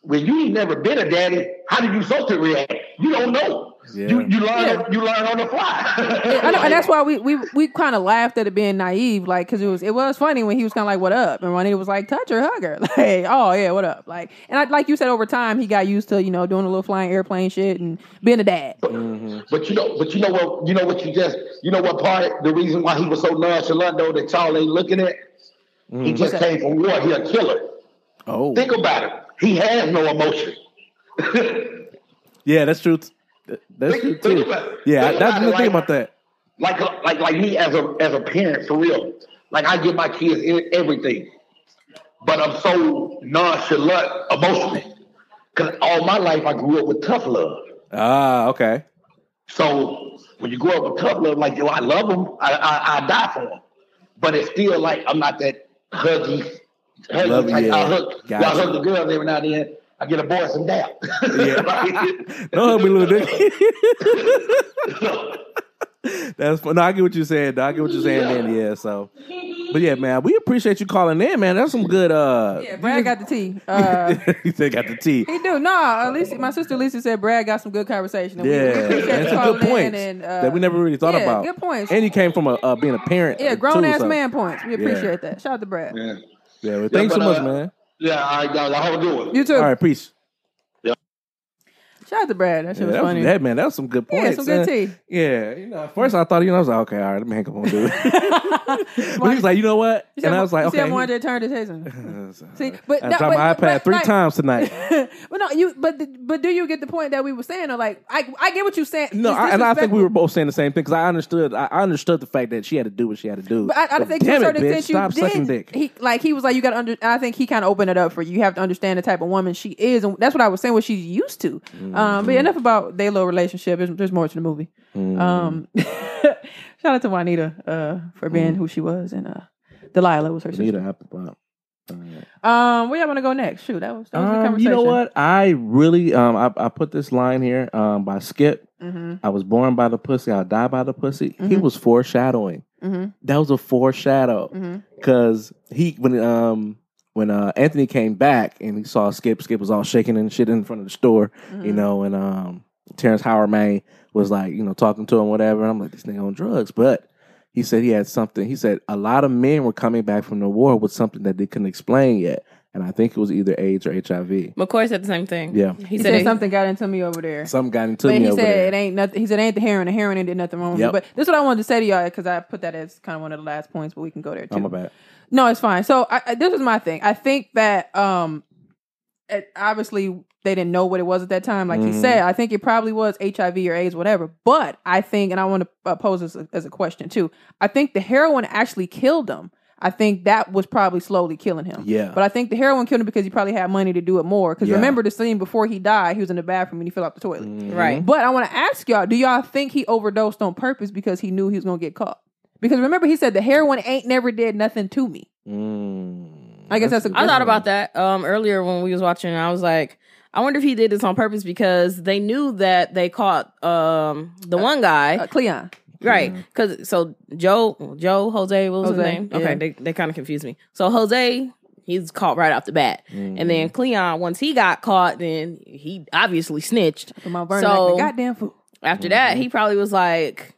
[SPEAKER 8] when you ain't never been a daddy, how did you supposed to react? You don't know.
[SPEAKER 2] Yeah.
[SPEAKER 8] You you learn
[SPEAKER 1] Yeah.
[SPEAKER 8] you learn on the fly.
[SPEAKER 1] I know, and that's why we we, we kind of laughed at it being naive, like because it was it was funny when he was kind of like, "What up?" and Juanita was like, "Touch her, hug her," like, "Oh yeah, what up?" Like, and I, like you said, over time he got used to you know doing a little flying airplane shit and being a dad.
[SPEAKER 8] But you know, but you know what? You know what? You just you know what part? The reason why he was so nonchalant though that y'all ain't looking at. He
[SPEAKER 2] Mm.
[SPEAKER 8] just came from war. He a killer.
[SPEAKER 2] oh,
[SPEAKER 8] Think about it. He has no emotion.
[SPEAKER 2] yeah, that's true. t- th- That's
[SPEAKER 8] Think-
[SPEAKER 2] true
[SPEAKER 8] think
[SPEAKER 2] too.
[SPEAKER 8] about it.
[SPEAKER 2] Yeah,
[SPEAKER 8] Think
[SPEAKER 2] that's
[SPEAKER 8] about it,
[SPEAKER 2] the thing
[SPEAKER 8] like-
[SPEAKER 2] about that.
[SPEAKER 8] Like like like me as a as a parent for real. Like I give my kids e- everything, but I'm so nonchalant emotionally. Cause all my life I grew up with tough love.
[SPEAKER 2] Ah, okay.
[SPEAKER 8] So when you grow up with tough love, like yo, I love them, I, I I die for them, but it's still like I'm not that huggy. huggy
[SPEAKER 2] Love,
[SPEAKER 8] type.
[SPEAKER 2] yeah.
[SPEAKER 8] I hug,
[SPEAKER 2] Gotcha.
[SPEAKER 8] I hug the girls every now and then. I get a boy some dap.
[SPEAKER 2] Yeah. Don't hug me, little dick. That's fun. No, I get what you're saying. though. I get what you're saying. Man, yeah. So, but yeah, man, we appreciate you calling in, man. That's some good. uh
[SPEAKER 1] Yeah, Brad got the tea. Uh,
[SPEAKER 2] He said got the tea.
[SPEAKER 1] he do no. Nah, Lisa, my sister Lisa said Brad got some good conversation. And we- we,
[SPEAKER 2] Yeah,
[SPEAKER 1] appreciate you
[SPEAKER 2] that's a good
[SPEAKER 1] calling in
[SPEAKER 2] point
[SPEAKER 1] and, uh,
[SPEAKER 2] that we never really thought
[SPEAKER 1] yeah,
[SPEAKER 2] about.
[SPEAKER 1] Good points.
[SPEAKER 2] And he came from a uh, being a parent.
[SPEAKER 1] yeah,
[SPEAKER 2] uh,
[SPEAKER 1] grown
[SPEAKER 2] too,
[SPEAKER 1] ass
[SPEAKER 2] so-
[SPEAKER 1] man points. We appreciate that. Shout out to Brad.
[SPEAKER 8] yeah,
[SPEAKER 2] Yeah, well, thanks
[SPEAKER 8] but,
[SPEAKER 2] so much,
[SPEAKER 8] uh,
[SPEAKER 2] man.
[SPEAKER 8] yeah. All right, guys. I have a good one.
[SPEAKER 1] You too.
[SPEAKER 2] All right, peace.
[SPEAKER 1] Shout out to Brad. That shit
[SPEAKER 2] Yeah,
[SPEAKER 1] was
[SPEAKER 2] that was,
[SPEAKER 1] funny.
[SPEAKER 2] that man, that was some good
[SPEAKER 1] Yeah,
[SPEAKER 2] points.
[SPEAKER 1] some good
[SPEAKER 2] uh,
[SPEAKER 1] tea.
[SPEAKER 2] Yeah, you know, at first I thought, you know, I was like, okay, all right, let me hang up on dude. but he was like, you know what?
[SPEAKER 1] You see
[SPEAKER 2] And
[SPEAKER 1] how-
[SPEAKER 2] I was like,
[SPEAKER 1] you see how
[SPEAKER 2] okay.
[SPEAKER 1] Wanda turned his head on? See, but
[SPEAKER 2] I
[SPEAKER 1] no,
[SPEAKER 2] dropped
[SPEAKER 1] but-
[SPEAKER 2] my iPad
[SPEAKER 1] but,
[SPEAKER 2] three
[SPEAKER 1] like-
[SPEAKER 2] times tonight.
[SPEAKER 1] But no, you. But the- but do you get the point that we were saying? Or like, I I get what you're saying.
[SPEAKER 2] No,
[SPEAKER 1] It's
[SPEAKER 2] I, and I think we
[SPEAKER 1] disrespectful.
[SPEAKER 2] were both saying the same thing because I understood. I I understood the fact that she had to do what she had to do.
[SPEAKER 1] But I, I think to a
[SPEAKER 2] damn it,
[SPEAKER 1] certain
[SPEAKER 2] bitch,
[SPEAKER 1] extent, you
[SPEAKER 2] stop
[SPEAKER 1] did.
[SPEAKER 2] sucking dick.
[SPEAKER 1] He like he was like you got to under. I think he kind of opened it up for you. You have to understand the type of woman she is, and that's what I was saying. What she's used to.
[SPEAKER 2] Mm-hmm.
[SPEAKER 1] Um, but enough about their little relationship. There's, there's more to the movie.
[SPEAKER 2] Mm,
[SPEAKER 1] Um, shout out to Juanita uh, for
[SPEAKER 2] Mm-hmm.
[SPEAKER 1] being who she was, and uh, Delilah was her sister.
[SPEAKER 2] Need a apple pop.
[SPEAKER 1] Um, where y'all want to go next? Shoot, that was that was a
[SPEAKER 2] Um, you
[SPEAKER 1] conversation.
[SPEAKER 2] know what? I really um I, I put this line here um by Skip.
[SPEAKER 1] Mm-hmm,
[SPEAKER 2] I was born by the pussy. I'll die by the pussy. He was foreshadowing.
[SPEAKER 1] mm-hmm,
[SPEAKER 2] That was a foreshadow because he when um when uh Anthony came back and he saw Skip. Skip was all shaking and shit in front of the store, you
[SPEAKER 1] Mm-hmm.
[SPEAKER 2] know, and um Terrence Howard May was like you know talking to him whatever. And I'm like this nigga on drugs, but. He said he had something. He said a lot of men were coming back from the war with something that they couldn't explain yet, and I think it was either AIDS or HIV.
[SPEAKER 3] McCoy said the same thing.
[SPEAKER 2] Yeah.
[SPEAKER 3] He,
[SPEAKER 1] He
[SPEAKER 3] said,
[SPEAKER 1] said
[SPEAKER 3] it-
[SPEAKER 1] something got into me over there.
[SPEAKER 2] Something got into
[SPEAKER 1] But
[SPEAKER 2] me
[SPEAKER 1] he
[SPEAKER 2] over
[SPEAKER 1] said
[SPEAKER 2] there.
[SPEAKER 1] it ain't nothing. He said it ain't the heron. The heron ain't did nothing wrong. with
[SPEAKER 2] Yep.
[SPEAKER 1] it. But this is what I wanted to say to y'all because I put that as kind of one of the last points, but we can go there too.
[SPEAKER 2] I'm about.
[SPEAKER 1] No, it's fine. So I, I, this is my thing. I think that um, it, obviously they didn't know what it was at that time. Like
[SPEAKER 2] Mm-hmm.
[SPEAKER 1] he said, I think it probably was HIV or AIDS, whatever. But I think, and I want to uh, pose this as a question too. I think the heroin actually killed him. I think that was probably slowly killing him.
[SPEAKER 2] Yeah.
[SPEAKER 1] But I think the heroin killed him because he probably had money to do it more. Because
[SPEAKER 2] Yeah.
[SPEAKER 1] remember the scene before he died, he was in the bathroom and he fell out the toilet.
[SPEAKER 3] right.
[SPEAKER 1] But I want to ask y'all, do y'all think he overdosed on purpose because he knew he was going to get caught? Because remember, he said the heroin ain't never did nothing to me.
[SPEAKER 2] Mm-hmm. Mm.
[SPEAKER 1] I guess that's a
[SPEAKER 3] I thought about that um, earlier when we was watching. I was like, I wonder if he did this on purpose because they knew that they caught um, the one guy,
[SPEAKER 1] uh, Cleon.
[SPEAKER 3] right? Because so Joe, Joe Jose, what was his
[SPEAKER 1] Jose,
[SPEAKER 3] name?
[SPEAKER 1] yeah.
[SPEAKER 3] Okay, they they kind of confused me. So Jose, he's caught right off the bat,
[SPEAKER 2] Mm-hmm.
[SPEAKER 3] and
[SPEAKER 1] Mm-hmm.
[SPEAKER 3] then Cleon, once he got caught, then he obviously snitched.
[SPEAKER 1] From Mount Vernon,
[SPEAKER 3] So-
[SPEAKER 1] like, goddamn fool.
[SPEAKER 3] After that, he probably was like,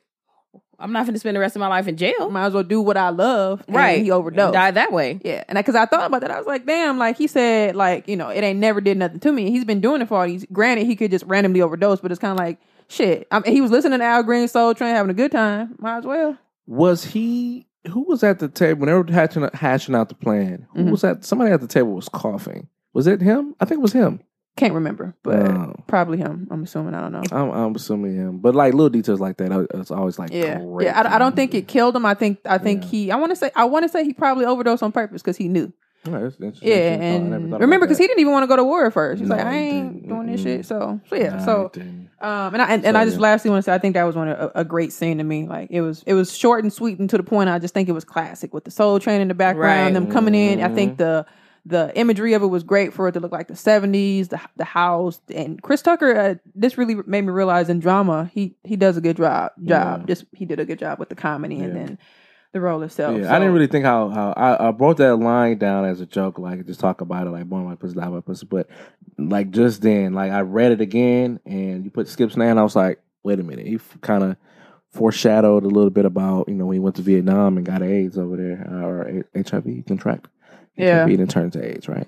[SPEAKER 3] I'm not going to spend the rest of my life in jail.
[SPEAKER 1] Might as well do what I love. and
[SPEAKER 3] right.
[SPEAKER 1] He overdosed.
[SPEAKER 3] Die that way.
[SPEAKER 1] Yeah, and because I thought about that, I was like, "Damn!" Like he said, like you know, it ain't never did nothing to me. He's been doing it for all these. Granted, he could just randomly overdose, but it's kind of like shit. I mean, he was listening to Al Green Soul Train, having a good time. Might as well.
[SPEAKER 2] Was he? Who was at the table when they were hatching hashing out the plan? Who
[SPEAKER 1] Mhm.
[SPEAKER 2] was at? Somebody at the table was coughing. Was it him? I think it was him.
[SPEAKER 1] Can't remember, but
[SPEAKER 2] Oh.
[SPEAKER 1] probably him. I'm assuming. I don't know.
[SPEAKER 2] I'm, I'm assuming him. But like little details like that, I- it's always like
[SPEAKER 1] Yeah,
[SPEAKER 2] great.
[SPEAKER 1] yeah. I, I don't think it killed him. I think I think
[SPEAKER 2] Yeah.
[SPEAKER 1] he. I want to say I want to say he probably overdosed on purpose because he knew.
[SPEAKER 2] Oh, that's interesting.
[SPEAKER 1] Yeah,
[SPEAKER 2] Oh, I never
[SPEAKER 1] and
[SPEAKER 2] thought
[SPEAKER 1] remember
[SPEAKER 2] about
[SPEAKER 1] because he didn't even want to go to war at first. He's
[SPEAKER 2] No,
[SPEAKER 1] like, I
[SPEAKER 2] he
[SPEAKER 1] ain't
[SPEAKER 2] didn't.
[SPEAKER 1] doing this
[SPEAKER 2] Mm-mm.
[SPEAKER 1] shit. So, so
[SPEAKER 2] that.
[SPEAKER 1] yeah.
[SPEAKER 2] Nah,
[SPEAKER 1] so,
[SPEAKER 2] he didn't.
[SPEAKER 1] um, and I and, and
[SPEAKER 2] So,
[SPEAKER 1] I just
[SPEAKER 2] yeah.
[SPEAKER 1] lastly want to say I think that was one of a, a great scene to me. Like it was it was short and sweet and to the point. I just think it was classic with the Soul Train in the background,
[SPEAKER 3] Right.
[SPEAKER 1] them coming in. I
[SPEAKER 2] Mhm.
[SPEAKER 1] think the the imagery of it was great for it to look like the seventies, the the house, and Chris Tucker. Uh, this really made me realize in drama he he does a good job. Job
[SPEAKER 2] Yeah.
[SPEAKER 1] just he did a good job with the comedy and
[SPEAKER 2] Yeah.
[SPEAKER 1] then the role itself.
[SPEAKER 2] Yeah,
[SPEAKER 1] So-
[SPEAKER 2] I didn't really think how how I, I brought that line down as a joke, like just talk about it, like born my pussy, die my pussy. But like just then, like I read it again, and you put Skip's name, and I was like, wait a minute, he kind of foreshadowed a little bit about you know when he went to Vietnam and got AIDS over there uh, or A- HIV contract,
[SPEAKER 1] Yeah.
[SPEAKER 2] HIV and turned to AIDS, right?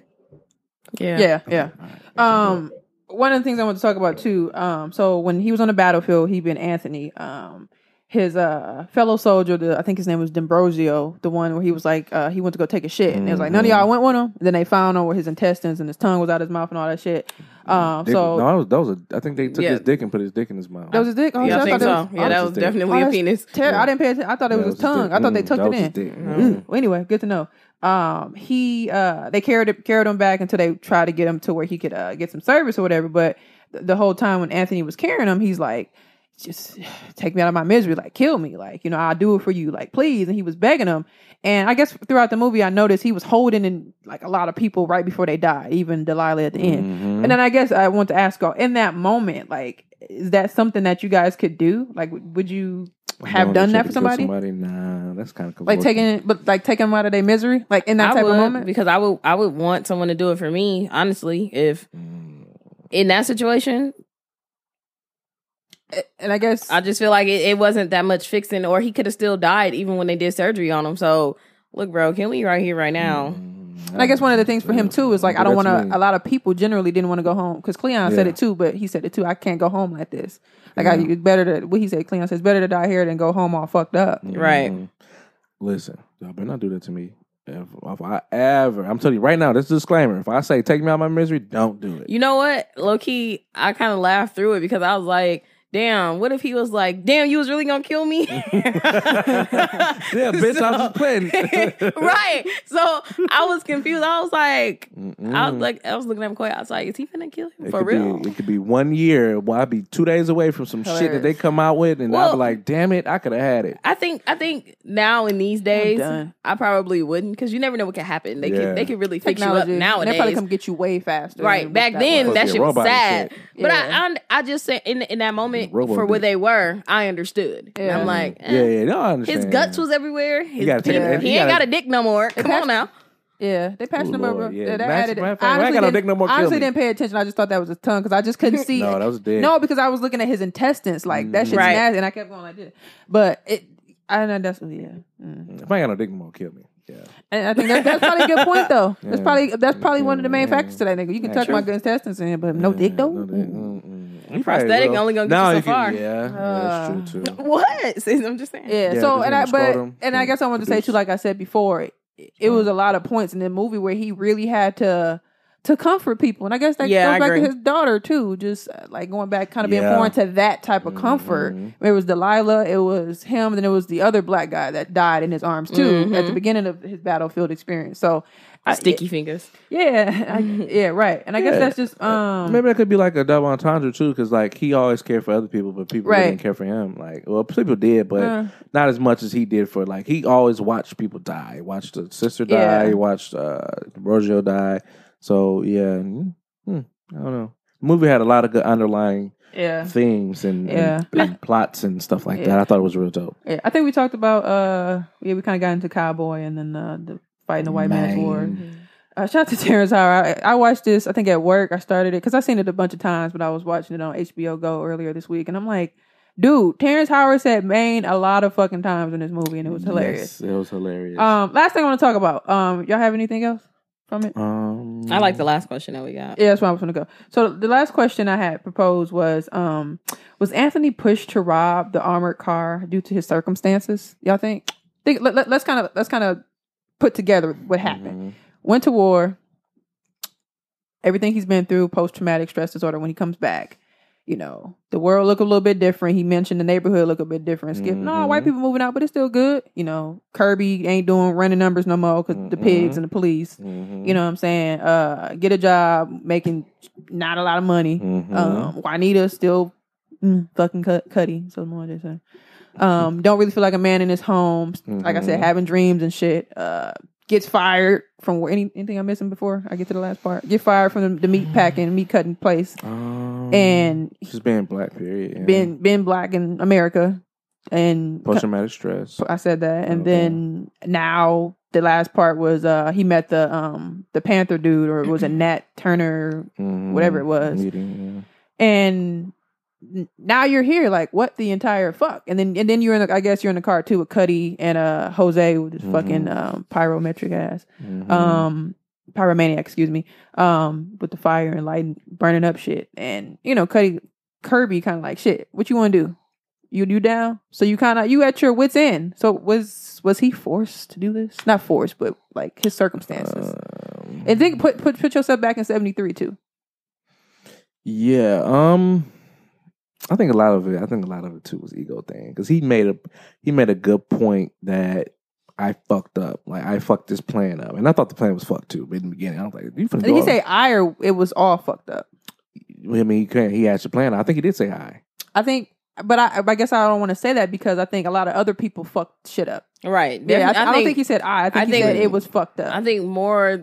[SPEAKER 1] yeah, yeah.
[SPEAKER 2] All right.
[SPEAKER 1] Um, one of the things I want to talk about too. Um, so when he was on the battlefield, he been Anthony. Um, his uh fellow soldier, the, I think his name was D'Ambrosio, the one where he was like, uh, he went to go take a shit, and it was like none of y'all went
[SPEAKER 2] Mm-hmm.
[SPEAKER 1] with him. then they found him where his intestines and his tongue was out his mouth and all that shit. Um,
[SPEAKER 2] Dick-
[SPEAKER 1] so
[SPEAKER 2] no, that was, that was a, I think they took
[SPEAKER 3] Yeah.
[SPEAKER 2] his dick and put his dick in his mouth.
[SPEAKER 1] that was his dick. Oh,
[SPEAKER 3] Yeah,
[SPEAKER 1] shit,
[SPEAKER 3] I
[SPEAKER 1] I
[SPEAKER 3] think
[SPEAKER 1] thought
[SPEAKER 3] so.
[SPEAKER 1] that
[SPEAKER 3] yeah, that was
[SPEAKER 2] dick.
[SPEAKER 3] definitely
[SPEAKER 1] Oh,
[SPEAKER 3] a
[SPEAKER 1] that's
[SPEAKER 3] penis.
[SPEAKER 1] was ter-
[SPEAKER 2] Yeah.
[SPEAKER 1] I didn't pay attention. I thought it
[SPEAKER 2] That
[SPEAKER 1] was his
[SPEAKER 2] dick.
[SPEAKER 1] tongue. I thought they
[SPEAKER 2] Mm,
[SPEAKER 1] tucked
[SPEAKER 2] that
[SPEAKER 1] it
[SPEAKER 2] was
[SPEAKER 1] in.
[SPEAKER 2] his dick.
[SPEAKER 1] Mm.
[SPEAKER 2] Mm.
[SPEAKER 1] Well, anyway, good to know. Um, he uh, they carried him, carried him back until they tried to get him to where he could uh, get some service or whatever. But th- the whole time when Anthony was carrying him, he's like, "Just take me out of my misery, like kill me, like you know I'll do it for you, like please." And he was begging him. And I guess throughout the movie, I noticed he was holding in like a lot of people right before they died, even Delilah at the end.
[SPEAKER 3] Mm-hmm.
[SPEAKER 2] Mhm.
[SPEAKER 1] Mm. And then I guess I want to ask y'all in that moment, like, is that something that you guys could do? Like, would- would you have
[SPEAKER 2] Knowing
[SPEAKER 1] done
[SPEAKER 2] you
[SPEAKER 1] that
[SPEAKER 2] could
[SPEAKER 1] for
[SPEAKER 2] kill
[SPEAKER 1] somebody?
[SPEAKER 2] Nah, that's kind of
[SPEAKER 1] Like taking, but like taking them out of their misery, like in that
[SPEAKER 3] I
[SPEAKER 1] type
[SPEAKER 3] would,
[SPEAKER 1] of moment.
[SPEAKER 3] because I would I would want someone to do it for me. Honestly, if
[SPEAKER 2] Mm-hmm.
[SPEAKER 3] in that situation,
[SPEAKER 1] And I guess
[SPEAKER 3] I just feel like it, it wasn't that much fixing, or he could have still died even when they did surgery on him. So look, bro, can we right here right now?
[SPEAKER 2] Mm. Mm-hmm.
[SPEAKER 1] And I guess one of the things for him too is like I don't want to. A lot of people generally didn't want to go home because Cleon said
[SPEAKER 2] Yeah.
[SPEAKER 1] it too, but he said it too. I can't go home like this. Like I,
[SPEAKER 2] Yeah.
[SPEAKER 1] it's better to what he said. Cleon says better to die here than go home all fucked up.
[SPEAKER 3] Right.
[SPEAKER 2] Mm-hmm. Listen, y'all better not do that to me. If, if I ever, I'm telling you right now, this is a disclaimer. If I say take me out of my misery, don't do it.
[SPEAKER 3] You know what? Low key, I kind of laughed through it because I was like, damn, what if he was like, damn, you was really gonna kill me?
[SPEAKER 2] Yeah, bitch, I was just playing.
[SPEAKER 3] right. So I was confused. I was like,
[SPEAKER 2] Mm-mm.
[SPEAKER 3] I was like, I was looking at McCoy. I was like, is he finna kill him
[SPEAKER 2] Mm. It
[SPEAKER 3] for
[SPEAKER 2] could
[SPEAKER 3] real?
[SPEAKER 2] Be, it could be one year. Well, I'd be two days away from some shit that they come out with, and I'd
[SPEAKER 3] Well-
[SPEAKER 2] be like, damn it, I could have had it.
[SPEAKER 3] I think I think now in these days
[SPEAKER 1] done.
[SPEAKER 3] I probably wouldn't because you never know what could happen. They
[SPEAKER 2] Yeah.
[SPEAKER 3] could they could really fix
[SPEAKER 1] Technology
[SPEAKER 3] you up
[SPEAKER 1] They probably
[SPEAKER 3] nowadays.
[SPEAKER 1] come get you way faster.
[SPEAKER 3] Right
[SPEAKER 1] than
[SPEAKER 3] back
[SPEAKER 1] what that
[SPEAKER 3] then,
[SPEAKER 1] was.
[SPEAKER 2] Supposed to
[SPEAKER 3] that
[SPEAKER 2] be a
[SPEAKER 3] shit was
[SPEAKER 2] robot and
[SPEAKER 3] sad.
[SPEAKER 2] shit.
[SPEAKER 3] But
[SPEAKER 1] Yeah.
[SPEAKER 3] I, I, I just said in in that moment
[SPEAKER 2] Robo
[SPEAKER 3] for where
[SPEAKER 2] dick.
[SPEAKER 3] they were, I understood. And
[SPEAKER 1] Yeah.
[SPEAKER 3] I'm like, eh.
[SPEAKER 2] Yeah, yeah, no, I understand.
[SPEAKER 3] his guts was everywhere. His,
[SPEAKER 2] gotta
[SPEAKER 3] he
[SPEAKER 2] take
[SPEAKER 1] it-
[SPEAKER 3] he
[SPEAKER 2] you
[SPEAKER 3] ain't
[SPEAKER 2] gotta-
[SPEAKER 3] got a dick no more. Come
[SPEAKER 1] has-
[SPEAKER 3] on now.
[SPEAKER 1] Yeah, they patched
[SPEAKER 2] Ooh,
[SPEAKER 1] him
[SPEAKER 2] Lord,
[SPEAKER 1] over.
[SPEAKER 2] yeah.
[SPEAKER 1] Yeah, that
[SPEAKER 2] Max-
[SPEAKER 1] added.
[SPEAKER 2] matter of fact, I ain't
[SPEAKER 1] honestly,
[SPEAKER 2] got no
[SPEAKER 1] didn't-
[SPEAKER 2] dick no more, kill
[SPEAKER 1] honestly
[SPEAKER 2] me.
[SPEAKER 1] didn't pay attention. I just thought that was his tongue because I just couldn't see.
[SPEAKER 2] No, that was dick.
[SPEAKER 1] No, because I was looking at his intestines like that shit's
[SPEAKER 3] Mm. Right.
[SPEAKER 1] nasty, and I kept going like this. But it, I know that's yeah. Mm.
[SPEAKER 2] If I ain't got no dick no more, kill me. Yeah.
[SPEAKER 1] And I think that, that's probably a good point though. That's
[SPEAKER 2] Yeah.
[SPEAKER 1] probably that's probably one of the main
[SPEAKER 2] Yeah.
[SPEAKER 1] factors to that nigga. You can
[SPEAKER 2] Yeah,
[SPEAKER 1] tuck
[SPEAKER 2] true.
[SPEAKER 1] my good intestines in, but no dick though. Mm.
[SPEAKER 2] though.
[SPEAKER 3] Prosthetic only gonna get you so far.
[SPEAKER 2] Yeah, yeah,
[SPEAKER 1] Ah.
[SPEAKER 2] that's true too.
[SPEAKER 3] What? Sis, I'm just saying.
[SPEAKER 1] Yeah.
[SPEAKER 2] Yeah,
[SPEAKER 1] so
[SPEAKER 2] 'cause
[SPEAKER 1] and
[SPEAKER 2] in
[SPEAKER 1] I
[SPEAKER 2] the
[SPEAKER 1] but
[SPEAKER 2] scrotum,
[SPEAKER 1] and I
[SPEAKER 2] it
[SPEAKER 1] guess I wanted to say
[SPEAKER 2] produce-
[SPEAKER 1] too, like I said before, it, it was a lot of points in the movie where he really had to to comfort people, and I guess that
[SPEAKER 3] Yeah,
[SPEAKER 1] goes
[SPEAKER 3] I
[SPEAKER 1] back
[SPEAKER 3] agree.
[SPEAKER 1] to his daughter too. Just uh, like going back, kind of being
[SPEAKER 2] Yeah.
[SPEAKER 1] foreign to that type of comfort.
[SPEAKER 2] Mhm.
[SPEAKER 1] It was Delilah, it was him, then it was the other black guy that died in his arms too at the
[SPEAKER 3] Mhm.
[SPEAKER 1] beginning of his battlefield experience. So I-
[SPEAKER 3] Sticky fingers.
[SPEAKER 1] yeah, I, yeah, right. And I guess
[SPEAKER 2] Yeah.
[SPEAKER 1] that's just um
[SPEAKER 2] Maybe that could be like a double entendre too, because like he always cared for other people, but people
[SPEAKER 1] Right.
[SPEAKER 2] didn't care for him. Like, well, people did, but
[SPEAKER 1] Uh.
[SPEAKER 2] not as much as he did for. Like, he always watched people die. He watched the sister die.
[SPEAKER 1] Yeah.
[SPEAKER 2] He watched uh, Rogio die. So yeah, mm, mm, I don't know. movie had a lot of good underlying
[SPEAKER 1] yeah.
[SPEAKER 2] themes and, and-
[SPEAKER 1] Yeah.
[SPEAKER 2] and, plots and stuff like that.
[SPEAKER 1] Yeah.
[SPEAKER 2] I thought it was real dope.
[SPEAKER 1] Yeah, I think we talked about uh yeah, we kind of got into cowboy and then uh, the fighting the white man's
[SPEAKER 2] Man.
[SPEAKER 1] war.
[SPEAKER 2] Mm-hmm.
[SPEAKER 1] Uh, shout out to Terrence Howard. I, I watched this I think at work. I started it cuz I seen it a bunch of times, but I was watching it on HBO Go earlier this week and I'm like Dude, Terrence Howard said Maine a lot of fucking times in this movie, and it was hilarious.
[SPEAKER 2] Yes, it was hilarious.
[SPEAKER 1] Um, last thing I want to talk about. Um, y'all have anything else from it?
[SPEAKER 2] Um,
[SPEAKER 3] I like the last question that we got.
[SPEAKER 1] Yeah, that's where I was going to go. So the last question I had proposed was, um, was Anthony pushed to rob the armored car due to his circumstances? Y'all think? Think. Let, let, us kind of let's kind of put together what happened.
[SPEAKER 2] Mhm.
[SPEAKER 1] Went to war. Everything he's been through, post traumatic stress disorder. When he comes back, you know, the world look a little bit different. He mentioned the neighborhood look a bit different. Skip, no,
[SPEAKER 2] Mhm.
[SPEAKER 1] white people moving out, but it's still good. You know, Kirby ain't doing running numbers no more because the pigs
[SPEAKER 2] Mhm.
[SPEAKER 1] and the police.
[SPEAKER 2] Mhm.
[SPEAKER 1] You know what I'm saying? Uh, get a job, making not a lot of money.
[SPEAKER 2] Mhm.
[SPEAKER 1] Um, Juanita still mm, fucking cut, cutty. So more just saying. Um, don't really feel like a man in his home. Like I said,
[SPEAKER 2] Mhm.
[SPEAKER 1] having dreams and shit. Uh, gets fired from where any, anything I'm missing before I get to the last part. Get fired from the, the meat packing, meat cutting place,
[SPEAKER 2] Um,
[SPEAKER 1] and he's
[SPEAKER 2] just being black. Period. yeah.
[SPEAKER 1] been been black in America, and
[SPEAKER 2] post traumatic stress.
[SPEAKER 1] I said that, and
[SPEAKER 2] Okay.
[SPEAKER 1] then now the last part was uh he met the um the Panther dude, or was it Nat Turner,
[SPEAKER 2] Mhm.
[SPEAKER 1] whatever it was,
[SPEAKER 2] Meeting,
[SPEAKER 1] and n- now you're here, like what the entire fuck, and then and then you're in, the, I guess you're in the car too with Cuddy and uh Jose with his
[SPEAKER 2] Mhm.
[SPEAKER 1] fucking um, pyrometric ass,
[SPEAKER 2] yeah. Mhm.
[SPEAKER 3] Mm-hmm.
[SPEAKER 1] um pyromaniac, excuse me, um with the fire and light burning up shit, and you know Cuddy Kirby kind of like shit. What you want to do? You you down? So you kind of you at your wits end. So was was he forced to do this? Not forced, but like his circumstances.
[SPEAKER 3] Uh,
[SPEAKER 2] Um,
[SPEAKER 1] and
[SPEAKER 3] mm.
[SPEAKER 1] think put put put yourself back in seventy three too.
[SPEAKER 2] Yeah, um, I think a lot of it. I think a lot of it too was ego thing because he made a he made a good point that I fucked up. Like I fucked this plan up, and I thought the plan was fucked too. But in the beginning, I was like, "You finna
[SPEAKER 1] Did
[SPEAKER 2] go
[SPEAKER 1] he
[SPEAKER 2] out-
[SPEAKER 1] say I or it was all fucked up?
[SPEAKER 2] I mean, he can't. He asked the plan. I think he did say hi.
[SPEAKER 1] I think, but I I guess I don't want to say that because I think a lot of other people fucked shit up.
[SPEAKER 3] Right.
[SPEAKER 1] Yeah, I, I don't think he said I. I think
[SPEAKER 3] I
[SPEAKER 1] he
[SPEAKER 3] think-
[SPEAKER 1] said it was fucked up.
[SPEAKER 3] I think more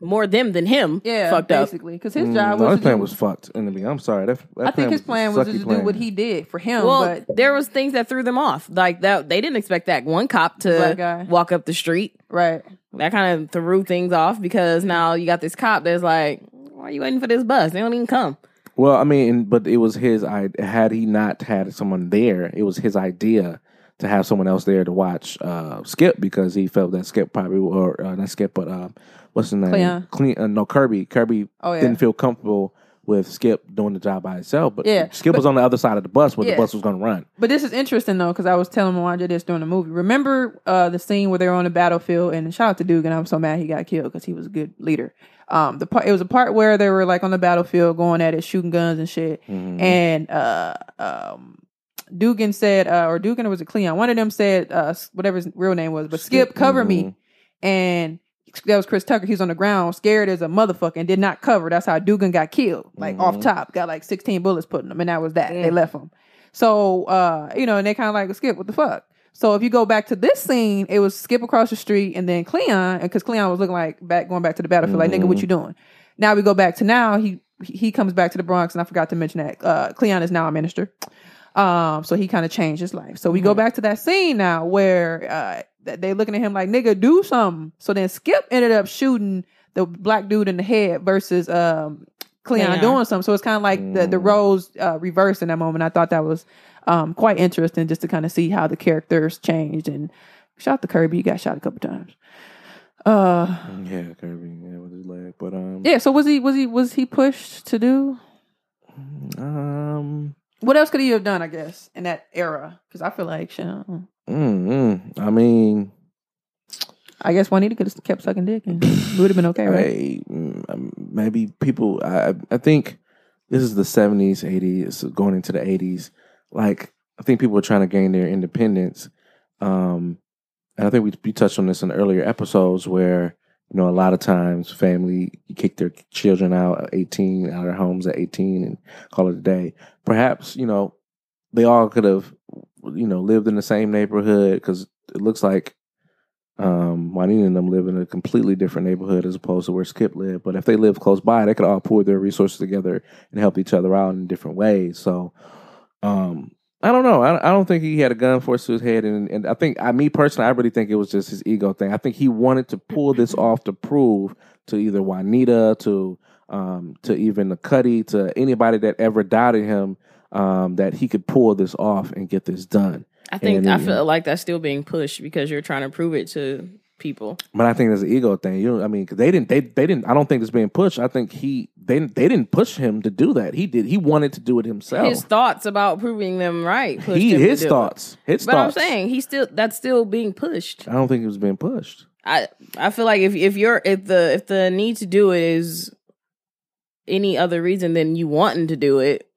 [SPEAKER 3] more them than him.
[SPEAKER 1] yeah,
[SPEAKER 3] fucked up.
[SPEAKER 1] basically because his
[SPEAKER 2] Mm,
[SPEAKER 1] job
[SPEAKER 2] no,
[SPEAKER 1] was
[SPEAKER 2] his
[SPEAKER 1] to
[SPEAKER 2] plan
[SPEAKER 1] do-
[SPEAKER 2] was fucked. In the beginning, I'm sorry. That, that
[SPEAKER 1] I think his plan was to
[SPEAKER 2] a sucky
[SPEAKER 1] just do
[SPEAKER 2] plan.
[SPEAKER 1] what he did for him.
[SPEAKER 3] Well,
[SPEAKER 1] but
[SPEAKER 3] there was things that threw them off. Like that, they didn't expect that one cop
[SPEAKER 1] Black
[SPEAKER 3] to
[SPEAKER 1] guy.
[SPEAKER 3] walk up the street.
[SPEAKER 1] right,
[SPEAKER 3] That kind of threw things off because now you got this cop that's like, "Why are you waiting for this bus? They don't even come."
[SPEAKER 2] Well, I mean, but it was his. I had he not had someone there, it was his idea to have someone else there to watch uh, Skip because he felt that Skip probably or uh, not Skip, but uh, what's his name?
[SPEAKER 1] Cleon.
[SPEAKER 2] Cle- uh, no, Kirby. Kirby
[SPEAKER 1] Oh, yeah.
[SPEAKER 2] didn't feel comfortable with Skip doing the job by himself. But
[SPEAKER 1] Yeah,
[SPEAKER 2] Skip was on the other side of the bus where
[SPEAKER 1] Yeah.
[SPEAKER 2] the bus was going to run.
[SPEAKER 1] but this is interesting though because I was telling Melanja this during the movie. Remember uh, the scene where they're on the battlefield and shout out to Dugan. I'm so mad he got killed because he was a good leader. Um, the part it was a part where they were like on the battlefield going at it, shooting guns and shit. And uh, um, Dugan said, uh, or Dugan or was it Cleon? One of them said uh, s- whatever his real name was, but Skip,
[SPEAKER 2] Skip,
[SPEAKER 1] cover
[SPEAKER 2] mhm.
[SPEAKER 1] me. And that was Chris Tucker. He was on the ground, scared as a motherfucker, and did not cover. That's how Dugan got killed, like off top. Got like 16 bullets put in him, and that was that. They left him. So, uh, you know, and they kind of like, Skip, what the fuck? So if you go back to this scene, it was Skip across the street and then Cleon, because Cleon was looking like back going back to the battlefield, like nigga, what you doing? Now we go back to now. He he comes back to the Bronx, and I forgot to mention that uh, Cleon is now a minister. Um, so he kind of changed his life. So we go back to that scene now where uh th- they looking at him like nigga do something. So then Skip ended up shooting the black dude in the head versus um Cleon
[SPEAKER 3] Cleon.
[SPEAKER 1] doing something. So it's kind of like the
[SPEAKER 3] Mm.
[SPEAKER 1] the roles uh, reversed in that moment. I thought that was um quite interesting just to kind of see how the characters changed and shout out to Kirby. You got shot a couple times. Uh
[SPEAKER 2] Mm-hmm. Yeah, Kirby. Yeah, with his leg. But um,
[SPEAKER 1] yeah. So was he was he was he pushed to do?
[SPEAKER 2] um,
[SPEAKER 1] What else could he have done? I guess in that era because I feel like shit. I don't know.
[SPEAKER 2] mm, mm, I mean.
[SPEAKER 1] I guess Juanita could have kept sucking dick and we would have been okay, right?
[SPEAKER 2] Hey, mm, um, maybe people. I I- I think this is the seventies, eighties, going into the eighties. Like I think people are trying to gain their independence, um, and I think we we touched on this in earlier episodes where you know a lot of times family kick their children out at eighteen, out of their homes at eighteen, and call it a day. Perhaps you know they all could have you know lived in the same neighborhood because it looks like um, Juanita and them live in a completely different neighborhood as opposed to where Skip lived. But if they live close by, they could all pool their resources together and help each other out in different ways. So, um, I don't know. I, I don't think he had a gun forced to his head, and, and I think I, me personally, I really think it was just his ego thing. I think he wanted to pull this off to prove to either Juanita, to um, to even the Cuddy, to anybody that ever doubted him um, that he could pull this off and get this done.
[SPEAKER 3] I think
[SPEAKER 2] And-
[SPEAKER 3] I feel like that's still being pushed because you're trying to prove it to people.
[SPEAKER 2] But I think that's an ego thing. You know, I mean, 'cause they didn't, they, they didn't. I don't think it's being pushed. I think he, they, they didn't push him to do that. He did. He wanted to do it himself.
[SPEAKER 3] His thoughts about proving them right. Pushed
[SPEAKER 2] he,
[SPEAKER 3] him to
[SPEAKER 2] his
[SPEAKER 3] do it.
[SPEAKER 2] thoughts, his
[SPEAKER 3] But
[SPEAKER 2] thoughts.
[SPEAKER 3] I'm saying he's still that's still being pushed.
[SPEAKER 2] I don't think it was being pushed.
[SPEAKER 3] I I feel like if if you're if the if the need to do it is any other reason than you wanting to do it,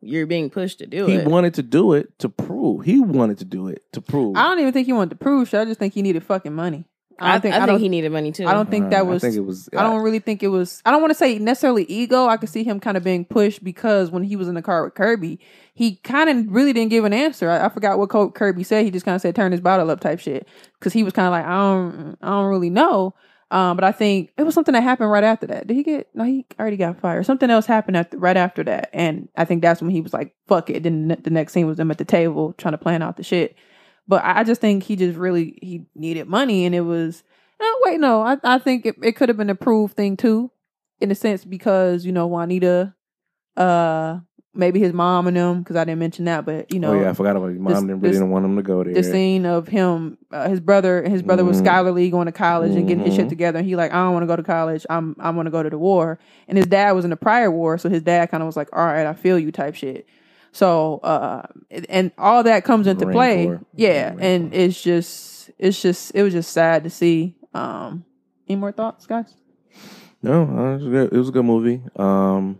[SPEAKER 3] you're being pushed to do
[SPEAKER 2] He
[SPEAKER 3] it.
[SPEAKER 2] wanted to do it to prove. He wanted to do it to prove.
[SPEAKER 1] I don't even think he wanted to prove shit. I just think he needed fucking money. I
[SPEAKER 3] I,
[SPEAKER 1] don't think. I,
[SPEAKER 3] I,
[SPEAKER 1] don't.
[SPEAKER 3] think he needed money too.
[SPEAKER 1] I don't think that
[SPEAKER 2] Uh,
[SPEAKER 1] was.
[SPEAKER 2] I think it was.
[SPEAKER 1] I don't really think it was. I don't want to say necessarily ego. I could see him kind of being pushed because when he was in the car with Kirby, he kind of really didn't give an answer. I, I forgot what Col- Kirby said. He just kind of said turn his bottle up type shit because he was kind of like I don't, I don't really know. Um, but I think it was something that happened right after that. Did he get? No, he already got fired. Something else happened after, right after that, and I think that's when he was like, "Fuck it." Then the ne- the next scene was them at the table trying to plan out the shit. But I I just think he just really he needed money, and it was no, wait, no. I, I think it, it could have been a proof thing too, in a sense, because you know Juanita, uh, maybe his mom and them, because I didn't mention that, but you know,
[SPEAKER 2] oh yeah, I forgot about your mom.
[SPEAKER 1] this-
[SPEAKER 2] didn't really
[SPEAKER 1] this-
[SPEAKER 2] didn't want him to go there.
[SPEAKER 1] the scene of him, uh, his brother, his brother was
[SPEAKER 2] Mhm.
[SPEAKER 1] Scholar Lee going to college and getting his shit
[SPEAKER 2] Mhm.
[SPEAKER 1] together, and he like, I don't want to go to college. I'm I want to go to the war, and his dad was in the prior war, so his dad kind of was like, all right, I feel you type shit. So, uh, and- and all that comes into
[SPEAKER 2] Marine
[SPEAKER 1] play,
[SPEAKER 2] Corps.
[SPEAKER 1] yeah,
[SPEAKER 2] Marine
[SPEAKER 1] and
[SPEAKER 2] Corps.
[SPEAKER 1] it's just, it's just, it was just sad to see. Um, any more thoughts, guys?
[SPEAKER 2] No, uh, it was, a good, it was a good movie. Um,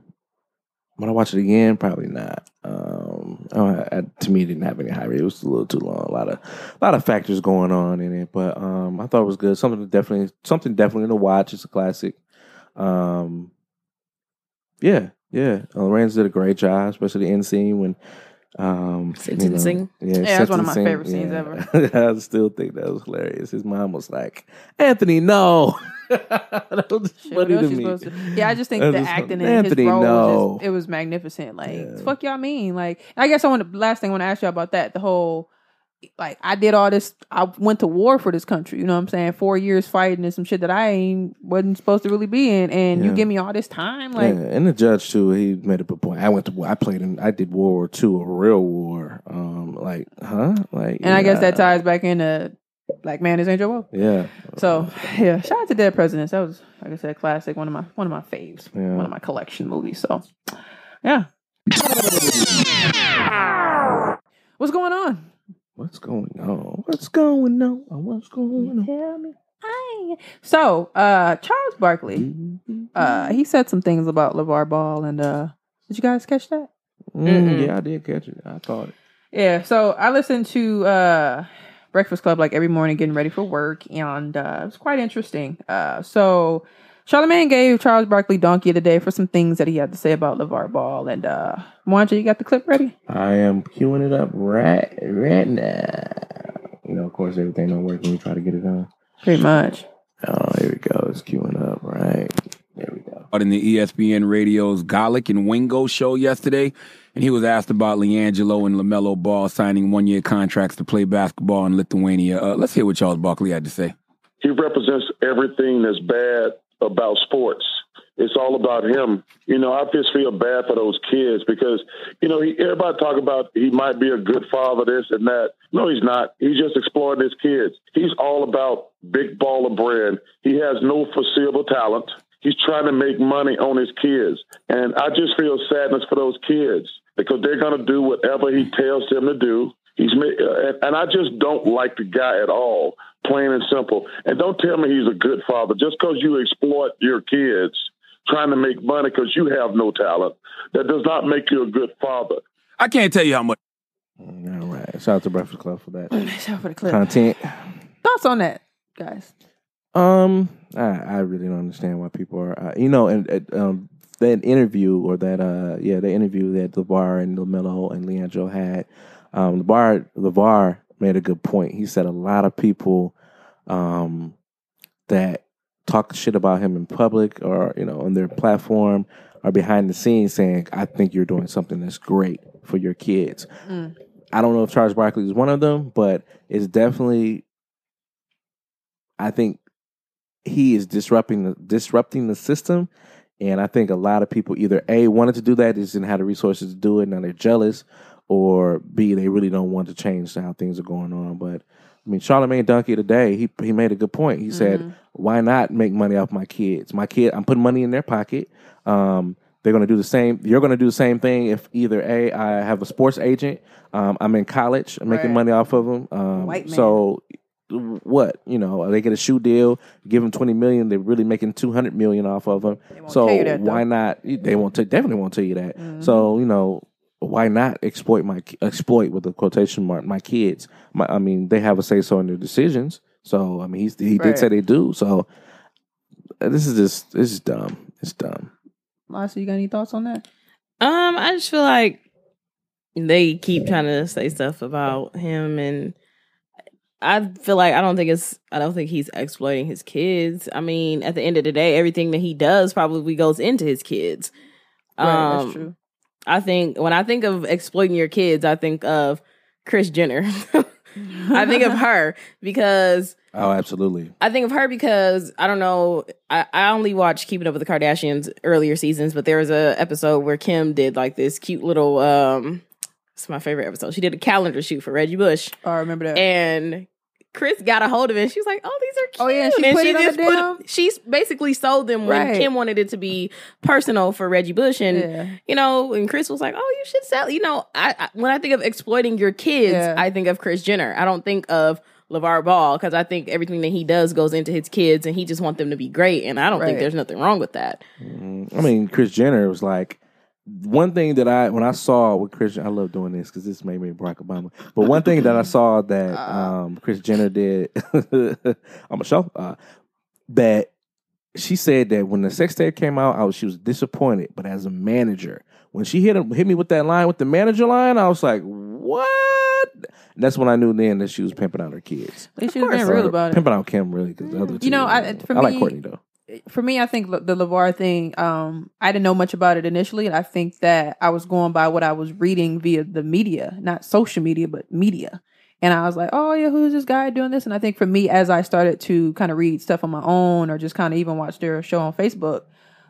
[SPEAKER 2] would I watch it again? Probably not. Um, I don't ha- I- to me, it didn't have any high rate. It was a little too long. A lot of, a lot of factors going on in it, but um, I thought it was good. Something to definitely, something definitely to watch. It's a classic. Um, yeah, yeah. Uh, Lorenz did a great job, especially the end scene when. Um, you know,
[SPEAKER 3] Sentencing.
[SPEAKER 2] yeah,
[SPEAKER 1] Yeah, that's one of my
[SPEAKER 2] sentencing,
[SPEAKER 1] favorite scenes
[SPEAKER 2] ever. I still think that was hilarious. His mom was like, "Anthony, no." that was
[SPEAKER 1] Shit, what
[SPEAKER 2] funny
[SPEAKER 1] else
[SPEAKER 2] to
[SPEAKER 1] you
[SPEAKER 2] me.
[SPEAKER 1] supposed to- Yeah, I just think
[SPEAKER 2] That
[SPEAKER 1] the
[SPEAKER 2] was funny.
[SPEAKER 1] acting in
[SPEAKER 2] Anthony,
[SPEAKER 1] his role
[SPEAKER 2] no.
[SPEAKER 1] was just, it was magnificent. Like,
[SPEAKER 2] Yeah.
[SPEAKER 1] fuck y'all mean? Like, I guess I want to last thing I want to ask you about that. The whole like I did all this. I went to war for this country. You know what I'm saying? Four years fighting and some shit that I ain't wasn't supposed to really be in, and you
[SPEAKER 2] Yeah.
[SPEAKER 1] give me all this time. Like,
[SPEAKER 2] yeah, and the judge too. He made up a point. I went to. war- I played in. I did World War Two, a real war. Um, like, huh? Like,
[SPEAKER 1] and I guess that ties back into like, man, this ain't your world.
[SPEAKER 2] Yeah.
[SPEAKER 1] So
[SPEAKER 2] Uh-huh.
[SPEAKER 1] yeah, shout out to Dead Presidents. That was, like I said, a classic. One of my one of my faves.
[SPEAKER 2] Yeah.
[SPEAKER 1] One of my collection movies. So yeah. What's going on?
[SPEAKER 2] What's going on? What's going on? What's going
[SPEAKER 1] Tell me. Hi. So uh Charles Barkley,
[SPEAKER 2] on?
[SPEAKER 1] uh, he said some things about LeVar Ball and uh did you guys catch that?
[SPEAKER 2] Mm, yeah, I did catch it. I caught it.
[SPEAKER 1] Yeah, so I listened to uh Breakfast Club like every morning getting ready for work and uh it was quite interesting. Uh so Charlemagne gave Charles Barkley donkey today for some things that he had to say about LeVar Ball and uh Wanja, you got the clip ready?
[SPEAKER 2] I am queuing it up right, right now. You know, of course, everything don't work when we try to get it on.
[SPEAKER 1] Pretty much.
[SPEAKER 2] Oh, here we go. It's queuing up right. There we go.
[SPEAKER 6] out in the E ESPN radio's Golic and Wingo show yesterday, and he was asked about LiAngelo and LaMelo Ball signing one year contracts to play basketball in Lithuania. Uh, let's hear what Charles Barkley had to say.
[SPEAKER 9] he represents everything that's bad about sports. It's all about him. You know, I just feel bad for those kids because, you know, he, everybody talk about he might be a good father, this and that. No, he's not. He's just exploiting his kids. He's all about big baller brand. He has no foreseeable talent. He's trying to make money on his kids. And I just feel sadness for those kids because they're going to do whatever he tells them to do. He's ma- uh, and I just don't like the guy at all, plain and simple. And don't tell me he's a good father just because you exploit your kids trying to make money because you have no talent. That does not make you a good father.
[SPEAKER 6] I can't tell you how much
[SPEAKER 2] All right. Shout out to Breakfast Club for that
[SPEAKER 1] Shout out for the clip.
[SPEAKER 2] content.
[SPEAKER 1] Thoughts on that, guys?
[SPEAKER 2] Um, I, I really don't understand why people are, uh, you know, and uh, um, that interview or that, uh, yeah, the interview that Levar and Lamelo and Leandro had, um, Levar Levar made a good point. He said a lot of people, um, that talk shit about him in public or you know on their platform or behind the scenes saying, "I think you're doing something that's great for your kids."
[SPEAKER 1] Mm.
[SPEAKER 2] I don't know if Charles Barkley is one of them, but it's definitely. I think he is disrupting the disrupting the system And I think a lot of people either A wanted to do that, they just didn't have the resources to do it, now they're jealous, or B, they really don't want to change how things are going on. But I mean Charlemagne Donkey today, he he made a good point. He
[SPEAKER 1] Mm-hmm.
[SPEAKER 2] said, Why not make money off my kids? My kid I'm putting money in their pocket. Um they're gonna do the same. You're gonna do the same thing if either a I have a sports agent, um, I'm in college, I'm making
[SPEAKER 1] Right.
[SPEAKER 2] money off of them. Um,
[SPEAKER 1] White man.
[SPEAKER 2] So what you know? They get a shoe deal, give them twenty million. They're really making two hundred million off of them.
[SPEAKER 1] won't
[SPEAKER 2] So
[SPEAKER 1] tell you that, though. Mm-hmm.
[SPEAKER 2] why not? They won't tell definitely won't tell you that. So you know why not exploit my exploit with a quotation mark my kids? My, I mean they have a say so in their decisions. So I mean he's, he
[SPEAKER 1] Right.
[SPEAKER 2] did say they do. So uh, this is just this is dumb. It's dumb.
[SPEAKER 1] Lassa, you got any thoughts on that?
[SPEAKER 3] Um, I just feel like they keep trying to say stuff about him, and I feel like I don't think it's I don't think he's exploiting his kids. I mean, at the end of the day, everything that he does probably goes into his kids.
[SPEAKER 1] Right,
[SPEAKER 3] Um,
[SPEAKER 1] that's true.
[SPEAKER 3] I think when I think of exploiting your kids, I think of Chris Jenner. I think of her because
[SPEAKER 2] Oh, absolutely.
[SPEAKER 3] I think of her because I don't know. I, I only watched Keeping Up with the Kardashians earlier seasons, but there was a episode where Kim did like this cute little. um It's my favorite episode. She did a calendar shoot for Reggie Bush,
[SPEAKER 1] Oh, I remember that.
[SPEAKER 3] and Chris got a hold of it. and She was like, "Oh, these are cute."
[SPEAKER 1] Oh, yeah, and she
[SPEAKER 3] and
[SPEAKER 1] put it on the damn-
[SPEAKER 3] She's basically sold them when
[SPEAKER 1] Right.
[SPEAKER 3] Kim wanted it to be personal for Reggie Bush, and
[SPEAKER 1] yeah.
[SPEAKER 3] you know, and Chris was like, "Oh, you should sell." You know, I, I when I think of exploiting your kids,
[SPEAKER 1] Yeah.
[SPEAKER 3] I think of Chris Jenner. I don't think of LeVar Ball because I think everything that he does goes into his kids, and he just wants them to be great. And I don't
[SPEAKER 1] Right.
[SPEAKER 3] think there's nothing wrong with that.
[SPEAKER 2] Mm, I mean, Chris Jenner was like one thing that I when I saw with Chris. I love doing this because this made me Barack Obama. But one thing that I saw that um, Chris Jenner did on my show uh, that she said that when the sex tape came out, I was, she was disappointed. But as a manager, when she hit him, hit me with that line with the manager line, I was like, what? And that's when I knew then that she was pimping out her kids.
[SPEAKER 1] They should have been real
[SPEAKER 2] Or
[SPEAKER 1] about it.
[SPEAKER 2] Pimping out Kim really because the other two.
[SPEAKER 1] You know, I- for
[SPEAKER 2] I like
[SPEAKER 1] me-
[SPEAKER 2] Courtney though.
[SPEAKER 1] For me, I think the Levar thing. Um, I didn't know much about it initially, and I think that I was going by what I was reading via the media, not social media, but media. And I was like, oh yeah, who's this guy doing this? And I think for me, as I started to kind of read stuff on my own, or just kind of even watch their show on Facebook,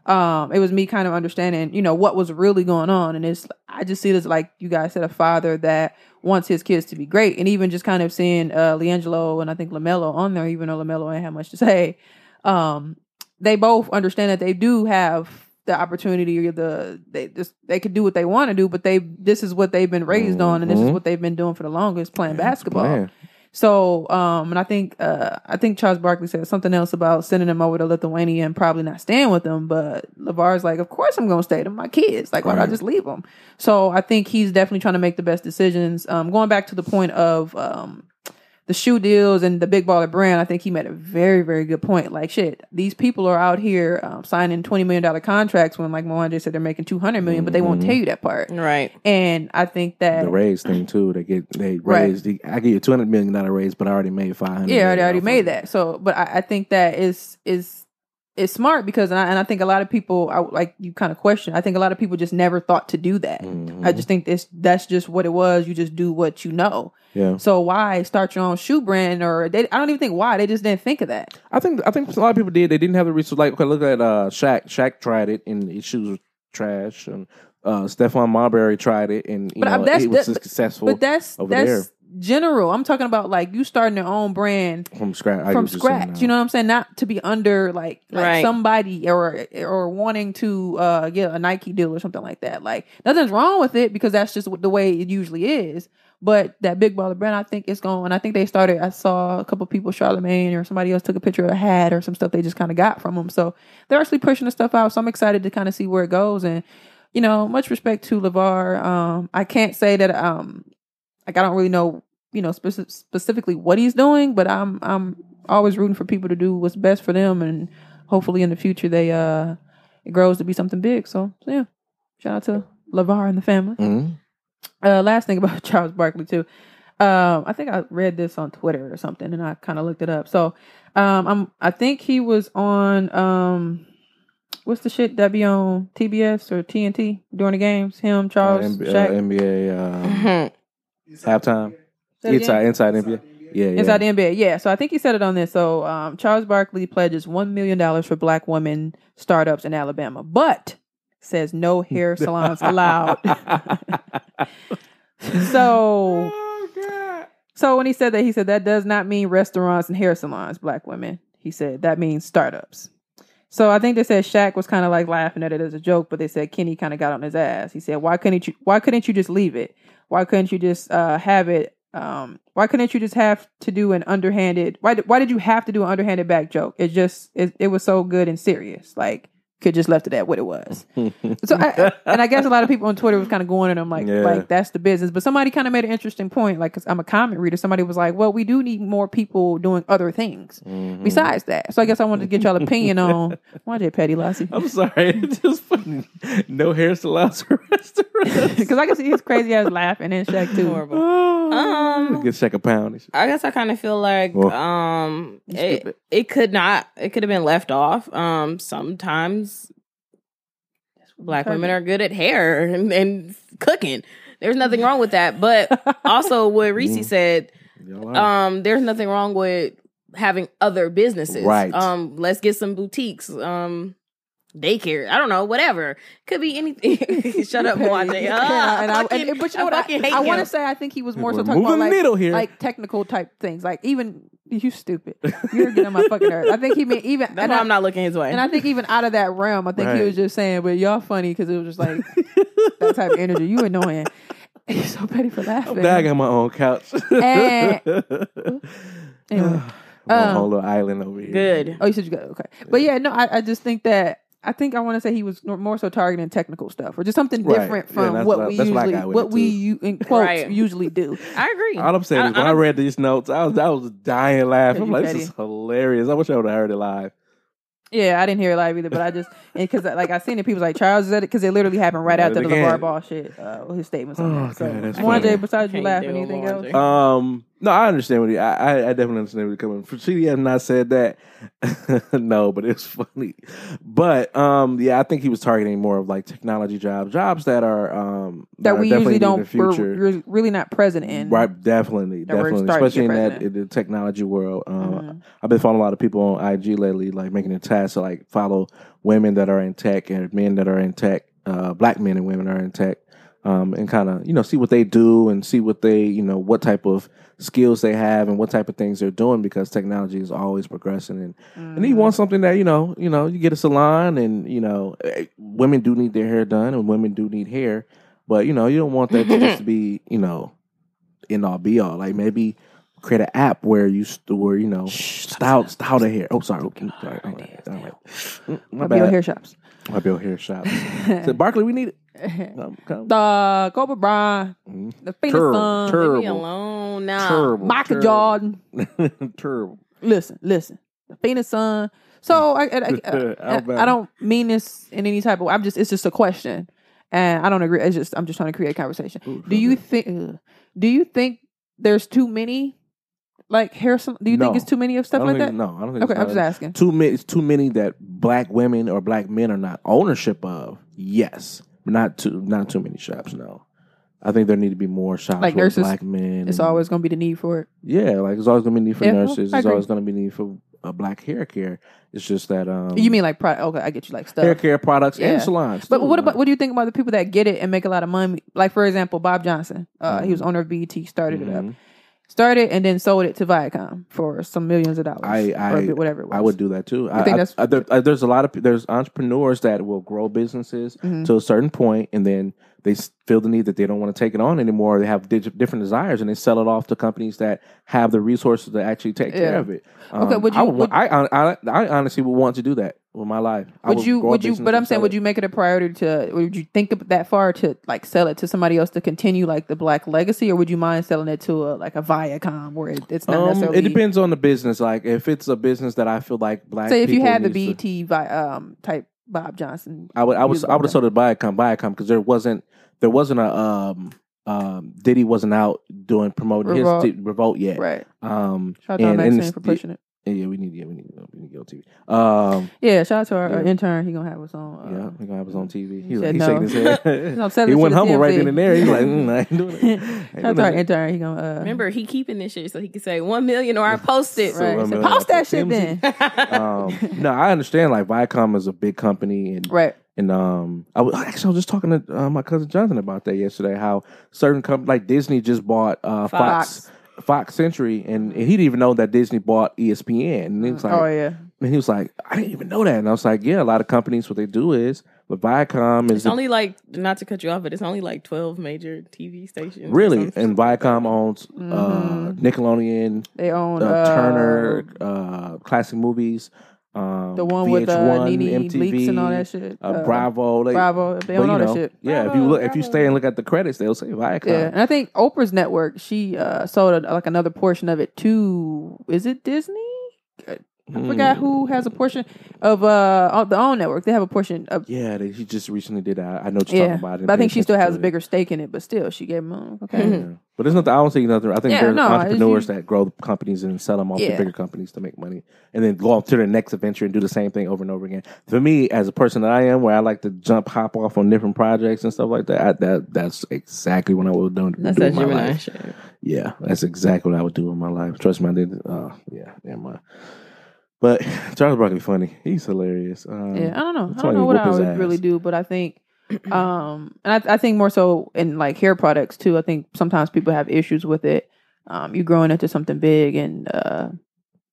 [SPEAKER 1] um, it was me kind of understanding, you know, what was really going on. And it's, I just see this like you guys said, a father that wants his kids to be great, and even just kind of seeing uh, Leangelo and I think Lamelo on there, even though Lamelo ain't had much to say, um, they both understand that they do have the opportunity or the they just they could do what they want to do, but they this is what they've been raised on, and this is
[SPEAKER 2] Mhm.
[SPEAKER 1] what they've been doing for the longest, playing basketball.
[SPEAKER 2] Man.
[SPEAKER 1] So, um, and I think uh, I think Charles Barkley said something else about sending him over to Lithuania and probably not staying with him. But Lavar's like, of course I'm going to stay to my kids. Like, why would I
[SPEAKER 2] Right.
[SPEAKER 1] just leave them? So I think he's definitely trying to make the best decisions. Um, going back to the point of um, the shoe deals and the big baller brand, I think he made a very very good point. Like, shit, these people are out here um, signing twenty million dollar contracts when, like Moanje said, they're making two hundred million, but they won't
[SPEAKER 2] Mhm.
[SPEAKER 1] tell you that part.
[SPEAKER 3] Right.
[SPEAKER 1] And I think that
[SPEAKER 2] the raise thing too. They get they
[SPEAKER 1] Right.
[SPEAKER 2] raised. I give you two hundred million dollar raise, but I already made five hundred.
[SPEAKER 1] Yeah, I already made that. So, but I, I think that is is is smart because and I, and I think a lot of people I, like you kind of question. I think a lot of people just never thought to do that.
[SPEAKER 2] Mm-hmm.
[SPEAKER 1] I just think this that's just what it was. You just do what you know.
[SPEAKER 2] yeah.
[SPEAKER 1] So why start your own shoe brand or they? I don't even think why they just didn't think of that.
[SPEAKER 2] I think I think a lot of people did. They didn't have the resources. Like okay, look at uh, Shaq. Shaq tried it, and his shoes were trash. And uh, Stephon Marbury tried it, and you
[SPEAKER 1] But, uh,
[SPEAKER 2] know
[SPEAKER 1] that's-
[SPEAKER 2] he was
[SPEAKER 1] that-
[SPEAKER 2] successful
[SPEAKER 1] But that's
[SPEAKER 2] over
[SPEAKER 1] that's
[SPEAKER 2] there.
[SPEAKER 1] general. I'm talking about like you starting your own brand.
[SPEAKER 2] from scratch.
[SPEAKER 1] from
[SPEAKER 2] I get what you're saying
[SPEAKER 1] scratch.
[SPEAKER 2] now.
[SPEAKER 1] You know what I'm saying? Not to be under like, like
[SPEAKER 3] Right.
[SPEAKER 1] somebody or or wanting to uh, get a Nike deal or something like that. Like nothing's wrong with it because that's just what- the way it usually is. But that big baller brand, I think it's going. I think they started. I saw a couple people, Charlemagne or somebody else, took a picture of a hat or some stuff they just kind of got from them. So they're actually pushing the stuff out. So I'm excited to kind of see where it goes. And you know, much respect to Levar. Um, I can't say that. Um, like I don't really know, you know, speci- specifically what he's doing, but I'm I'm always rooting for people to do what's best for them, and hopefully in the future they uh it grows to be something big. So, so yeah, shout out to Levar and the family.
[SPEAKER 2] Mhm.
[SPEAKER 1] Uh, last thing about Charles Barkley too. Um, I think I read this on Twitter or something, and I kind of looked it up. So, um, I'm I think he was on um, what's the shit that be on TBS or TNT during the games? Him,
[SPEAKER 2] Uh,
[SPEAKER 1] Charles,
[SPEAKER 2] NBA,
[SPEAKER 1] Shaq.
[SPEAKER 2] uh, NBA um,
[SPEAKER 3] Mhm.
[SPEAKER 7] Inside
[SPEAKER 2] Halftime.
[SPEAKER 1] Say it again.
[SPEAKER 2] inside inside NBA. Yeah, yeah.
[SPEAKER 1] Inside the NBA, yeah. So I think he said it on this. So um, Charles Barkley pledges one million dollars for Black women startups in Alabama, but says no hair salons allowed. so, so when he said that, he said that does not mean restaurants and hair salons. Black women, he said that means startups. So I think they said Shaq was kind of like laughing at it as a joke, but they said Kenny kind of got on his ass. He said, "Why couldn't you? Why couldn't you just leave it? Why couldn't you just uh, have it? Um, why couldn't you just have to do an underhanded? Why? Why did you have to do an underhanded back joke? It just it, it was so good and serious. Like could just left it at what it was. so I, and I guess a lot of people on Twitter was kind of going and I'm like,
[SPEAKER 2] Yeah.
[SPEAKER 1] like that's the business. But somebody kind of made an interesting point. Like, i I'm a comment reader. Somebody was like, well, we do need more people doing other things
[SPEAKER 2] Mm-hmm.
[SPEAKER 1] besides that. So I guess I wanted to get y'all opinion on why did Petty Lassie?
[SPEAKER 2] I'm sorry, it's just funny. No hair salons or restaurants.
[SPEAKER 1] Because I can see his crazy ass laughing and Shaq too.
[SPEAKER 3] Horrible.
[SPEAKER 1] Uh-huh.
[SPEAKER 2] Oh,
[SPEAKER 3] Um,
[SPEAKER 2] Get Shaq a pound. and shit.
[SPEAKER 3] I guess I kind of feel like
[SPEAKER 2] Oh.
[SPEAKER 3] um
[SPEAKER 1] stupid.
[SPEAKER 3] it, it could not it could have been left off. Um sometimes black
[SPEAKER 1] heard
[SPEAKER 3] women
[SPEAKER 1] it.
[SPEAKER 3] are good at hair and, and cooking. There's nothing wrong with that, but also what Reese said,
[SPEAKER 2] Y'all
[SPEAKER 1] Mm.
[SPEAKER 2] are.
[SPEAKER 3] um there's nothing wrong with having other businesses.
[SPEAKER 2] Right.
[SPEAKER 3] Um let's get some boutiques. Um daycare. I don't know, whatever. Could be anything. Shut up, Mwande.
[SPEAKER 1] Yeah,
[SPEAKER 3] Ah,
[SPEAKER 1] and I,
[SPEAKER 3] fucking-
[SPEAKER 1] and- but you know what? I,
[SPEAKER 3] fucking hate
[SPEAKER 1] I want
[SPEAKER 3] him.
[SPEAKER 1] to say I think he was more
[SPEAKER 2] We're
[SPEAKER 1] so talking
[SPEAKER 2] moving
[SPEAKER 1] about
[SPEAKER 2] the
[SPEAKER 1] like,
[SPEAKER 2] needle here.
[SPEAKER 1] like technical type things. Like even you stupid, you're getting on my fucking nerves. I think he meant even.
[SPEAKER 3] That's
[SPEAKER 1] and
[SPEAKER 3] why
[SPEAKER 1] I-
[SPEAKER 3] I'm not looking his way.
[SPEAKER 1] And I think even out of that realm, I think he
[SPEAKER 2] Right.
[SPEAKER 1] was just saying, "But y'all funny" because it was just like that type of energy. You annoying. He's so petty for laughing.
[SPEAKER 2] I'm dying on my own couch.
[SPEAKER 1] And- Eh. Anyway.
[SPEAKER 2] I'm
[SPEAKER 1] Um,
[SPEAKER 2] on a whole little island over here.
[SPEAKER 3] Good.
[SPEAKER 1] Oh, you said you got okay, but yeah, no, I, I just think that I think I want to say he was nor- more so targeting technical stuff or just something
[SPEAKER 2] Right.
[SPEAKER 1] different
[SPEAKER 2] Yeah,
[SPEAKER 1] from
[SPEAKER 2] that's
[SPEAKER 1] what
[SPEAKER 2] what I-
[SPEAKER 1] we
[SPEAKER 2] that's what I
[SPEAKER 1] usually
[SPEAKER 2] got with
[SPEAKER 1] what
[SPEAKER 2] it,
[SPEAKER 1] we
[SPEAKER 2] too.
[SPEAKER 1] u- in quotes
[SPEAKER 3] Right.
[SPEAKER 1] usually do.
[SPEAKER 3] I agree.
[SPEAKER 2] All I'm saying is when I,
[SPEAKER 3] I-
[SPEAKER 2] read these notes, I was I was dying laughing. I'm
[SPEAKER 1] You
[SPEAKER 2] like,
[SPEAKER 1] petty.
[SPEAKER 2] this is hilarious. I wish I would have heard it live.
[SPEAKER 1] Yeah, I didn't hear it live either, but I just because like I seen it, people was like Charles is at it because it literally happened right
[SPEAKER 2] Yeah,
[SPEAKER 1] after the
[SPEAKER 2] they
[SPEAKER 1] LeVar
[SPEAKER 2] can't.
[SPEAKER 1] Ball shit. Uh, his statements
[SPEAKER 2] Oh,
[SPEAKER 1] on that. So,
[SPEAKER 2] God, that's
[SPEAKER 1] Warren
[SPEAKER 2] funny.
[SPEAKER 1] J, besides you
[SPEAKER 3] Can't
[SPEAKER 1] laughing,
[SPEAKER 3] do it,
[SPEAKER 1] anything
[SPEAKER 3] Warren
[SPEAKER 1] else?
[SPEAKER 3] J.
[SPEAKER 2] Um, no, I understand what he. I, I, I definitely understand where you're coming from. She has not said that. no, but it's funny. But um, yeah, I think he was targeting more of like technology jobs, jobs that are um
[SPEAKER 1] That
[SPEAKER 2] are
[SPEAKER 1] we usually
[SPEAKER 2] definitely in
[SPEAKER 1] don't.
[SPEAKER 2] the
[SPEAKER 1] We're,
[SPEAKER 2] future.
[SPEAKER 1] we're really not present in.
[SPEAKER 2] Right, definitely,
[SPEAKER 1] that we're
[SPEAKER 2] definitely,
[SPEAKER 1] starting to
[SPEAKER 2] especially in
[SPEAKER 1] get
[SPEAKER 2] that in
[SPEAKER 1] president.
[SPEAKER 2] the technology world. Um,
[SPEAKER 1] Mhm.
[SPEAKER 2] I've been following a lot of people on IG lately, like making a task to like follow women that are in tech and men that are in tech, uh, black men and women are in tech, um, and kind of you know see what they do and see what they you know what type of skills they have and what type of things they're doing because technology is always progressing and and
[SPEAKER 1] Mm-hmm.
[SPEAKER 2] he wants something that you know you know you get a salon and you know eh, women do need their hair done and women do need hair, but you know you don't want that to just be you know end all be all. Like maybe create an app where you store, you know, style style the hair. Oh, sorry, okay, sorry. All right, all right. Mm, My
[SPEAKER 1] I'll Mm-hmm. be on
[SPEAKER 2] bad.
[SPEAKER 1] hair shops.
[SPEAKER 2] My bill hair shop. so Barkley, we need it. Come, come.
[SPEAKER 1] The Kobe Bryant,
[SPEAKER 2] Mhm.
[SPEAKER 1] the Phoenix
[SPEAKER 2] Terrible,
[SPEAKER 1] Sun,
[SPEAKER 3] Leave me
[SPEAKER 2] terrible,
[SPEAKER 3] alone now.
[SPEAKER 2] terrible,
[SPEAKER 1] Michael
[SPEAKER 2] terrible.
[SPEAKER 1] Jordan.
[SPEAKER 2] terrible.
[SPEAKER 1] Listen, listen, the Phoenix Sun. So I, I, I, I,
[SPEAKER 2] Alabama.
[SPEAKER 1] I don't mean this in any type of. I'm just. It's just a question, and I don't agree. It's just. I'm just trying to create conversation.
[SPEAKER 2] Ooh,
[SPEAKER 1] Do
[SPEAKER 2] so
[SPEAKER 1] you
[SPEAKER 2] good.
[SPEAKER 1] think? Do you think there's too many, like hair? sal- Do you
[SPEAKER 2] No.
[SPEAKER 1] think it's too many of
[SPEAKER 2] I
[SPEAKER 1] stuff
[SPEAKER 2] don't
[SPEAKER 1] like
[SPEAKER 2] think-
[SPEAKER 1] that?
[SPEAKER 2] No, I don't think.
[SPEAKER 1] Okay,
[SPEAKER 2] it's
[SPEAKER 1] I'm just
[SPEAKER 2] not-
[SPEAKER 1] asking.
[SPEAKER 2] Too many. It's too many that black women or black men are not ownership of. Yes, but not too. Not too many shops. No, I think there need to be more shops
[SPEAKER 1] Like
[SPEAKER 2] where
[SPEAKER 1] nurses,
[SPEAKER 2] black men.
[SPEAKER 1] It's
[SPEAKER 2] and-
[SPEAKER 1] always going to be the need for it.
[SPEAKER 2] Yeah, like it's always gonna be need for
[SPEAKER 1] Yeah,
[SPEAKER 2] nurses.
[SPEAKER 1] I
[SPEAKER 2] It's
[SPEAKER 1] agree.
[SPEAKER 2] always gonna be need for uh, black hair care. It's just that um,
[SPEAKER 1] You mean like product? Okay, I get you. Like stuff.
[SPEAKER 2] hair care products
[SPEAKER 1] Yeah.
[SPEAKER 2] and salons.
[SPEAKER 1] But
[SPEAKER 2] too,
[SPEAKER 1] what about
[SPEAKER 2] like-
[SPEAKER 1] what do you think about the people that get it and make a lot of money? Like for example, Bob Johnson. Uh, He
[SPEAKER 2] Mm-hmm.
[SPEAKER 1] was owner of BET, started it
[SPEAKER 2] Mhm.
[SPEAKER 1] up, started and then sold it to Viacom for some millions of dollars.
[SPEAKER 2] I- I-
[SPEAKER 1] or whatever it was.
[SPEAKER 2] I would do that too. I
[SPEAKER 1] think
[SPEAKER 2] I-
[SPEAKER 1] that's-
[SPEAKER 2] I- there- I- there's a lot of pe- there's entrepreneurs that will grow businesses
[SPEAKER 1] Mhm.
[SPEAKER 2] to a certain point, and then they s- feel the need that they don't want to take it on anymore. They have dig- different desires, and they sell it off to companies that have the resources to actually take care
[SPEAKER 1] Yeah.
[SPEAKER 2] of it. Um,
[SPEAKER 1] Okay, would
[SPEAKER 2] I,
[SPEAKER 1] you-
[SPEAKER 2] wa-
[SPEAKER 1] would-
[SPEAKER 2] I, hon- I, I honestly would want to do that with my life. I
[SPEAKER 1] Would you?
[SPEAKER 2] grow a
[SPEAKER 1] Would you?
[SPEAKER 2] business
[SPEAKER 1] But
[SPEAKER 2] and
[SPEAKER 1] I'm saying,
[SPEAKER 2] sell
[SPEAKER 1] would
[SPEAKER 2] it.
[SPEAKER 1] you make it a priority to? Would you think of that far to like sell it to somebody else to continue like the black legacy, or would you mind selling it to a like a Viacom where it, it's not
[SPEAKER 2] Um,
[SPEAKER 1] necessarily?
[SPEAKER 2] it depends on the business. Like if it's a business that I feel like black.
[SPEAKER 1] Say if you
[SPEAKER 2] people
[SPEAKER 1] had the
[SPEAKER 2] needs to-
[SPEAKER 1] BET Vi, um, type Bob Johnson,
[SPEAKER 2] I would I
[SPEAKER 1] you
[SPEAKER 2] was
[SPEAKER 1] go
[SPEAKER 2] I would have
[SPEAKER 1] down.
[SPEAKER 2] sold it to Viacom Viacom because there wasn't there wasn't a um um Diddy wasn't out doing promoting
[SPEAKER 1] Revolt.
[SPEAKER 2] his t- revolt yet.
[SPEAKER 1] right?
[SPEAKER 2] Um,
[SPEAKER 1] Shout out to
[SPEAKER 2] and- and
[SPEAKER 1] Maxine
[SPEAKER 2] it's-
[SPEAKER 1] for pushing it.
[SPEAKER 2] Yeah, yeah, we need. Yeah, we need. We need to go to TV. Um,
[SPEAKER 1] Yeah, shout out to our, our
[SPEAKER 2] Yeah.
[SPEAKER 1] intern. He gonna have us on.
[SPEAKER 2] yeah,
[SPEAKER 1] Uh,
[SPEAKER 2] we're gonna have us on TV. He,
[SPEAKER 1] He
[SPEAKER 2] was-
[SPEAKER 1] said
[SPEAKER 2] he
[SPEAKER 1] no.
[SPEAKER 2] shaking his head.
[SPEAKER 1] No, I'm telling
[SPEAKER 2] he
[SPEAKER 1] you,
[SPEAKER 2] went
[SPEAKER 1] it's
[SPEAKER 2] humble right
[SPEAKER 1] TMZ.
[SPEAKER 2] then and there. He's like, mm, I ain't doing it. Ain't
[SPEAKER 1] Shout out
[SPEAKER 2] doing
[SPEAKER 1] to our
[SPEAKER 2] it.
[SPEAKER 1] intern. He gonna uh,
[SPEAKER 3] Remember, he keeping this shit so he can say one million or I post it.
[SPEAKER 1] right.
[SPEAKER 2] I'm
[SPEAKER 1] So
[SPEAKER 2] gonna-
[SPEAKER 1] post that shit
[SPEAKER 2] TMZ.
[SPEAKER 1] then.
[SPEAKER 2] um, no, I understand. Like Viacom is a big company, and
[SPEAKER 1] right.
[SPEAKER 2] and um, I was actually I was just talking to uh, my cousin Jonathan about that yesterday. How certain companies like Disney just bought uh, Fox.
[SPEAKER 1] Fox.
[SPEAKER 2] Fox Century, and, and he didn't even know that Disney bought E ESPN. And he was like,
[SPEAKER 1] oh yeah.
[SPEAKER 2] and he was like, I didn't even know that. And I was like, yeah, a lot of companies what they do is, but Viacom is
[SPEAKER 3] It's only like not to cut you off, but it's only like twelve major TV stations. or
[SPEAKER 2] really,
[SPEAKER 3] something.
[SPEAKER 2] and Viacom owns uh,
[SPEAKER 1] Mm-hmm.
[SPEAKER 2] Nickelodeon,
[SPEAKER 1] They own
[SPEAKER 2] uh,
[SPEAKER 1] uh,
[SPEAKER 2] Turner, uh, classic movies, um,
[SPEAKER 1] the one
[SPEAKER 2] VH1,
[SPEAKER 1] with uh, Nene
[SPEAKER 2] MTV,
[SPEAKER 1] Leaks and all that shit.
[SPEAKER 2] uh, Bravo, like,
[SPEAKER 1] Bravo. They own
[SPEAKER 2] but,
[SPEAKER 1] all
[SPEAKER 2] you
[SPEAKER 1] that
[SPEAKER 2] know,
[SPEAKER 1] shit.
[SPEAKER 2] Yeah, if you
[SPEAKER 3] Bravo,
[SPEAKER 2] look, uh, if you
[SPEAKER 3] Bravo.
[SPEAKER 2] stay and look at the credits, they'll say Viacom.
[SPEAKER 1] Yeah, and I think Oprah's network she uh, sold a, like another portion of it to is it Disney? I forgot
[SPEAKER 2] Mm.
[SPEAKER 1] who
[SPEAKER 2] Hmm.
[SPEAKER 1] has a portion of uh of the own network. They have a portion of
[SPEAKER 2] Yeah, they, he just recently did that. I know what you're
[SPEAKER 1] yeah,
[SPEAKER 2] talking about.
[SPEAKER 1] but I think she still has a
[SPEAKER 2] bigger.
[SPEAKER 1] bigger stake in it. But still, she gave them okay.
[SPEAKER 2] Yeah. But there's nothing. I don't see nothing. I think
[SPEAKER 1] Yeah,
[SPEAKER 2] there's
[SPEAKER 1] no, it's
[SPEAKER 2] entrepreneurs
[SPEAKER 1] you-
[SPEAKER 2] that grow the companies and sell them off to
[SPEAKER 1] Yeah.
[SPEAKER 2] bigger companies to make money, and then go off to their next adventure and do the same thing over and over again. For me, as a person that I am, where I like to jump, hop off on different projects and stuff like that, I, that that's exactly what I would do,
[SPEAKER 3] That's
[SPEAKER 2] do
[SPEAKER 3] that
[SPEAKER 2] in my
[SPEAKER 3] Gemini
[SPEAKER 2] life.
[SPEAKER 3] shit.
[SPEAKER 2] Yeah, that's exactly what I would do in my life. Trust me, I did. Uh, yeah, never mind. But Charles Barkley, funny. He's hilarious. Um,
[SPEAKER 1] Yeah, I don't know. I
[SPEAKER 2] why
[SPEAKER 1] don't
[SPEAKER 2] you
[SPEAKER 1] know what
[SPEAKER 2] whoop
[SPEAKER 1] I
[SPEAKER 2] his
[SPEAKER 1] would
[SPEAKER 2] ass.
[SPEAKER 1] really do, but I think, um, and I, I think more so in like hair products too. I think sometimes people have issues with it. Um, you growing into something big and uh,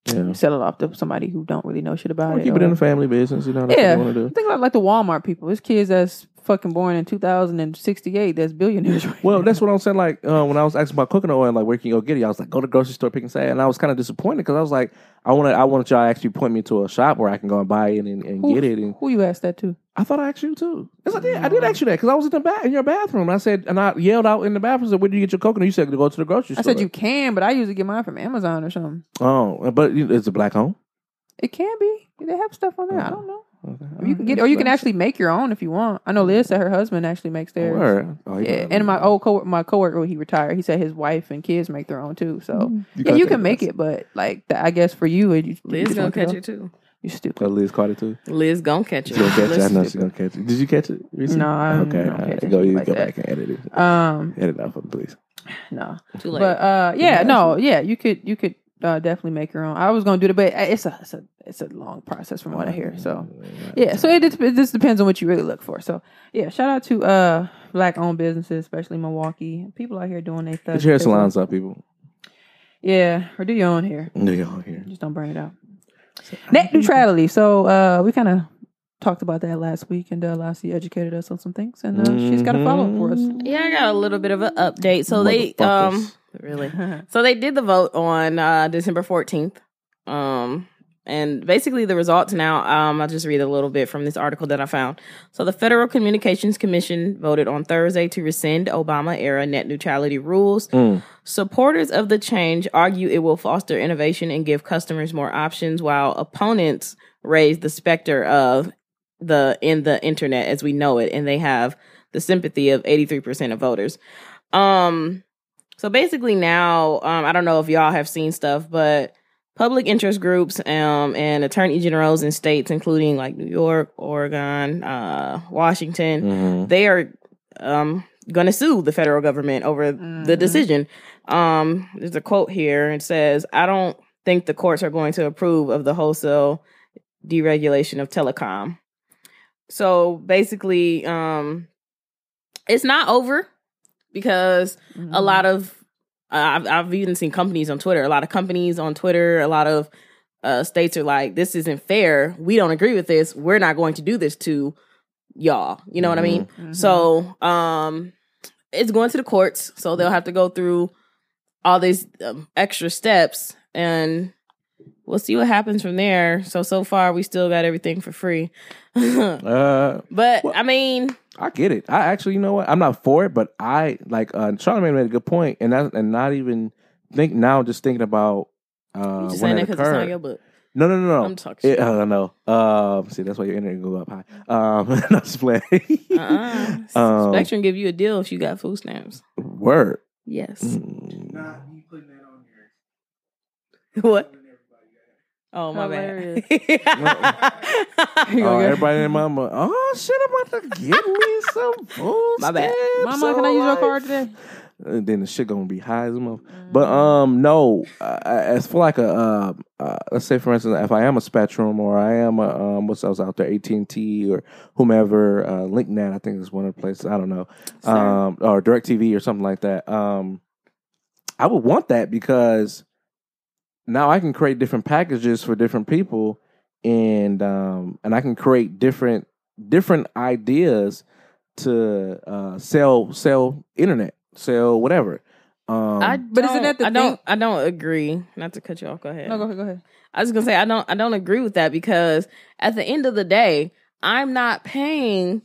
[SPEAKER 2] Yeah.
[SPEAKER 1] you sell it off to somebody who don't really know shit about
[SPEAKER 2] Well,
[SPEAKER 1] it.
[SPEAKER 2] keep
[SPEAKER 1] or-
[SPEAKER 2] it in the family business. You know, that's
[SPEAKER 1] yeah,
[SPEAKER 2] what you want to
[SPEAKER 1] I'm
[SPEAKER 2] do.
[SPEAKER 1] thinking about like the Walmart people. It's kids that's fucking born in 2068 that's billionaires. Right
[SPEAKER 2] Well,
[SPEAKER 1] now.
[SPEAKER 2] that's what I'm saying. Like uh, when I was asking about coconut oil, like where can you go get it? I was like, go to the grocery store, pick and say. And I was kind of disappointed because I was like, I want to, I want y'all to actually point me to a shop where I can go and buy it and, and
[SPEAKER 1] who,
[SPEAKER 2] get it. And
[SPEAKER 1] who you asked that to?
[SPEAKER 2] I thought I asked you too. Yes, I did. I did ask you that because I was in the ba- in your bathroom. I said, and I yelled out in the bathroom, said, where do you get your coconut? You said to go to the grocery
[SPEAKER 1] I
[SPEAKER 2] store.
[SPEAKER 1] said you can, but I usually get mine from Amazon or something.
[SPEAKER 2] Oh, but you- it's a black home.
[SPEAKER 1] It can be. They have stuff on there.
[SPEAKER 2] Uh-huh.
[SPEAKER 1] I don't know.
[SPEAKER 2] Okay.
[SPEAKER 1] Or you can get, or you can actually make your own if you want. I know Liz said her husband actually makes theirs.
[SPEAKER 2] Word. Oh, he
[SPEAKER 1] Yeah,
[SPEAKER 2] got it.
[SPEAKER 1] and my old co my coworker when he retired, he said his wife and kids make their own too. So yeah,
[SPEAKER 2] got
[SPEAKER 1] you
[SPEAKER 2] that.
[SPEAKER 1] can make it, but like the, I guess for you, it- you
[SPEAKER 3] Liz
[SPEAKER 1] you
[SPEAKER 3] gonna
[SPEAKER 1] want to
[SPEAKER 3] catch
[SPEAKER 1] go-
[SPEAKER 3] it too.
[SPEAKER 1] You
[SPEAKER 2] Oh,
[SPEAKER 1] stupid.
[SPEAKER 2] Liz caught it too.
[SPEAKER 3] Liz gonna catch
[SPEAKER 2] She's
[SPEAKER 3] it.
[SPEAKER 2] gonna catch it. I
[SPEAKER 3] Let's
[SPEAKER 2] know
[SPEAKER 3] do
[SPEAKER 2] she's gonna catch it. Did you catch it? Reese?
[SPEAKER 1] No, I don't
[SPEAKER 2] okay.
[SPEAKER 1] pay
[SPEAKER 2] all right.
[SPEAKER 1] attention
[SPEAKER 2] Go,
[SPEAKER 1] to
[SPEAKER 2] you
[SPEAKER 1] like
[SPEAKER 2] go
[SPEAKER 1] that.
[SPEAKER 2] back and edit it.
[SPEAKER 1] Um,
[SPEAKER 2] Edit it out for me, please.
[SPEAKER 1] no,
[SPEAKER 3] Too late.
[SPEAKER 1] but uh, yeah, no, yeah, you could you could uh, definitely make your own. I was gonna do the, but uh, it's a it's a it's a long process from what I hear. So yeah, so it, it it just depends on what you really look for. So yeah, shout out to uh black owned businesses, especially Milwaukee. People out here doing their thug.
[SPEAKER 2] Get your hair
[SPEAKER 1] shit.
[SPEAKER 2] salons up, people.
[SPEAKER 1] Yeah, or do your own hair.
[SPEAKER 2] They all here.
[SPEAKER 1] Just don't burn it out. Net neutrality. So uh, we kind of talked about that last week, and uh, Lassie educated us on some things, and uh, she's got a follow up for us.
[SPEAKER 3] Yeah, I got a little bit of an update. So they um really.
[SPEAKER 1] Mm-hmm.
[SPEAKER 3] So they did the vote on uh December 14th. Um and basically the results now um I'll just read a little bit from this article that I found. So the Federal Communications Commission voted on Thursday to rescind Obama era net neutrality rules.
[SPEAKER 2] Mm,
[SPEAKER 3] Supporters of the change argue it will foster innovation and give customers more options while opponents raise the specter of the in the internet as we know it and they have the sympathy of 83% of voters. Um so basically now um I don't know if y'all have seen stuff but public interest groups um and attorney generals in states including like New York, Oregon, uh Washington
[SPEAKER 2] Mm. mm-hmm.
[SPEAKER 3] they are um going to sue the federal government over
[SPEAKER 1] Mm-hmm.
[SPEAKER 3] the decision. Um there's a quote here it says I don't think the courts are going to approve of the wholesale deregulation of telecom. So basically um it's not over because
[SPEAKER 1] Mm-hmm.
[SPEAKER 3] a lot of I've, I've even seen companies on Twitter, a lot of companies on Twitter, a lot of uh, states are like, this isn't fair. We don't agree with this. We're not going to do this to y'all. You know what I mean?
[SPEAKER 1] Mm-hmm.
[SPEAKER 3] So um, it's going to the courts. So they'll have to go through all these um, extra steps and we'll see what happens from there. So, so far, we still got everything for free. but
[SPEAKER 2] Uh,
[SPEAKER 3] I mean,
[SPEAKER 2] I get it. I actually, you know what? I'm not for it, but I like uh, Charlamagne made a good point, and I, and not even think now. Just thinking about uh,
[SPEAKER 3] you just
[SPEAKER 2] when
[SPEAKER 3] saying
[SPEAKER 2] it
[SPEAKER 3] that because it's
[SPEAKER 2] occurred.
[SPEAKER 3] on your book.
[SPEAKER 2] No, no, no, no.
[SPEAKER 3] I'm talking
[SPEAKER 2] It, uh, no. Um, see, that's why your internet go up high. Um, not just playing.
[SPEAKER 3] Uh-uh.
[SPEAKER 2] Um,
[SPEAKER 3] Spectrum give you a deal if you got food stamps.
[SPEAKER 2] Word.
[SPEAKER 3] Yes.
[SPEAKER 2] Mm. Mm-hmm.
[SPEAKER 7] Not me putting that on here.
[SPEAKER 3] What? Oh my
[SPEAKER 1] Hilarious.
[SPEAKER 3] bad.
[SPEAKER 1] You
[SPEAKER 2] Oh,
[SPEAKER 1] gonna go-
[SPEAKER 2] everybody in my mama. Oh shit! I'm about to get me some food.
[SPEAKER 3] My bad.
[SPEAKER 2] stamps,
[SPEAKER 1] Mama, can I use your
[SPEAKER 2] alright.
[SPEAKER 1] card today?
[SPEAKER 2] And then the shit gonna be high as a mother.
[SPEAKER 1] Mm-hmm.
[SPEAKER 2] But um, no. I, I, as for like a uh, uh, let's say for instance, if I am a Spectrum or I am a um, what's else out there, AT and T or whomever, uh, LinkNet, I think is one of the places. I don't know. Um, or DirecTV or something like that. Um, I would want that because now I can create different packages for different people, and um, and I can create different different ideas to uh, sell sell internet, sell whatever. Um,
[SPEAKER 3] I
[SPEAKER 1] But isn't
[SPEAKER 3] don't-
[SPEAKER 1] that the
[SPEAKER 3] I don't
[SPEAKER 1] thing-
[SPEAKER 3] I don't agree. Not to cut you off. Go ahead.
[SPEAKER 1] No, go ahead. Go ahead.
[SPEAKER 3] I was gonna say I don't I don't agree with that because at the end of the day, I'm not paying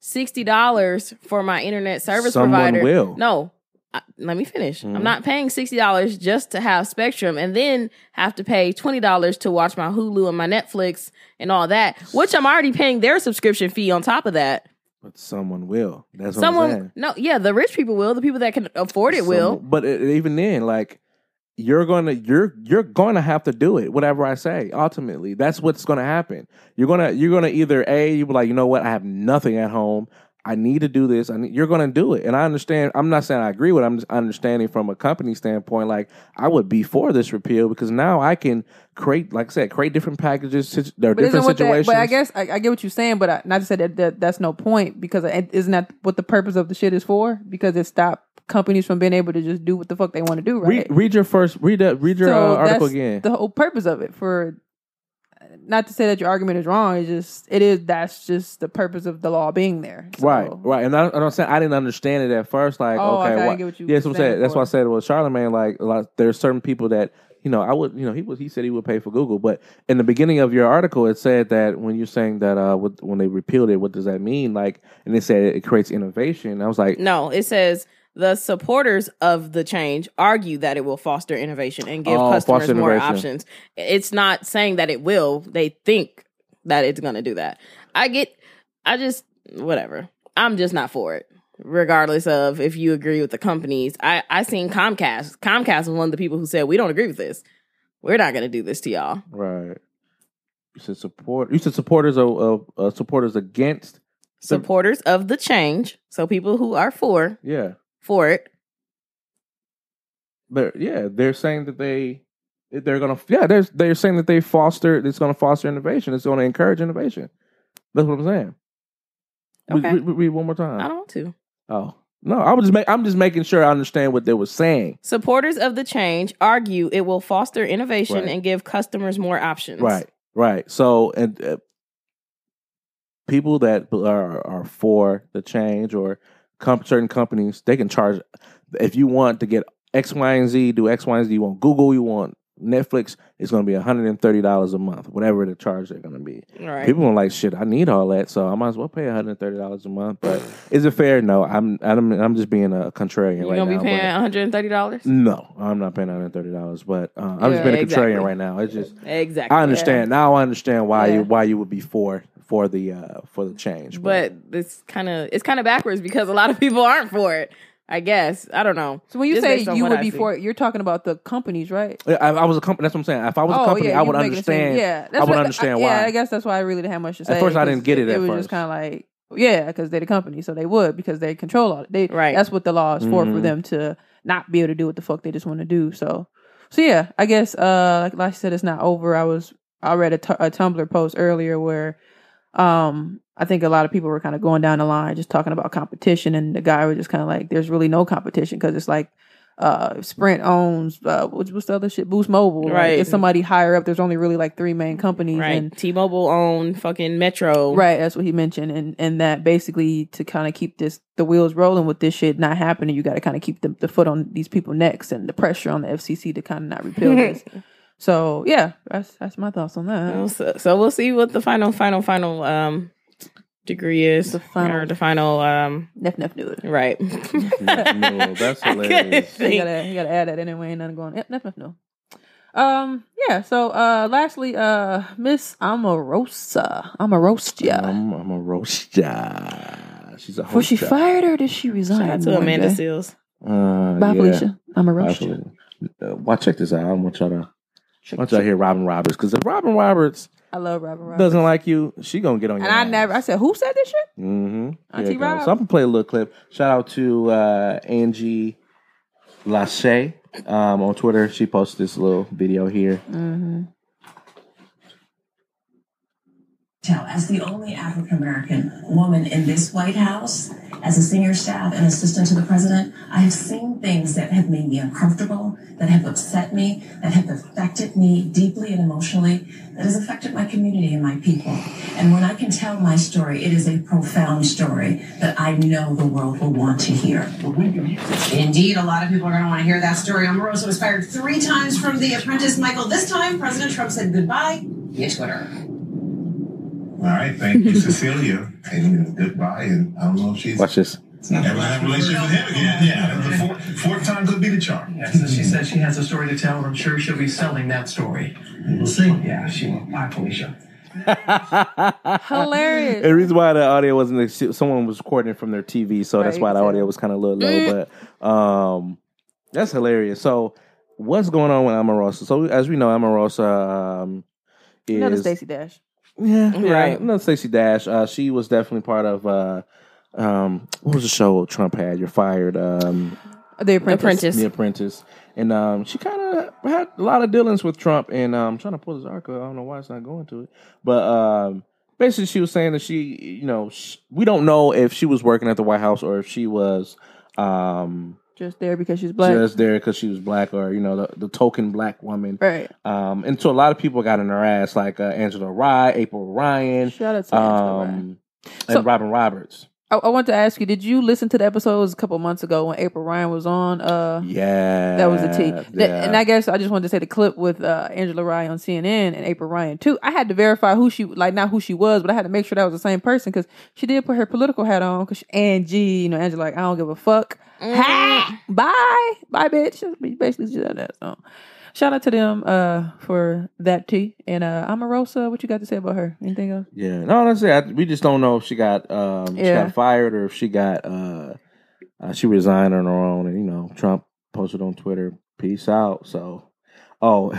[SPEAKER 3] sixty dollars for my internet service
[SPEAKER 2] Someone
[SPEAKER 3] provider.
[SPEAKER 2] will.
[SPEAKER 3] No. I, let me finish.
[SPEAKER 2] Mhm.
[SPEAKER 3] I'm not paying sixty dollars just to have Spectrum, and then have to pay twenty dollars to watch my Hulu and my Netflix and all that, which I'm already paying their subscription fee on top of that.
[SPEAKER 2] but someone will. That's what I'm saying.
[SPEAKER 3] Someone, no, yeah, the rich people will, the people that can afford it will.
[SPEAKER 2] Some- But it, even then, like you're gonna you're you're gonna have to do it. Whatever I say, ultimately, that's what's gonna happen. You're gonna you're gonna either a you be like you know what I have nothing at home. I need to do this. I need, you're going to do it, and I understand. I'm not saying I agree with. it. I'm just understanding from a company standpoint. Like I would be for this repeal because now I can create, like I said, create different packages. sit- There are
[SPEAKER 1] But
[SPEAKER 2] different
[SPEAKER 1] isn't what that?
[SPEAKER 2] situations.
[SPEAKER 1] But I guess I, I get what you're saying. But I, not to say that, that that's no point because it- isn't that what the purpose of the shit is for? Because it stopped companies from being able to just do what the fuck they want to do, right?
[SPEAKER 2] read, read your first. Read that. Read your uh, article
[SPEAKER 1] that's
[SPEAKER 2] again.
[SPEAKER 1] The whole purpose of it for not to say that your argument is wrong. It's just it is that's just the purpose of the law being there. So-
[SPEAKER 2] Right, right, and I, and I'm saying I didn't understand it at first. Like,
[SPEAKER 1] Oh,
[SPEAKER 2] okay,
[SPEAKER 1] okay, I
[SPEAKER 2] why-
[SPEAKER 1] get what you
[SPEAKER 2] yeah, that's what
[SPEAKER 1] were
[SPEAKER 2] I'm saying.
[SPEAKER 1] saying
[SPEAKER 2] That's why I
[SPEAKER 1] before.
[SPEAKER 2] said, well, Charlemagne, like, a lot, there are certain people that you know, I would, you know, he was, he said he would pay for Google, but in the beginning of your article, it said that when you're saying that uh, what, when they repealed it, what does that mean? Like, and they said it creates innovation. I was like,
[SPEAKER 1] Mm.
[SPEAKER 3] No, it says the supporters of the change argue that it will foster innovation and give
[SPEAKER 2] Oh,
[SPEAKER 3] customers
[SPEAKER 2] foster
[SPEAKER 3] more
[SPEAKER 2] innovation.
[SPEAKER 3] options. It's not saying that it will. They think that it's going to do that. I get I just whatever. I'm just not for it. Regardless of if you agree with the companies. I I seen Comcast. Comcast was one of the people who said, "We don't agree with this. We're not going to do this to y'all."
[SPEAKER 2] right, you said support, you said supporters of, of uh, supporters against,
[SPEAKER 3] Supporters of the change, so people who are for
[SPEAKER 2] yeah,
[SPEAKER 3] for it
[SPEAKER 2] they're yeah they're saying that they that they're gonna yeah they're they're saying that they foster it's gonna foster innovation it's gonna encourage innovation that's what i'm saying Re-
[SPEAKER 3] Okay.
[SPEAKER 2] re- re- read one more
[SPEAKER 3] I
[SPEAKER 2] time
[SPEAKER 3] don't want to.
[SPEAKER 2] oh no i was just make, i'm just making sure i understand what they were saying
[SPEAKER 3] Supporters of the change argue it will foster innovation
[SPEAKER 2] Right.
[SPEAKER 3] and give customers more options.
[SPEAKER 2] right right so and uh, people that are are for the change or com- certain companies they can charge if you want to get x y and z do x y and z you want google you want netflix it's going to be $130 a month whatever the charge they're going to be
[SPEAKER 3] Right.
[SPEAKER 2] People are like, shit, I need all that, so I might as well pay $130 a month. But is it fair? No, I'm I'm, I'm just being a contrarian
[SPEAKER 3] You're
[SPEAKER 2] right now.
[SPEAKER 3] gonna be
[SPEAKER 2] but-
[SPEAKER 3] paying one hundred and thirty dollars.
[SPEAKER 2] no, I'm not paying $130, but uh, I'm just
[SPEAKER 3] Yeah,
[SPEAKER 2] being a contrarian
[SPEAKER 3] exactly.
[SPEAKER 2] right now. It's just,
[SPEAKER 3] Exactly.
[SPEAKER 2] I understand. Now I understand why
[SPEAKER 1] Yeah.
[SPEAKER 2] you why you would be for for the uh, for the change.
[SPEAKER 3] But it's kind of it's kind of backwards because a lot of people aren't for it. I guess I don't know.
[SPEAKER 1] So when you
[SPEAKER 3] Just based
[SPEAKER 1] say
[SPEAKER 3] on
[SPEAKER 1] you
[SPEAKER 3] what
[SPEAKER 1] would
[SPEAKER 3] I
[SPEAKER 1] be
[SPEAKER 3] see.
[SPEAKER 1] for it, you're talking about the companies, right?
[SPEAKER 2] I, I was a company. That's what I'm saying. If I was a company, I
[SPEAKER 1] Oh, you
[SPEAKER 2] would
[SPEAKER 1] were making it seem-
[SPEAKER 2] understand.
[SPEAKER 1] Yeah,
[SPEAKER 2] I would understand why.
[SPEAKER 1] Yeah, I guess that's why I really didn't have much to say.
[SPEAKER 2] first I didn't
[SPEAKER 1] 'cause
[SPEAKER 2] get it
[SPEAKER 1] It
[SPEAKER 2] at
[SPEAKER 1] was
[SPEAKER 2] first.
[SPEAKER 1] just kind of like, yeah, because they're the company, so they would because they control all. They
[SPEAKER 3] Right.
[SPEAKER 1] That's what the law is for for
[SPEAKER 2] Mhm.
[SPEAKER 1] them to not be able to do what the fuck they just want to do. So, so yeah, I guess uh, like, like I said, it's not over. I was I read a, tu- a Tumblr post earlier where um I think a lot of people were kind of going down the line just talking about competition and the guy was just kind of like there's really no competition because it's like uh Sprint owns uh what's, what's the other shit Boost Mobile like,
[SPEAKER 3] Right.
[SPEAKER 1] it's somebody higher up there's only really like three main companies
[SPEAKER 3] right.
[SPEAKER 1] and
[SPEAKER 3] T-Mobile own fucking Metro.
[SPEAKER 1] right that's what he mentioned and and that basically to kind of keep this the wheels rolling with this shit not happening you got to kind of keep the, the foot on these people necks and the pressure on the FCC to kind of not repeal this so yeah that's that's my thoughts on that
[SPEAKER 3] So, so we'll see what the final, final, final um degree is.
[SPEAKER 1] The final-
[SPEAKER 3] or the final um
[SPEAKER 1] Nef Nef knew it
[SPEAKER 3] right.
[SPEAKER 2] no, that's
[SPEAKER 3] I couldn't
[SPEAKER 2] hilarious.
[SPEAKER 1] you
[SPEAKER 3] think.
[SPEAKER 1] gotta you gotta add that in there. Ain't nothing going. Yep, nothing. No. Um. Yeah. So. Uh. Lastly. Uh. Miss Amarosa. Amarosa.
[SPEAKER 2] I'm, I'm a roast ya. She's a
[SPEAKER 1] Was she
[SPEAKER 2] hosta.
[SPEAKER 1] fired or did she resign?
[SPEAKER 3] Shout out to
[SPEAKER 1] one
[SPEAKER 3] Amanda
[SPEAKER 1] day?
[SPEAKER 3] Seals.
[SPEAKER 2] Uh,
[SPEAKER 1] Bye,
[SPEAKER 2] yeah.
[SPEAKER 1] Felicia. Amarosa.
[SPEAKER 2] Absolutely. Uh, why check this out? I don't want y'all to Why don't y'all hear Robin Roberts? Because if Robin Roberts
[SPEAKER 1] I love Robin Roberts.
[SPEAKER 2] doesn't like you, she gonna get on your.
[SPEAKER 1] and I never. I said, who said this shit?
[SPEAKER 2] Mm-hmm.
[SPEAKER 1] Auntie Rob.
[SPEAKER 2] So I'm gonna play a little clip. Shout out to uh, Angie Lachey um, on Twitter. She posted this little video here.
[SPEAKER 10] Chow, as the only African American woman in this White House, as a senior staff and assistant to the president, I have seen things that have made me uncomfortable, that have upset me, that have affected me deeply and emotionally, that has affected my community and my people. And when I can tell my story, it is a profound story that I know the world will want to hear.
[SPEAKER 11] Indeed, a lot of people are going to want to hear that story. Omarosa was fired three times from The Apprentice. Michael, this time President Trump said goodbye via Twitter.
[SPEAKER 12] All right, thank you, Cecilia. And goodbye. And I don't know if she's
[SPEAKER 2] Watch this.
[SPEAKER 12] ever had a relationship with him again. Yeah, the fourth, fourth time could be the charm.
[SPEAKER 13] Yeah, so she says she has a story to tell, and I'm sure she'll be selling that story. We'll see. Yeah, she will. Bye, Felicia.
[SPEAKER 1] Hilarious.
[SPEAKER 2] The reason why the audio wasn't someone was recording from their TV, so that's
[SPEAKER 1] Right,
[SPEAKER 2] why the
[SPEAKER 1] exactly.
[SPEAKER 2] audio was kind of a little low. But um, that's hilarious. So what's going on with Amarosa? So as we know, Amarosa um, is
[SPEAKER 1] Another Stacey Dash.
[SPEAKER 2] Yeah,
[SPEAKER 3] Right.
[SPEAKER 2] right. No, Stacey Dash. Uh, she was definitely part of uh, um, what was the show Trump had? You're fired. Um,
[SPEAKER 1] The Apprentice.
[SPEAKER 3] Apprentice.
[SPEAKER 2] The Apprentice, and um, she kind of had a lot of dealings with Trump. And um, I'm trying to pull this article. I don't know why it's not going to it, but um, basically, she was saying that she, you know, sh we don't know if she was working at the White House or if she was um,
[SPEAKER 1] Just there because she's black.
[SPEAKER 2] just there because she was black or you know the, the token black woman.
[SPEAKER 1] right.
[SPEAKER 2] Um, and so a lot of people got in her ass, like uh, Angela Rye, April Ryan,
[SPEAKER 1] Shout out to Angela Rye.
[SPEAKER 2] um, and
[SPEAKER 1] So-
[SPEAKER 2] Robin Roberts.
[SPEAKER 1] I, I want to ask you, did you listen to the episodes a couple months ago when April Ryan was on? Uh,
[SPEAKER 2] Yeah,
[SPEAKER 1] that was a T. Th-
[SPEAKER 2] yeah.
[SPEAKER 1] And I guess I just wanted to say the clip with uh, Angela Rye on CNN and April Ryan too. I had to verify who she, like not who she was, but I had to make sure that was the same person because she did put her political hat on. Because Angie, you know, Angela, like I don't give a fuck.
[SPEAKER 2] Mm-hmm.
[SPEAKER 1] Ha! Bye, bye, bitch. That's Basically, she said that. So, shout out to them uh, for that T. And uh, Amarosa, what you got to say about her? Anything else?
[SPEAKER 2] yeah, no, that's it. I, we just don't know if she got um, she
[SPEAKER 1] Yeah.
[SPEAKER 2] got fired or if she got uh, uh, she resigned on her own. And you know, Trump posted on Twitter, "Peace out." So, oh,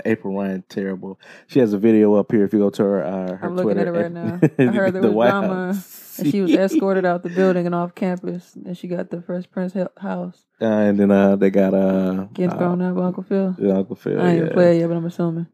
[SPEAKER 2] April Ryan, terrible. She has a video up here. If you go to her, uh, her
[SPEAKER 1] I'm looking
[SPEAKER 2] Twitter,
[SPEAKER 1] at it right now. I heard there
[SPEAKER 2] The
[SPEAKER 1] was
[SPEAKER 2] White
[SPEAKER 1] drama
[SPEAKER 2] House.
[SPEAKER 1] And she was escorted out the building and off campus. And she got the Fresh Prince he- house.
[SPEAKER 2] Uh, and then uh, they got uh,
[SPEAKER 1] Getting
[SPEAKER 2] uh,
[SPEAKER 1] thrown up, by Uncle Phil.
[SPEAKER 2] Yeah, Uncle Phil.
[SPEAKER 1] I ain't
[SPEAKER 2] yeah.
[SPEAKER 1] even played yet, but I'm assuming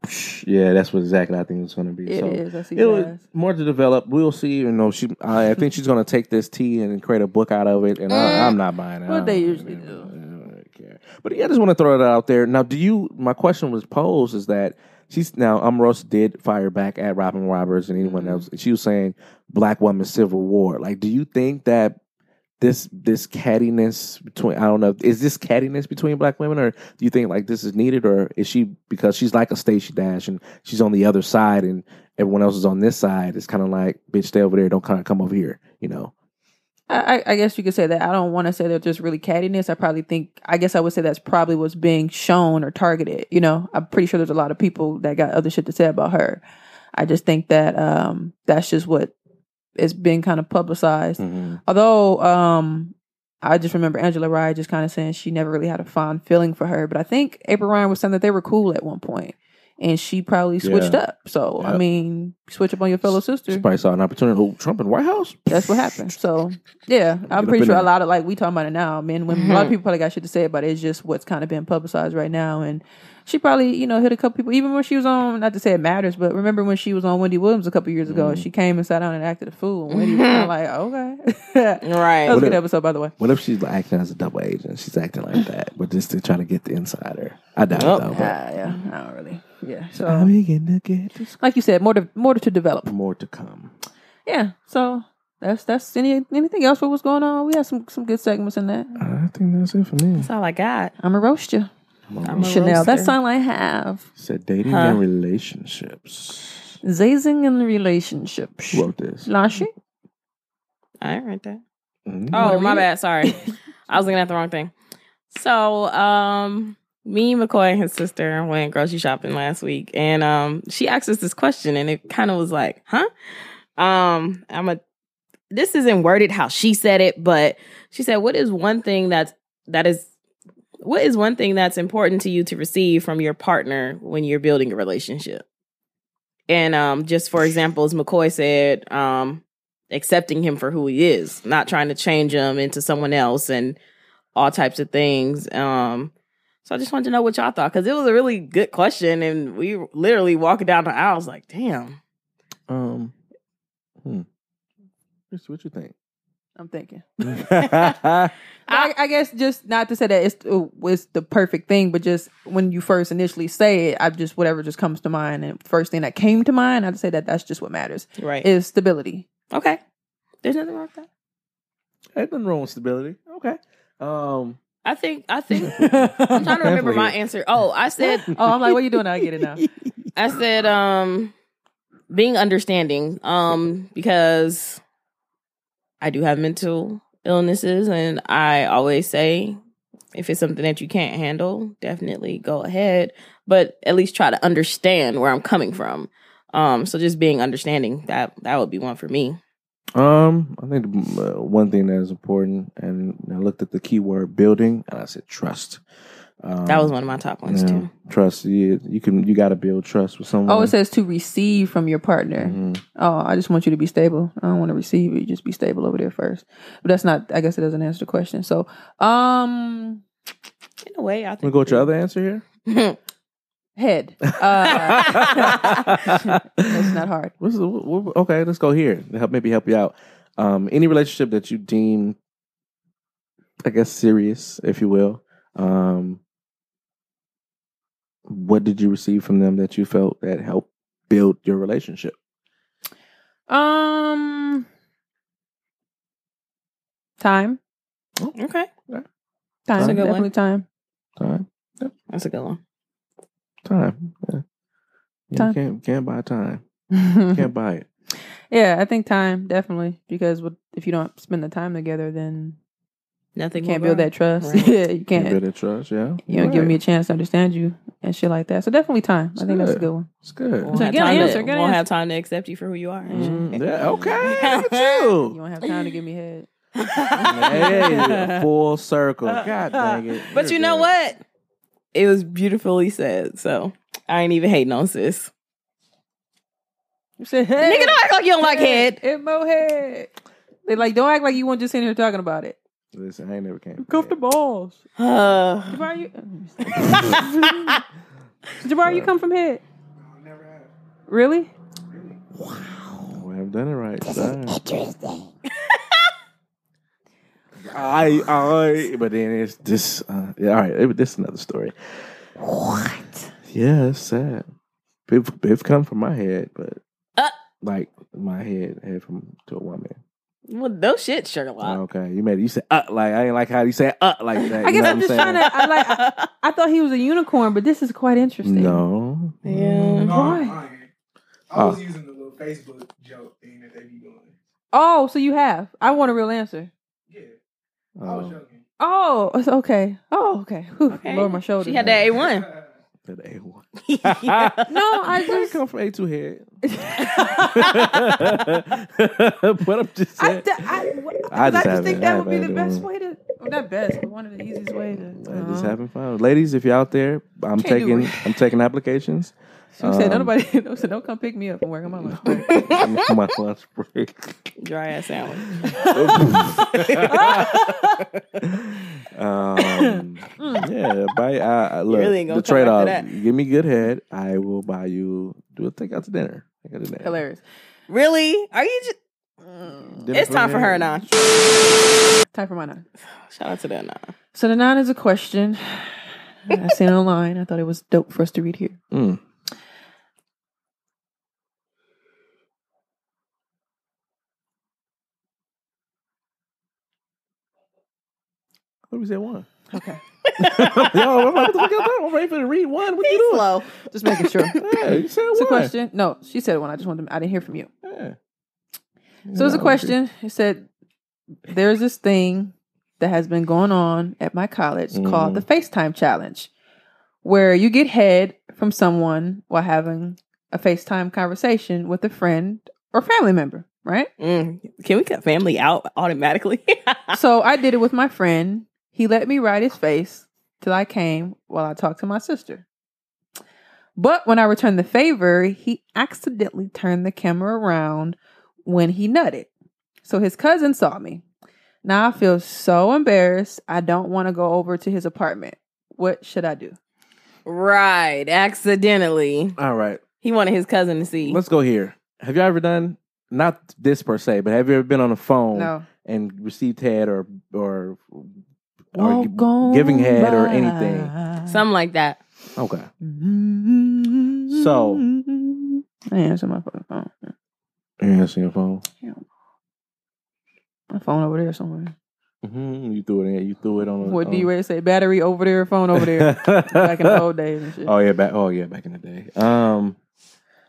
[SPEAKER 2] yeah, that's what exactly I think it's going to be.
[SPEAKER 1] it is.
[SPEAKER 2] so
[SPEAKER 1] I see
[SPEAKER 2] it was
[SPEAKER 1] guys.
[SPEAKER 2] more to develop. We'll see. You know, she. I, I think she's going to take this tea and create a book out of it. And I, I'm not buying it.
[SPEAKER 1] What
[SPEAKER 2] I don't-
[SPEAKER 1] they usually
[SPEAKER 2] I don't-
[SPEAKER 1] do.
[SPEAKER 2] I don't care. But yeah, I just want to throw that out there. Now, do you? My question was posed is that she's now Amorosa did fire back at Robin Roberts and anyone else. She was saying black woman civil war. Like, do you think that? This this cattiness between I don't know is this cattiness between black women or do you think like this is needed or is she because she's like a Stacey Dash and she's on the other side and everyone else is on this side, it's kind of like, bitch, stay over there. Don't kind of come over here, you know?
[SPEAKER 1] I, I- I guess you could say that. I don't want to say that there's really cattiness. I probably think, I guess I would say that's probably what's being shown or targeted. You know, I'm pretty sure there's a lot of people that got other shit to say about her. I just think that um, that's just what is being kind of publicized.
[SPEAKER 2] Hmm.
[SPEAKER 1] Although, um, I just remember Angela Rye just kind of saying she never really had a fond feeling for her. But I think April Ryan was saying that they were cool at one point, and she probably switched
[SPEAKER 2] Yeah.
[SPEAKER 1] up. So I
[SPEAKER 2] Yep.
[SPEAKER 1] mean, switch up on your fellow
[SPEAKER 2] She
[SPEAKER 1] sister.
[SPEAKER 2] probably saw an opportunity. Oh, Trump in White House?
[SPEAKER 1] That's what happened. So yeah,
[SPEAKER 2] up
[SPEAKER 1] I'm pretty
[SPEAKER 2] in
[SPEAKER 1] sure a
[SPEAKER 2] there.
[SPEAKER 1] lot of like we talking about it now. Men, women, a lot of people probably got shit to say about it. It's just what's kind of been publicized right now, and she probably you know hit a couple people. Even when she was on, not to say it matters, but remember when she was on Wendy Williams a couple years ago,
[SPEAKER 2] Mm-hmm.
[SPEAKER 1] and she came and sat down and acted a fool. And Wendy was kind of like, okay, that
[SPEAKER 3] Right.
[SPEAKER 1] was a good episode by the way.
[SPEAKER 2] What if she's acting as a double agent? She's acting like that, but just to try to get the insider. I doubt
[SPEAKER 3] Yup.
[SPEAKER 2] it, though. But
[SPEAKER 1] Yeah, yeah, I don't really. Yeah, so
[SPEAKER 2] I begin to get
[SPEAKER 1] Um, like you said, more to more to develop.
[SPEAKER 2] more to come.
[SPEAKER 1] Yeah, so that's that's any anything else for what's going on. We had some some good segments in that.
[SPEAKER 2] I think that's it for me.
[SPEAKER 3] That's all I got.
[SPEAKER 1] I'm gonna roast you,
[SPEAKER 3] I'm a
[SPEAKER 1] Chanel.
[SPEAKER 3] roaster.
[SPEAKER 1] That's all I have.
[SPEAKER 2] Said dating
[SPEAKER 3] Huh?
[SPEAKER 2] and relationships.
[SPEAKER 1] Zazing in relationships.
[SPEAKER 2] Who wrote this?
[SPEAKER 1] Lashi?
[SPEAKER 3] I ain't right there.
[SPEAKER 2] Mm.
[SPEAKER 3] Oh,
[SPEAKER 1] Wanna
[SPEAKER 3] my
[SPEAKER 1] read it?
[SPEAKER 3] bad. Sorry. I was looking at the wrong thing. So, um, me, McCoy, and his sister went grocery shopping last week, and um, she asked us this question, and it kind of was like, huh? Um, I'm a. This isn't worded how she said it, but she said, "What is one thing that's that is What is one thing that's important to you to receive from your partner when you're building a relationship? And um, just for example, as McCoy said, um, accepting him for who he is, not trying to change him into someone else, and all types of things. Um, so I just wanted to know what y'all thought because it was a really good question, and we literally walking down the aisles like, damn.
[SPEAKER 2] Um, hmm. Chris, what you think?
[SPEAKER 1] I'm thinking. I, I guess just not to say that it's uh, it's the perfect thing, but just when you first initially say it, I just whatever just comes to mind, and first thing that came to mind, I'd say that that's just what matters.
[SPEAKER 3] Right.
[SPEAKER 1] Is stability.
[SPEAKER 3] Okay. There's nothing wrong with that.
[SPEAKER 2] Ain't nothing wrong with stability. Okay. Um,
[SPEAKER 3] I think I think I'm trying to remember my answer. Oh, I said
[SPEAKER 1] Oh, I'm like, what you doing? I get it now.
[SPEAKER 3] I said um being understanding. Um because I do have mental illnesses and I always say if it's something that you can't handle, definitely go ahead. But at least try to understand where I'm coming from. Um so just being understanding, that that would be one for me.
[SPEAKER 2] Um, I think the, uh, one thing that is important, and I looked at the keyword building, and I said trust. Um,
[SPEAKER 3] That was one of my top ones, too.
[SPEAKER 2] Trust. You, you can you got to build trust with someone.
[SPEAKER 1] Oh, it says to receive from your partner.
[SPEAKER 2] Mm-hmm.
[SPEAKER 1] Oh, I just want you to be stable. I don't want to receive you. Just be stable over there first. But that's not. I guess it doesn't answer the question. So, um,
[SPEAKER 3] in a way, I
[SPEAKER 2] we go with your other answer here.
[SPEAKER 3] think
[SPEAKER 1] head. Uh, it's not hard.
[SPEAKER 2] What's the- what- what- okay, let's go here. To help maybe help you out. Um, any relationship that you deem, I guess, serious, if you will. Um, what did you receive from them that you felt that helped build your relationship?
[SPEAKER 1] Um, time. Time.
[SPEAKER 3] Okay.
[SPEAKER 2] That's a good one.
[SPEAKER 1] definitely time.
[SPEAKER 2] Time,
[SPEAKER 3] That's a good one.
[SPEAKER 2] time. Yeah. You
[SPEAKER 1] Time. Mm-hmm.
[SPEAKER 2] can't can't buy time. can't buy it.
[SPEAKER 1] Yeah, I think time definitely because with, if you don't spend the time together, then
[SPEAKER 3] Nothing
[SPEAKER 1] you
[SPEAKER 3] will
[SPEAKER 1] can't build
[SPEAKER 3] grow.
[SPEAKER 1] that trust.
[SPEAKER 3] Right.
[SPEAKER 1] yeah, you
[SPEAKER 2] Can't
[SPEAKER 1] can't.
[SPEAKER 2] build that trust. Yeah,
[SPEAKER 1] you don't give me a chance to understand you and shit like that. So definitely time. I think that's a good one.
[SPEAKER 2] It's good.
[SPEAKER 3] Won't,
[SPEAKER 1] So
[SPEAKER 3] have
[SPEAKER 1] get an
[SPEAKER 3] time,
[SPEAKER 1] answer,
[SPEAKER 3] to,
[SPEAKER 1] get an
[SPEAKER 3] won't
[SPEAKER 1] answer.
[SPEAKER 3] have time to accept you for who you are.
[SPEAKER 2] Mm, yeah, okay. Look at
[SPEAKER 1] You
[SPEAKER 2] you.
[SPEAKER 1] don't have time to give me head.
[SPEAKER 2] Hey, full circle. God dang it.
[SPEAKER 3] But you know what? It was beautifully said. So I ain't even hating on sis.
[SPEAKER 1] You said head.
[SPEAKER 3] Nigga, don't act like you don't like head.
[SPEAKER 1] Head, mo head. They like don't act like you weren't just sitting here talking about it.
[SPEAKER 2] Listen, I ain't never came.
[SPEAKER 1] Cuff the balls.
[SPEAKER 3] Uh,
[SPEAKER 1] Jabari, you, Jabari, you come from head. Really?
[SPEAKER 2] We have done it right. Sorry. I, I, but then it's this. Uh, yeah, all right, it- this is another story. What? Yeah, it's sad. They've, they've come from my head, but
[SPEAKER 1] Uh.
[SPEAKER 2] like my head, head from to a woman.
[SPEAKER 3] Well, no shit, Sherlock.
[SPEAKER 2] Okay, you made it. You said uh, like I ain't like how you said uh like that.
[SPEAKER 1] Uh. I
[SPEAKER 2] you
[SPEAKER 1] guess
[SPEAKER 2] know
[SPEAKER 1] I'm
[SPEAKER 2] what
[SPEAKER 1] just trying
[SPEAKER 2] saying?
[SPEAKER 1] to. I like. I, I thought he was a unicorn, but this is quite interesting.
[SPEAKER 2] No.
[SPEAKER 1] Yeah. Why?
[SPEAKER 7] I was
[SPEAKER 2] Oh.
[SPEAKER 7] using the little Facebook joke thing that they be doing.
[SPEAKER 1] Oh, so you have. I want a real answer.
[SPEAKER 2] Um,
[SPEAKER 1] Oh, it's okay. Oh, okay. Whew, Lower my shoulder.
[SPEAKER 3] She had that A one.
[SPEAKER 2] That A one.
[SPEAKER 1] No, I just
[SPEAKER 2] come from A two head. but I'm just saying.
[SPEAKER 1] I,
[SPEAKER 2] I
[SPEAKER 1] I
[SPEAKER 2] just
[SPEAKER 1] just,
[SPEAKER 2] haven't-
[SPEAKER 1] think that
[SPEAKER 2] I
[SPEAKER 1] would be the
[SPEAKER 2] haven't-
[SPEAKER 1] best way to. Well, not best, but one of the easiest ways to. uh-huh.
[SPEAKER 2] I'm just having fun, ladies. If you're out there, I'm
[SPEAKER 1] Can't do
[SPEAKER 2] taking
[SPEAKER 1] it.
[SPEAKER 2] I'm taking applications.
[SPEAKER 1] She said,
[SPEAKER 2] Um,
[SPEAKER 1] "Nobody, no, said, don't come pick me up from work. I'm on my break."
[SPEAKER 2] I'm on my lunch break.
[SPEAKER 3] Dry ass sandwich.
[SPEAKER 2] um, yeah, buy. I, I- look,
[SPEAKER 3] Mm. really ain't
[SPEAKER 2] the
[SPEAKER 3] gonna come
[SPEAKER 2] trade
[SPEAKER 3] back
[SPEAKER 2] off.
[SPEAKER 3] to
[SPEAKER 2] Give me good head. I will buy you. Do a take out to dinner. Take out to dinner.
[SPEAKER 1] Hilarious.
[SPEAKER 3] Really? Are you just.
[SPEAKER 2] Dinner
[SPEAKER 3] it's time for her and I.
[SPEAKER 1] Time for my nine.
[SPEAKER 3] Shout out to that nine.
[SPEAKER 1] So the nine is a question I seen online. I thought it was dope for us to read here.
[SPEAKER 2] Mm. What was that one?
[SPEAKER 1] Okay.
[SPEAKER 2] Yo, I'm like, what the fuck y'all talking? I'm ready for to read one. What you doing?
[SPEAKER 3] Slow.
[SPEAKER 1] Just making sure.
[SPEAKER 2] Yeah, you said
[SPEAKER 1] It's a
[SPEAKER 2] one.
[SPEAKER 1] question. No, she said one. I just wanted. To, I didn't hear from you.
[SPEAKER 2] Yeah.
[SPEAKER 1] So it's a
[SPEAKER 2] Yeah, I
[SPEAKER 1] question. It said, "There's this thing that has been going on at my college called the FaceTime challenge, where you get head from someone while having a FaceTime conversation with a friend or family member, right?"
[SPEAKER 3] Mm. Can we cut family out automatically?
[SPEAKER 1] so I did it with my friend. He let me ride his face till I came while I talked to my sister. But when I returned the favor, he accidentally turned the camera around when he nutted. So his cousin saw me. Now I feel so embarrassed. I don't want to go over to his apartment. What should I do?
[SPEAKER 3] Right, accidentally.
[SPEAKER 2] All right.
[SPEAKER 3] He wanted his cousin to see.
[SPEAKER 2] Let's go here. Have you ever done not this per se, but have you ever been on a phone
[SPEAKER 3] No.
[SPEAKER 2] and received head or or, or
[SPEAKER 3] Walk
[SPEAKER 2] gi- giving head or anything?
[SPEAKER 3] Something like that.
[SPEAKER 2] Okay. So
[SPEAKER 1] I ain't answer my fucking phone.
[SPEAKER 2] you answering your phone?
[SPEAKER 1] My phone over there somewhere.
[SPEAKER 2] hmm You threw it. In, you threw it on. a-
[SPEAKER 1] What
[SPEAKER 2] on-
[SPEAKER 1] D Ray say? Battery over there, phone over there. Back in the old days and shit.
[SPEAKER 2] Oh yeah, back. Oh yeah, back in the day. Um,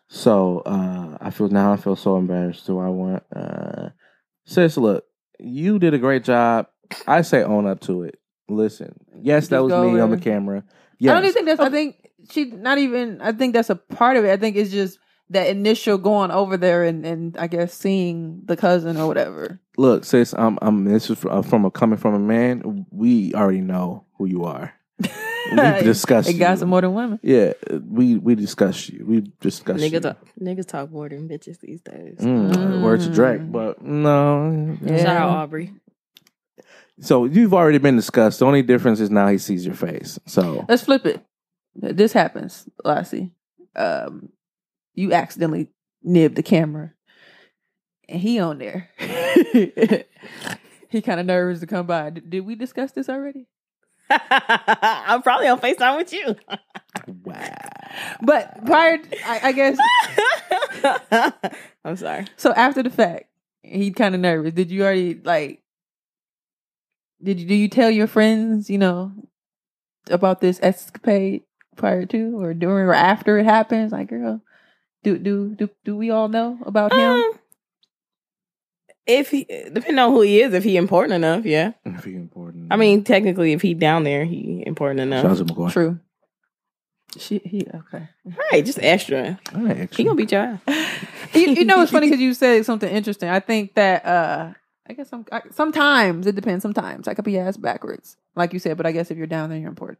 [SPEAKER 2] so uh, I feel now I feel so embarrassed. Do I want? Uh, sis, look, you did a great job. I say own up to it. Listen, yes, that
[SPEAKER 1] Just
[SPEAKER 2] was
[SPEAKER 1] go
[SPEAKER 2] me
[SPEAKER 1] over.
[SPEAKER 2] on the camera. Yes, Oh.
[SPEAKER 1] I don't even think that's. I think she not even. I think that's a part of it. I think it's just that initial going over there and and I guess seeing the cousin or whatever.
[SPEAKER 2] look, sis, I'm, I'm. This is from, from a coming from a man. We already know who you are. We discussed.
[SPEAKER 1] It got
[SPEAKER 2] you.
[SPEAKER 1] some more than women.
[SPEAKER 2] Yeah, we we discussed you. We discussed you.
[SPEAKER 3] Niggas talk, niggas talk more than bitches these days.
[SPEAKER 2] Mm, Words of Drake, but no.
[SPEAKER 3] Shout out Aubrey.
[SPEAKER 2] So you've already been discussed. The only difference is now he sees your face. So
[SPEAKER 1] Let's flip it. This happens, Lassie. Um, you accidentally nibbed the camera, and he on there. he kind of nervous to come by. Did, did we discuss this already?
[SPEAKER 3] I'm probably on FaceTime with you.
[SPEAKER 1] But prior, I, I guess.
[SPEAKER 3] I'm sorry.
[SPEAKER 1] So after the fact, he kind of nervous. Did you already like? Did you do you tell your friends you know about this escapade prior to or during or after it happens? Like, girl, do do do do we all know about him?
[SPEAKER 3] Um, If he, depending on who he is, if he important enough, yeah.
[SPEAKER 2] If he important.
[SPEAKER 3] I mean, technically, if he down there, he important enough.
[SPEAKER 2] Shout out to McCoy.
[SPEAKER 1] True. She he okay.
[SPEAKER 3] Right, just extra. He gonna beat your ass.
[SPEAKER 1] you, you know it's funny because you said something interesting. I think that uh I guess some I, sometimes it depends. Sometimes I could be ass backwards, like you said. But I guess if you're down there, you're important.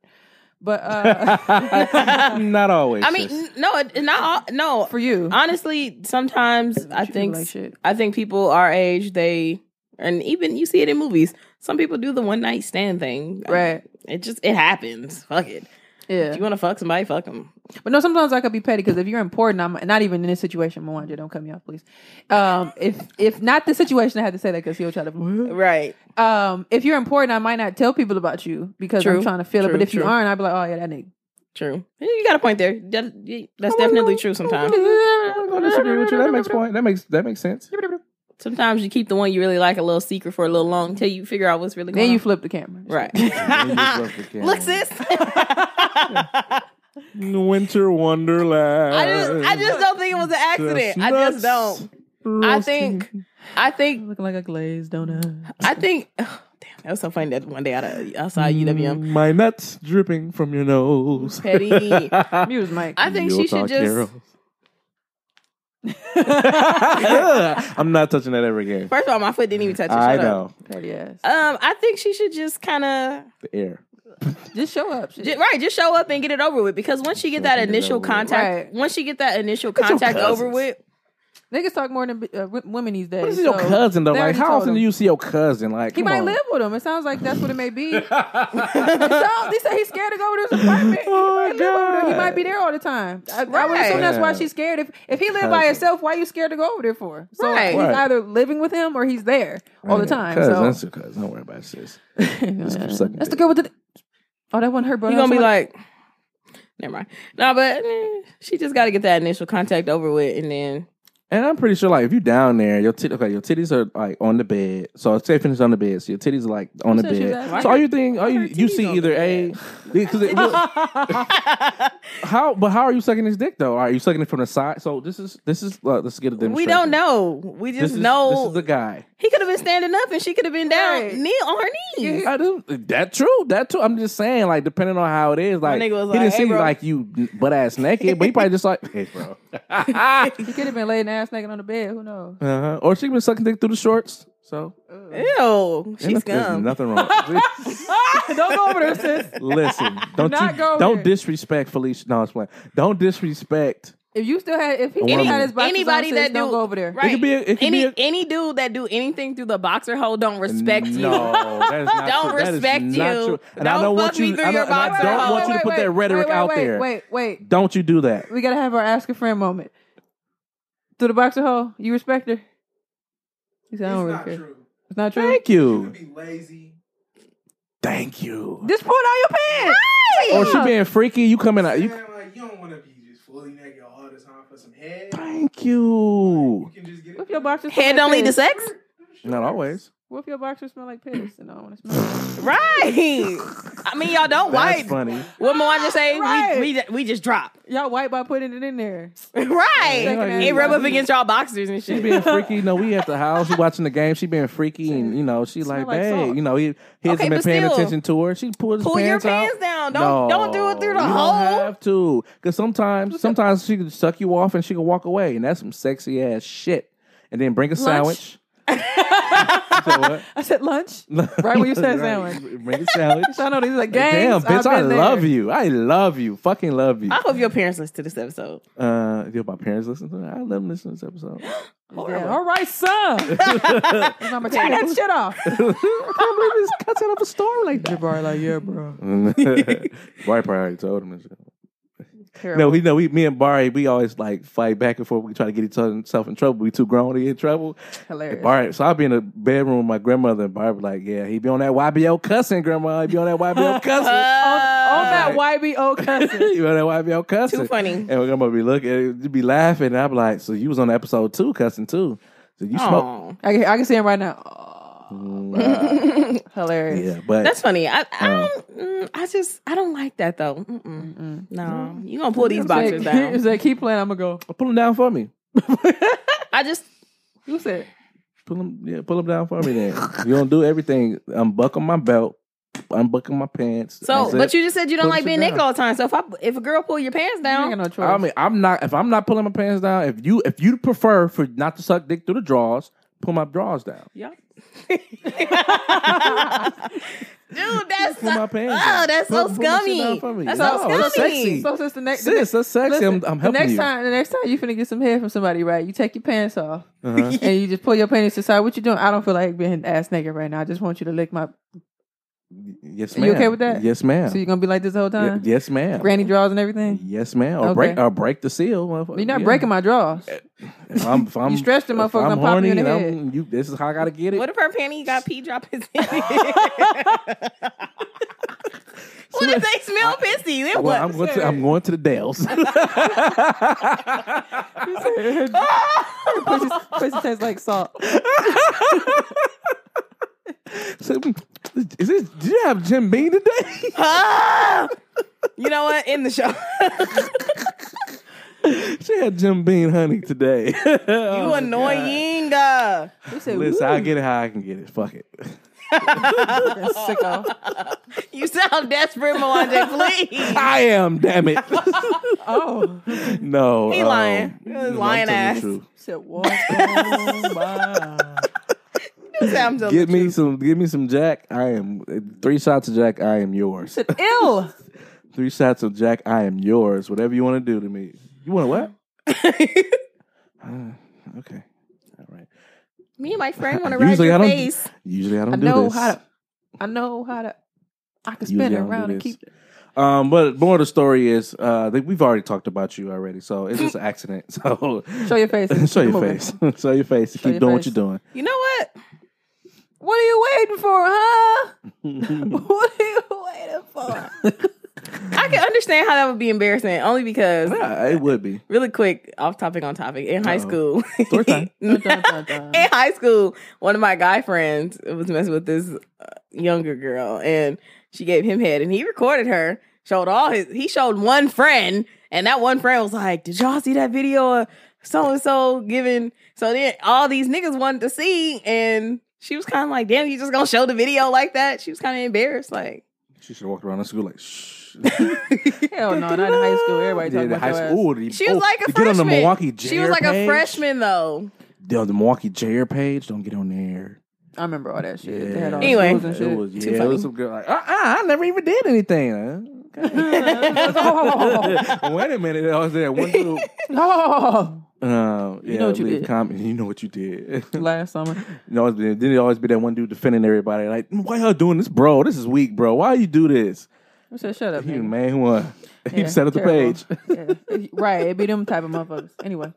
[SPEAKER 1] But uh
[SPEAKER 2] not always.
[SPEAKER 3] I mean, n- no, it- not all, no. For
[SPEAKER 1] you,
[SPEAKER 3] honestly, sometimes I think
[SPEAKER 1] like shit.
[SPEAKER 3] I think people our age they and even you see it in movies. Some people do the one night stand thing,
[SPEAKER 1] Right.
[SPEAKER 3] It just it happens. Fuck it.
[SPEAKER 1] Yeah.
[SPEAKER 3] If you want to fuck somebody, fuck them.
[SPEAKER 1] But no, sometimes I could be petty because if you're important, I'm not even in this situation. Mwanja, don't cut me off, please. Um, if if not the situation, I had to say that because he'll try to
[SPEAKER 3] right.
[SPEAKER 1] Um, if you're important, I might not tell people about you because I'm
[SPEAKER 3] True,
[SPEAKER 1] trying to feel it.
[SPEAKER 3] true,
[SPEAKER 1] But if you
[SPEAKER 3] true.
[SPEAKER 1] aren't, I'd be like, oh yeah, that nigga.
[SPEAKER 3] True. You got a point there. That- yeah, That's definitely true. Sometimes.
[SPEAKER 2] I'm gonna disagree with you. That makes point. That makes that makes sense.
[SPEAKER 3] Sometimes you keep the one you really like a little secret for a little long until you figure out what's really going
[SPEAKER 1] Then you
[SPEAKER 3] on.
[SPEAKER 1] flip the camera,
[SPEAKER 3] Right.
[SPEAKER 2] Look,
[SPEAKER 3] Look, sis.
[SPEAKER 2] Winter Wonderland.
[SPEAKER 3] I just, I just don't think it was an accident. I just don't. I think, I think
[SPEAKER 1] looking like a glazed donut.
[SPEAKER 3] I think. Oh, damn, that was so funny that one day I, I
[SPEAKER 2] Mm.
[SPEAKER 3] saw UWM.
[SPEAKER 2] My nuts dripping from your nose.
[SPEAKER 3] Petty.
[SPEAKER 2] Uh,
[SPEAKER 1] Muse Mike.
[SPEAKER 3] I think she should
[SPEAKER 2] Utah
[SPEAKER 3] just.
[SPEAKER 2] Carol. I'm not touching that ever again.
[SPEAKER 3] First of all, my foot didn't even touch it.
[SPEAKER 2] I
[SPEAKER 3] Shut up.
[SPEAKER 2] know
[SPEAKER 1] Petty ass.
[SPEAKER 3] Um, I think she should just kind of
[SPEAKER 2] the air.
[SPEAKER 1] Just show up.
[SPEAKER 3] Ju- right, just show up and get it over with. Because once you get that initial contact, once you get that initial
[SPEAKER 2] your
[SPEAKER 3] contact over
[SPEAKER 2] cousins.
[SPEAKER 3] with,
[SPEAKER 1] Niggas talk more than uh, w- women these days.
[SPEAKER 2] This is your
[SPEAKER 1] so
[SPEAKER 2] cousin though.
[SPEAKER 1] they
[SPEAKER 2] Like,
[SPEAKER 1] already
[SPEAKER 2] how
[SPEAKER 1] told
[SPEAKER 2] often
[SPEAKER 1] him.
[SPEAKER 2] do you see your cousin? Like,
[SPEAKER 1] He
[SPEAKER 2] come
[SPEAKER 1] might
[SPEAKER 2] on.
[SPEAKER 1] live with him. It sounds like that's what it may be. so, he said he's scared to go over to his apartment.
[SPEAKER 2] Oh,
[SPEAKER 1] he, might live over there. He might be there all the time. I, I would assume that's why
[SPEAKER 2] Right.
[SPEAKER 1] she's scared. If if he lived by
[SPEAKER 2] Cousin.
[SPEAKER 1] himself, why you scared to go over there for? So
[SPEAKER 3] Right.
[SPEAKER 1] he's
[SPEAKER 2] Right.
[SPEAKER 1] either living with him or he's there all the
[SPEAKER 2] Right.
[SPEAKER 1] time.
[SPEAKER 2] Cousin,
[SPEAKER 1] so
[SPEAKER 2] that's your cousin. Don't worry about it, sis. Just keep sucking
[SPEAKER 1] that's the
[SPEAKER 2] dick.
[SPEAKER 1] girl with the. Oh, that wasn't her, bro.
[SPEAKER 3] you're
[SPEAKER 1] That was
[SPEAKER 3] gonna be
[SPEAKER 1] somebody-
[SPEAKER 3] like, never mind. No, but eh, she just got to get that initial contact over with, and then
[SPEAKER 2] And I'm pretty sure, like, if you down there, your tit- okay, your titties are like on the bed. So say finish on the bed. So your titties are like on the
[SPEAKER 1] said she was
[SPEAKER 2] bed.
[SPEAKER 1] asking-
[SPEAKER 2] So all you think, all you you see either a, because it, look, how? But how are you sucking his dick though? Are you sucking it from the side? So this is this is look, let's get a demonstration.
[SPEAKER 3] we don't know. We
[SPEAKER 2] This
[SPEAKER 3] just
[SPEAKER 2] is, This
[SPEAKER 3] know
[SPEAKER 2] is the guy.
[SPEAKER 3] he could have been standing up, and she could have been down,
[SPEAKER 1] Right.
[SPEAKER 3] knee on her knees.
[SPEAKER 2] I do. That true. That true. I'm just saying, like, depending on how it is,
[SPEAKER 3] My
[SPEAKER 2] like, he
[SPEAKER 3] nigga was
[SPEAKER 2] didn't
[SPEAKER 3] like,
[SPEAKER 2] see
[SPEAKER 3] "Hey, bro."
[SPEAKER 2] like you butt ass naked, but he probably just like, hey, bro.
[SPEAKER 1] he could have been laying ass naked on the bed. Who knows?
[SPEAKER 2] Uh-huh. Or she been sucking dick through the shorts. So
[SPEAKER 3] Ew,
[SPEAKER 2] Yeah,
[SPEAKER 3] she's
[SPEAKER 2] look, there's
[SPEAKER 3] gum.
[SPEAKER 2] nothing wrong.
[SPEAKER 1] don't go over there, sis.
[SPEAKER 2] Listen,
[SPEAKER 1] Do
[SPEAKER 2] don't
[SPEAKER 1] not
[SPEAKER 2] you,
[SPEAKER 1] go
[SPEAKER 2] don't
[SPEAKER 1] there.
[SPEAKER 2] disrespect Felicia. No, it's playing. Don't disrespect.
[SPEAKER 1] If you still had, if he
[SPEAKER 2] A
[SPEAKER 1] still
[SPEAKER 2] woman.
[SPEAKER 1] had his boxers
[SPEAKER 3] Anybody
[SPEAKER 1] on, sis,
[SPEAKER 3] that
[SPEAKER 1] don't
[SPEAKER 3] do-
[SPEAKER 1] go over there.
[SPEAKER 3] Right.
[SPEAKER 2] could be a- it could
[SPEAKER 3] any
[SPEAKER 2] be a-
[SPEAKER 3] any dude that do anything through the boxer hole don't respect you.
[SPEAKER 2] No, that is not true.
[SPEAKER 3] Don't
[SPEAKER 2] That is
[SPEAKER 3] respect
[SPEAKER 2] not
[SPEAKER 3] you.
[SPEAKER 2] true. And I
[SPEAKER 3] Don't
[SPEAKER 2] don't want
[SPEAKER 3] fuck me
[SPEAKER 2] you.
[SPEAKER 3] through
[SPEAKER 2] I
[SPEAKER 3] your
[SPEAKER 2] don't, and I
[SPEAKER 3] boxer
[SPEAKER 2] don't
[SPEAKER 3] hole.
[SPEAKER 2] want you to
[SPEAKER 1] Wait,
[SPEAKER 2] put
[SPEAKER 1] wait,
[SPEAKER 2] that rhetoric
[SPEAKER 1] wait, wait,
[SPEAKER 2] out
[SPEAKER 1] wait,
[SPEAKER 2] there.
[SPEAKER 1] Wait, wait.
[SPEAKER 2] Don't you do that.
[SPEAKER 1] We gotta have our ask a friend moment. Through the boxer hole, you respect her. He said, I don't
[SPEAKER 7] It's
[SPEAKER 1] really
[SPEAKER 7] not
[SPEAKER 1] care.
[SPEAKER 7] true.
[SPEAKER 1] It's not true.
[SPEAKER 2] Thank you.
[SPEAKER 7] Be lazy.
[SPEAKER 2] Thank you.
[SPEAKER 1] Just pull down your pants.
[SPEAKER 2] Or Oh, she being freaky. You coming out. You,
[SPEAKER 7] Man, like, you don't want to be just fully naked all the time for some head.
[SPEAKER 2] thank you.
[SPEAKER 1] What if your boxers smell
[SPEAKER 3] Head
[SPEAKER 1] like
[SPEAKER 3] don't lead to
[SPEAKER 1] piss?
[SPEAKER 3] sex.
[SPEAKER 2] Not always.
[SPEAKER 1] What if your boxers smell like piss? And I don't want to smell. Like
[SPEAKER 3] Right. I mean, y'all don't
[SPEAKER 2] That's
[SPEAKER 3] wipe.
[SPEAKER 2] funny.
[SPEAKER 3] What Moana just say?
[SPEAKER 1] Right.
[SPEAKER 3] We, we we just drop.
[SPEAKER 1] Y'all white by putting it in there.
[SPEAKER 3] Right.
[SPEAKER 2] Yeah, yeah,
[SPEAKER 3] it rub
[SPEAKER 2] yeah.
[SPEAKER 3] up against y'all boxers and
[SPEAKER 2] She
[SPEAKER 3] shit.
[SPEAKER 2] being freaky. No, we at the house. We watching the game. She being freaky, and you know she like,
[SPEAKER 1] like
[SPEAKER 2] hey,
[SPEAKER 1] salt.
[SPEAKER 2] you know he, he
[SPEAKER 3] Okay,
[SPEAKER 2] hasn't been
[SPEAKER 3] but
[SPEAKER 2] paying
[SPEAKER 3] still.
[SPEAKER 2] attention to her. She pulled his
[SPEAKER 3] Pull your
[SPEAKER 2] pants out.
[SPEAKER 3] pants down. Don't don't do it through the
[SPEAKER 2] you
[SPEAKER 3] hole.
[SPEAKER 2] Don't have to, because sometimes sometimes she can suck you off and she can walk away, and that's some sexy ass shit. And then bring a
[SPEAKER 1] Lunch?
[SPEAKER 2] sandwich. You said what?
[SPEAKER 1] I said lunch. right when you said sandwich.
[SPEAKER 2] Bring a sandwich.
[SPEAKER 1] So I know these are like
[SPEAKER 2] Damn,
[SPEAKER 1] gangs.
[SPEAKER 2] bitch! I
[SPEAKER 1] I've been
[SPEAKER 2] love
[SPEAKER 1] there.
[SPEAKER 2] you. I love you. Fucking love you.
[SPEAKER 3] I hope your parents listen to this episode.
[SPEAKER 2] Uh, if my parents listen to that, I let them listen to this episode.
[SPEAKER 1] Yeah, All right, son. Remember, take that shit off.
[SPEAKER 2] I can't believe it's cutting up a storm like that.
[SPEAKER 1] Jabari like, yeah, bro.
[SPEAKER 2] Barry probably already told him. and shit. No, we know we, me and Barry, we always like fight back and forth. We try to get each other self in trouble. We too grown to get in trouble.
[SPEAKER 1] Hilarious.
[SPEAKER 2] Barry, so I'll be in the bedroom with my grandmother, and Barry be like, "Yeah, he be on that YBO cussing, grandma. He be on that YBO cussing.
[SPEAKER 1] on that YBO cussing.
[SPEAKER 2] you on that YBO cussing?
[SPEAKER 3] Too funny.
[SPEAKER 2] And my grandma be looking, and be laughing. And I be like, "So you was on episode two cussing too? So you smoked?
[SPEAKER 3] Aw.
[SPEAKER 1] I can, I can see him right now. Oh,
[SPEAKER 2] Mm, uh,
[SPEAKER 1] Hilarious.
[SPEAKER 2] yeah, but
[SPEAKER 3] That's funny. I, I
[SPEAKER 2] Uh.
[SPEAKER 3] don't. mm, I just I don't like that though. Mm-mm. No, you gonna pull these boxers
[SPEAKER 1] He's like,
[SPEAKER 3] down.
[SPEAKER 1] he's like, keep playing. I'm gonna go.
[SPEAKER 2] pull him down for me.
[SPEAKER 3] I just
[SPEAKER 1] You said
[SPEAKER 2] Pull him, yeah, pull him down for me. Then you don't do everything. Unbuckle my belt, unbuckle my pants.
[SPEAKER 3] so,
[SPEAKER 2] That's
[SPEAKER 3] but
[SPEAKER 2] it.
[SPEAKER 3] you just said you don't
[SPEAKER 2] Pull
[SPEAKER 3] like
[SPEAKER 2] shit
[SPEAKER 3] being naked
[SPEAKER 2] down.
[SPEAKER 3] all the time. So if I if a girl pull your pants
[SPEAKER 1] you ain't
[SPEAKER 3] down,
[SPEAKER 1] got no choice.
[SPEAKER 2] I mean, I'm not. If I'm not pulling my pants down, if you if you prefer for not to suck dick through the drawers, pull my drawers down.
[SPEAKER 3] yep. Dude, that's
[SPEAKER 2] Pull my
[SPEAKER 3] so,
[SPEAKER 2] pants
[SPEAKER 3] oh,
[SPEAKER 2] down.
[SPEAKER 3] that's
[SPEAKER 2] Pull-
[SPEAKER 3] so
[SPEAKER 2] pull my shit down
[SPEAKER 3] scummy.
[SPEAKER 2] for me.
[SPEAKER 3] That's
[SPEAKER 2] No,
[SPEAKER 3] so
[SPEAKER 2] that's
[SPEAKER 3] scummy.
[SPEAKER 2] sexy.
[SPEAKER 1] so since the next, the
[SPEAKER 2] Sis,
[SPEAKER 1] next,
[SPEAKER 2] that's sexy.
[SPEAKER 1] listen,
[SPEAKER 2] I'm, I'm
[SPEAKER 1] the
[SPEAKER 2] helping
[SPEAKER 1] next
[SPEAKER 2] you.
[SPEAKER 1] time, the next time you finna get some head from somebody, right? You take your pants off
[SPEAKER 2] Uh-huh.
[SPEAKER 1] and you just pull your panties aside. What you doing? I don't feel like being ass naked right now. I just want you to lick my.
[SPEAKER 2] yes,
[SPEAKER 1] You
[SPEAKER 2] ma'am.
[SPEAKER 1] okay with that?
[SPEAKER 2] Yes, ma'am.
[SPEAKER 1] So you gonna be like this the whole
[SPEAKER 2] Ye-
[SPEAKER 1] time?
[SPEAKER 2] yes, ma'am.
[SPEAKER 1] Granny draws and everything.
[SPEAKER 2] Yes, ma'am. Or
[SPEAKER 1] Okay.
[SPEAKER 2] break or break the seal. motherfucker.
[SPEAKER 1] You're not
[SPEAKER 2] Yeah.
[SPEAKER 1] breaking my drawers.
[SPEAKER 2] If I'm, if I'm,
[SPEAKER 1] stretch them
[SPEAKER 2] if
[SPEAKER 1] motherfuckers,
[SPEAKER 2] I'm
[SPEAKER 1] I'm popping you in the
[SPEAKER 2] horny and I'm- you- this is how I gotta get it.
[SPEAKER 3] What if her panty got pee droppings in it? what if they smell pissy? Then
[SPEAKER 2] well,
[SPEAKER 3] what?
[SPEAKER 2] I'm going to I'm going to the Dells.
[SPEAKER 1] pussy, pussy tastes like salt.
[SPEAKER 2] So, is this, did you have Jim Bean today?
[SPEAKER 3] Ah! you know what? In the show.
[SPEAKER 2] she had Jim Bean honey today. Oh
[SPEAKER 3] you annoying. uh.
[SPEAKER 1] You said,
[SPEAKER 2] Listen, I get it how I can get it. Fuck it.
[SPEAKER 1] sicko.
[SPEAKER 3] You sound desperate, Moanje, please.
[SPEAKER 2] I am, damn it.
[SPEAKER 1] Oh, you
[SPEAKER 2] no.
[SPEAKER 3] He lying. He
[SPEAKER 2] Um,
[SPEAKER 3] was
[SPEAKER 2] no, I'm
[SPEAKER 3] lying
[SPEAKER 2] telling the
[SPEAKER 3] ass.
[SPEAKER 2] truth.
[SPEAKER 1] said what? Oh, my.
[SPEAKER 3] You sound so-
[SPEAKER 2] Give me some give me some Jack. I am three shots of Jack, I am yours.
[SPEAKER 1] Said ill.
[SPEAKER 2] Three shots of Jack, I am yours. Whatever you want to do to me. You want to what? Uh, okay. All right.
[SPEAKER 3] me and my friend want to ride
[SPEAKER 2] Usually I
[SPEAKER 3] your
[SPEAKER 2] don't-
[SPEAKER 3] face.
[SPEAKER 2] Usually I don't
[SPEAKER 1] I
[SPEAKER 2] do
[SPEAKER 1] know
[SPEAKER 2] this.
[SPEAKER 1] how to. I know how to. I can
[SPEAKER 2] Usually I
[SPEAKER 1] spin it
[SPEAKER 2] don't do
[SPEAKER 1] around and
[SPEAKER 2] this.
[SPEAKER 1] keep it.
[SPEAKER 2] Um, but more of the story is uh, that we've already talked about you already, so it's just an accident. So
[SPEAKER 1] Show your face.
[SPEAKER 2] show your
[SPEAKER 1] Come over.
[SPEAKER 2] face, show your face, keep
[SPEAKER 1] your
[SPEAKER 2] doing
[SPEAKER 1] face.
[SPEAKER 2] what you're doing.
[SPEAKER 3] You know what?
[SPEAKER 1] What are you waiting for, huh? what are you waiting for?
[SPEAKER 3] I can understand how that would be embarrassing, only because
[SPEAKER 2] Yeah, it would be.
[SPEAKER 3] really quick, off topic, on topic. In high
[SPEAKER 2] Uh-oh.
[SPEAKER 3] school,
[SPEAKER 2] Story time.
[SPEAKER 1] Oh,
[SPEAKER 3] in high school, one of my guy friends was messing with this uh, younger girl, and she gave him head, and he recorded her. Showed all his. He showed one friend, and that one friend was like, "Did y'all see that video of so and so giving?" So then all these niggas wanted to see, and she was kind of like, "Damn, you just gonna show the video like that?" She was kind of embarrassed, like.
[SPEAKER 2] She should have walked around in school like shh.
[SPEAKER 1] Hell no, not in high school. Everybody talking
[SPEAKER 2] Yeah, the
[SPEAKER 1] about
[SPEAKER 2] high
[SPEAKER 1] your
[SPEAKER 2] school. Ooh, the-
[SPEAKER 3] She was
[SPEAKER 2] oh,
[SPEAKER 3] like
[SPEAKER 2] you
[SPEAKER 3] a
[SPEAKER 2] get on
[SPEAKER 3] freshman.
[SPEAKER 2] the Milwaukee Jair
[SPEAKER 3] she was like
[SPEAKER 2] page,
[SPEAKER 3] a freshman though.
[SPEAKER 2] The, the Milwaukee Jair page. Don't get on there.
[SPEAKER 1] I remember all that shit. They
[SPEAKER 2] Yeah.
[SPEAKER 1] had all
[SPEAKER 3] Anyway.
[SPEAKER 1] the schools
[SPEAKER 2] It was,
[SPEAKER 1] and shit.
[SPEAKER 2] yeah, it was some girl like, uh uh I never even did anything. huh? Wait a minute, I was there. One little,
[SPEAKER 1] Oh,
[SPEAKER 2] um,
[SPEAKER 1] You
[SPEAKER 2] yeah,
[SPEAKER 1] know what you
[SPEAKER 2] leave a
[SPEAKER 1] did.
[SPEAKER 2] Comment. You know what you did.
[SPEAKER 1] last summer.
[SPEAKER 2] You know, it's been- then it always be that one dude defending everybody. Like, why y'all doing this, bro? This is weak, bro. Why you do this?
[SPEAKER 1] I said, shut up.
[SPEAKER 2] You
[SPEAKER 1] nigga.
[SPEAKER 2] man one.
[SPEAKER 1] Yeah,
[SPEAKER 2] you set up the
[SPEAKER 1] terrible.
[SPEAKER 2] page.
[SPEAKER 1] Yeah. Right. It'd be them type of motherfuckers. Anyway.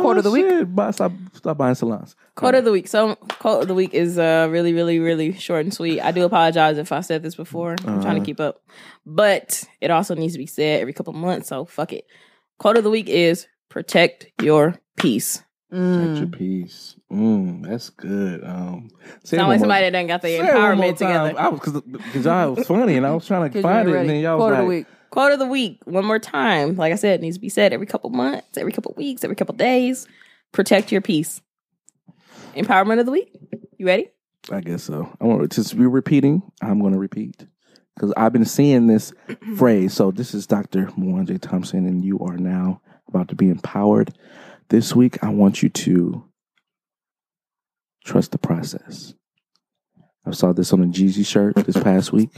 [SPEAKER 2] Quarter of the week. Oh, Buy, stop, stop buying salons.
[SPEAKER 3] Quote of the week. So quote of the week is uh really, really, really short and sweet. I do apologize if I said this before. I'm trying
[SPEAKER 2] Uh-huh.
[SPEAKER 3] to keep up. But it also needs to be said every couple months, so fuck it. Quote of the week is protect your peace.
[SPEAKER 1] Mm.
[SPEAKER 2] Protect your peace. Mm, that's good. Um, say it
[SPEAKER 3] Sound
[SPEAKER 2] one
[SPEAKER 3] like
[SPEAKER 2] more-
[SPEAKER 3] somebody that done got their
[SPEAKER 2] say it one more
[SPEAKER 3] empowerment
[SPEAKER 2] time.
[SPEAKER 3] together.
[SPEAKER 2] I was because I was funny and I was trying to find it, and then y'all was like,
[SPEAKER 3] Quote of the week. One more time. Like I said, it needs to be said every couple months, every couple weeks, every couple days. Protect your peace. Empowerment of the week. You ready?
[SPEAKER 2] I guess so. I want since we're repeating, I'm going to repeat because I've been seeing this phrase. So this is Dr. Mwanje Thompson, and you are now about to be empowered. This week, I want you to trust the process. I saw this on a Jeezy shirt this past week,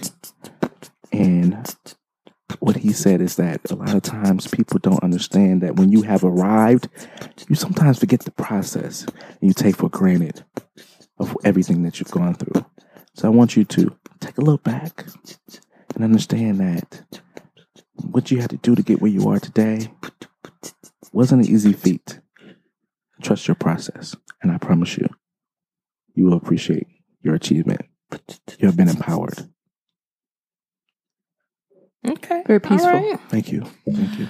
[SPEAKER 2] and what he said is that a lot of times people don't understand that when you have arrived, you sometimes forget the process and you take for granted of everything that you've gone through. So I want you to take a look back and understand that what you had to do to get where you are today wasn't an easy feat. Trust your process, and I promise you, you will appreciate your achievement. You have been empowered.
[SPEAKER 3] Okay.
[SPEAKER 1] Very peaceful.
[SPEAKER 2] Thank you. Thank you.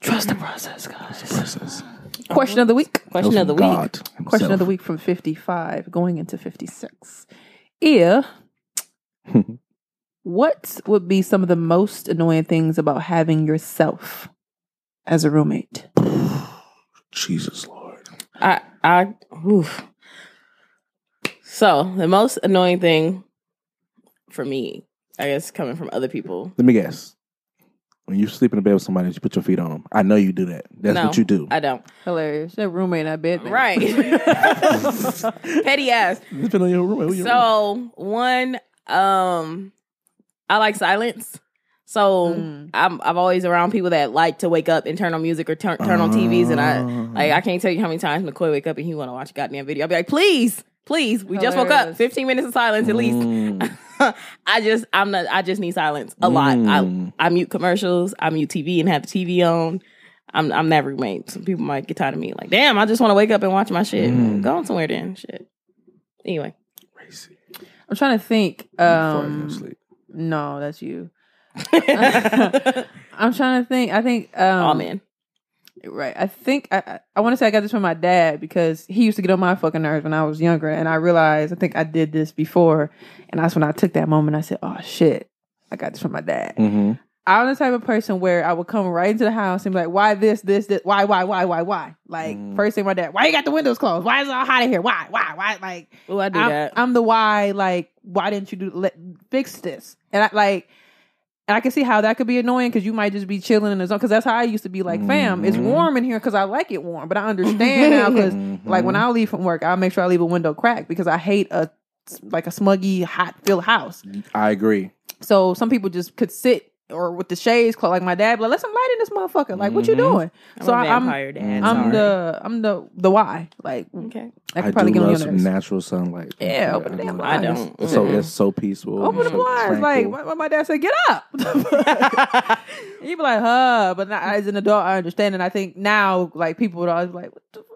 [SPEAKER 1] Trust the process, guys.
[SPEAKER 2] Process.
[SPEAKER 1] Question of the week.
[SPEAKER 3] Question of the week.
[SPEAKER 2] God
[SPEAKER 1] Question of
[SPEAKER 2] himself.
[SPEAKER 1] the week from 55 going into 56. If what would be some of the most annoying things about having yourself as a roommate?
[SPEAKER 2] Jesus Lord.
[SPEAKER 3] I I oof. So the most annoying thing for me, I guess coming from other people.
[SPEAKER 2] Let me guess. When you sleep in the bed with somebody, you put your feet on them. I know you do that. That's
[SPEAKER 3] No,
[SPEAKER 2] what you do.
[SPEAKER 3] I don't.
[SPEAKER 1] Hilarious. That roommate I bet.
[SPEAKER 3] Right.
[SPEAKER 1] Um,
[SPEAKER 3] Petty ass.
[SPEAKER 2] Depending on your roommate. who your roommate.
[SPEAKER 3] So one, um, I like silence. So
[SPEAKER 1] Mm.
[SPEAKER 3] I'm I'm always around people that like to wake up and turn on music or turn turn on TVs, and
[SPEAKER 2] Ah.
[SPEAKER 3] I like I can't tell you how many times McCoy wake up and he want to watch a goddamn video. I'll be like, please, please, we just woke up.
[SPEAKER 1] Hilarious.
[SPEAKER 3] Fifteen minutes of silence at least. I just I'm not I just need silence a lot.
[SPEAKER 2] Mm.
[SPEAKER 3] I I mute commercials, I mute TV and have the TV on. I'm I'm that roommate. Some people might get tired of me. Like, damn, I just want to wake up and watch my shit. Go on somewhere then. Shit. Anyway.
[SPEAKER 1] I'm trying to think. Um,
[SPEAKER 2] sleep.
[SPEAKER 1] No, that's you. I'm trying to think. I think. Um,
[SPEAKER 3] All men.
[SPEAKER 1] Right. I think I I, I want to say I got this from my dad because he used to get on my fucking nerves when I was younger, and I realized I think I did this before, and that's when I took that moment. I said, "Oh shit, I got this from my dad."
[SPEAKER 2] Mhm.
[SPEAKER 1] I'm the type of person where I would come right into the house and be like, "Why this? This? This? Why? Why? Why? Why? Why?" Like first thing, my dad, "Why you got the windows closed? Why is it all hot in here? Why? Why? Why?" Like
[SPEAKER 3] Oh, I do
[SPEAKER 1] I'm,
[SPEAKER 3] that.
[SPEAKER 1] I'm the why. Like, why didn't you do let, fix this? And I like, and I can see how that could be annoying because you might just be chilling in the zone. Because that's how I used to be. Like, fam,
[SPEAKER 3] Mm-hmm.
[SPEAKER 1] it's warm in here because I like it warm, but I understand now because
[SPEAKER 3] Mm-hmm.
[SPEAKER 1] like when I leave from work, I'll make sure I leave a window cracked because I hate a like a smuggy, hot filled house.
[SPEAKER 3] Mm-hmm.
[SPEAKER 2] I agree.
[SPEAKER 1] So some people just could sit or with the shades closed. Like my dad, be like let some light in this motherfucker. Like what you
[SPEAKER 2] Mhm.
[SPEAKER 1] doing?
[SPEAKER 3] Mm-hmm. I'm
[SPEAKER 1] so
[SPEAKER 3] a
[SPEAKER 1] I-
[SPEAKER 3] vampire dad,
[SPEAKER 1] I'm, I'm
[SPEAKER 3] sorry.
[SPEAKER 1] the I'm the the why. Like
[SPEAKER 3] okay,
[SPEAKER 1] I
[SPEAKER 2] I
[SPEAKER 1] could probably
[SPEAKER 2] do
[SPEAKER 1] get on
[SPEAKER 2] love
[SPEAKER 1] your
[SPEAKER 2] some
[SPEAKER 1] nerves.
[SPEAKER 2] natural sunlight.
[SPEAKER 1] Yeah, open
[SPEAKER 2] I
[SPEAKER 1] the
[SPEAKER 2] love
[SPEAKER 1] damn
[SPEAKER 2] it.
[SPEAKER 1] blinds. I don't.
[SPEAKER 2] It's so
[SPEAKER 1] Mm-mm.
[SPEAKER 2] it's so peaceful.
[SPEAKER 1] Open the
[SPEAKER 2] so
[SPEAKER 1] blinds. Like my, my-
[SPEAKER 2] tranquil.
[SPEAKER 1] my dad said, get up. you be like, huh? But now, as an adult, I understand, and I think now, like people would always be like, what the fuck?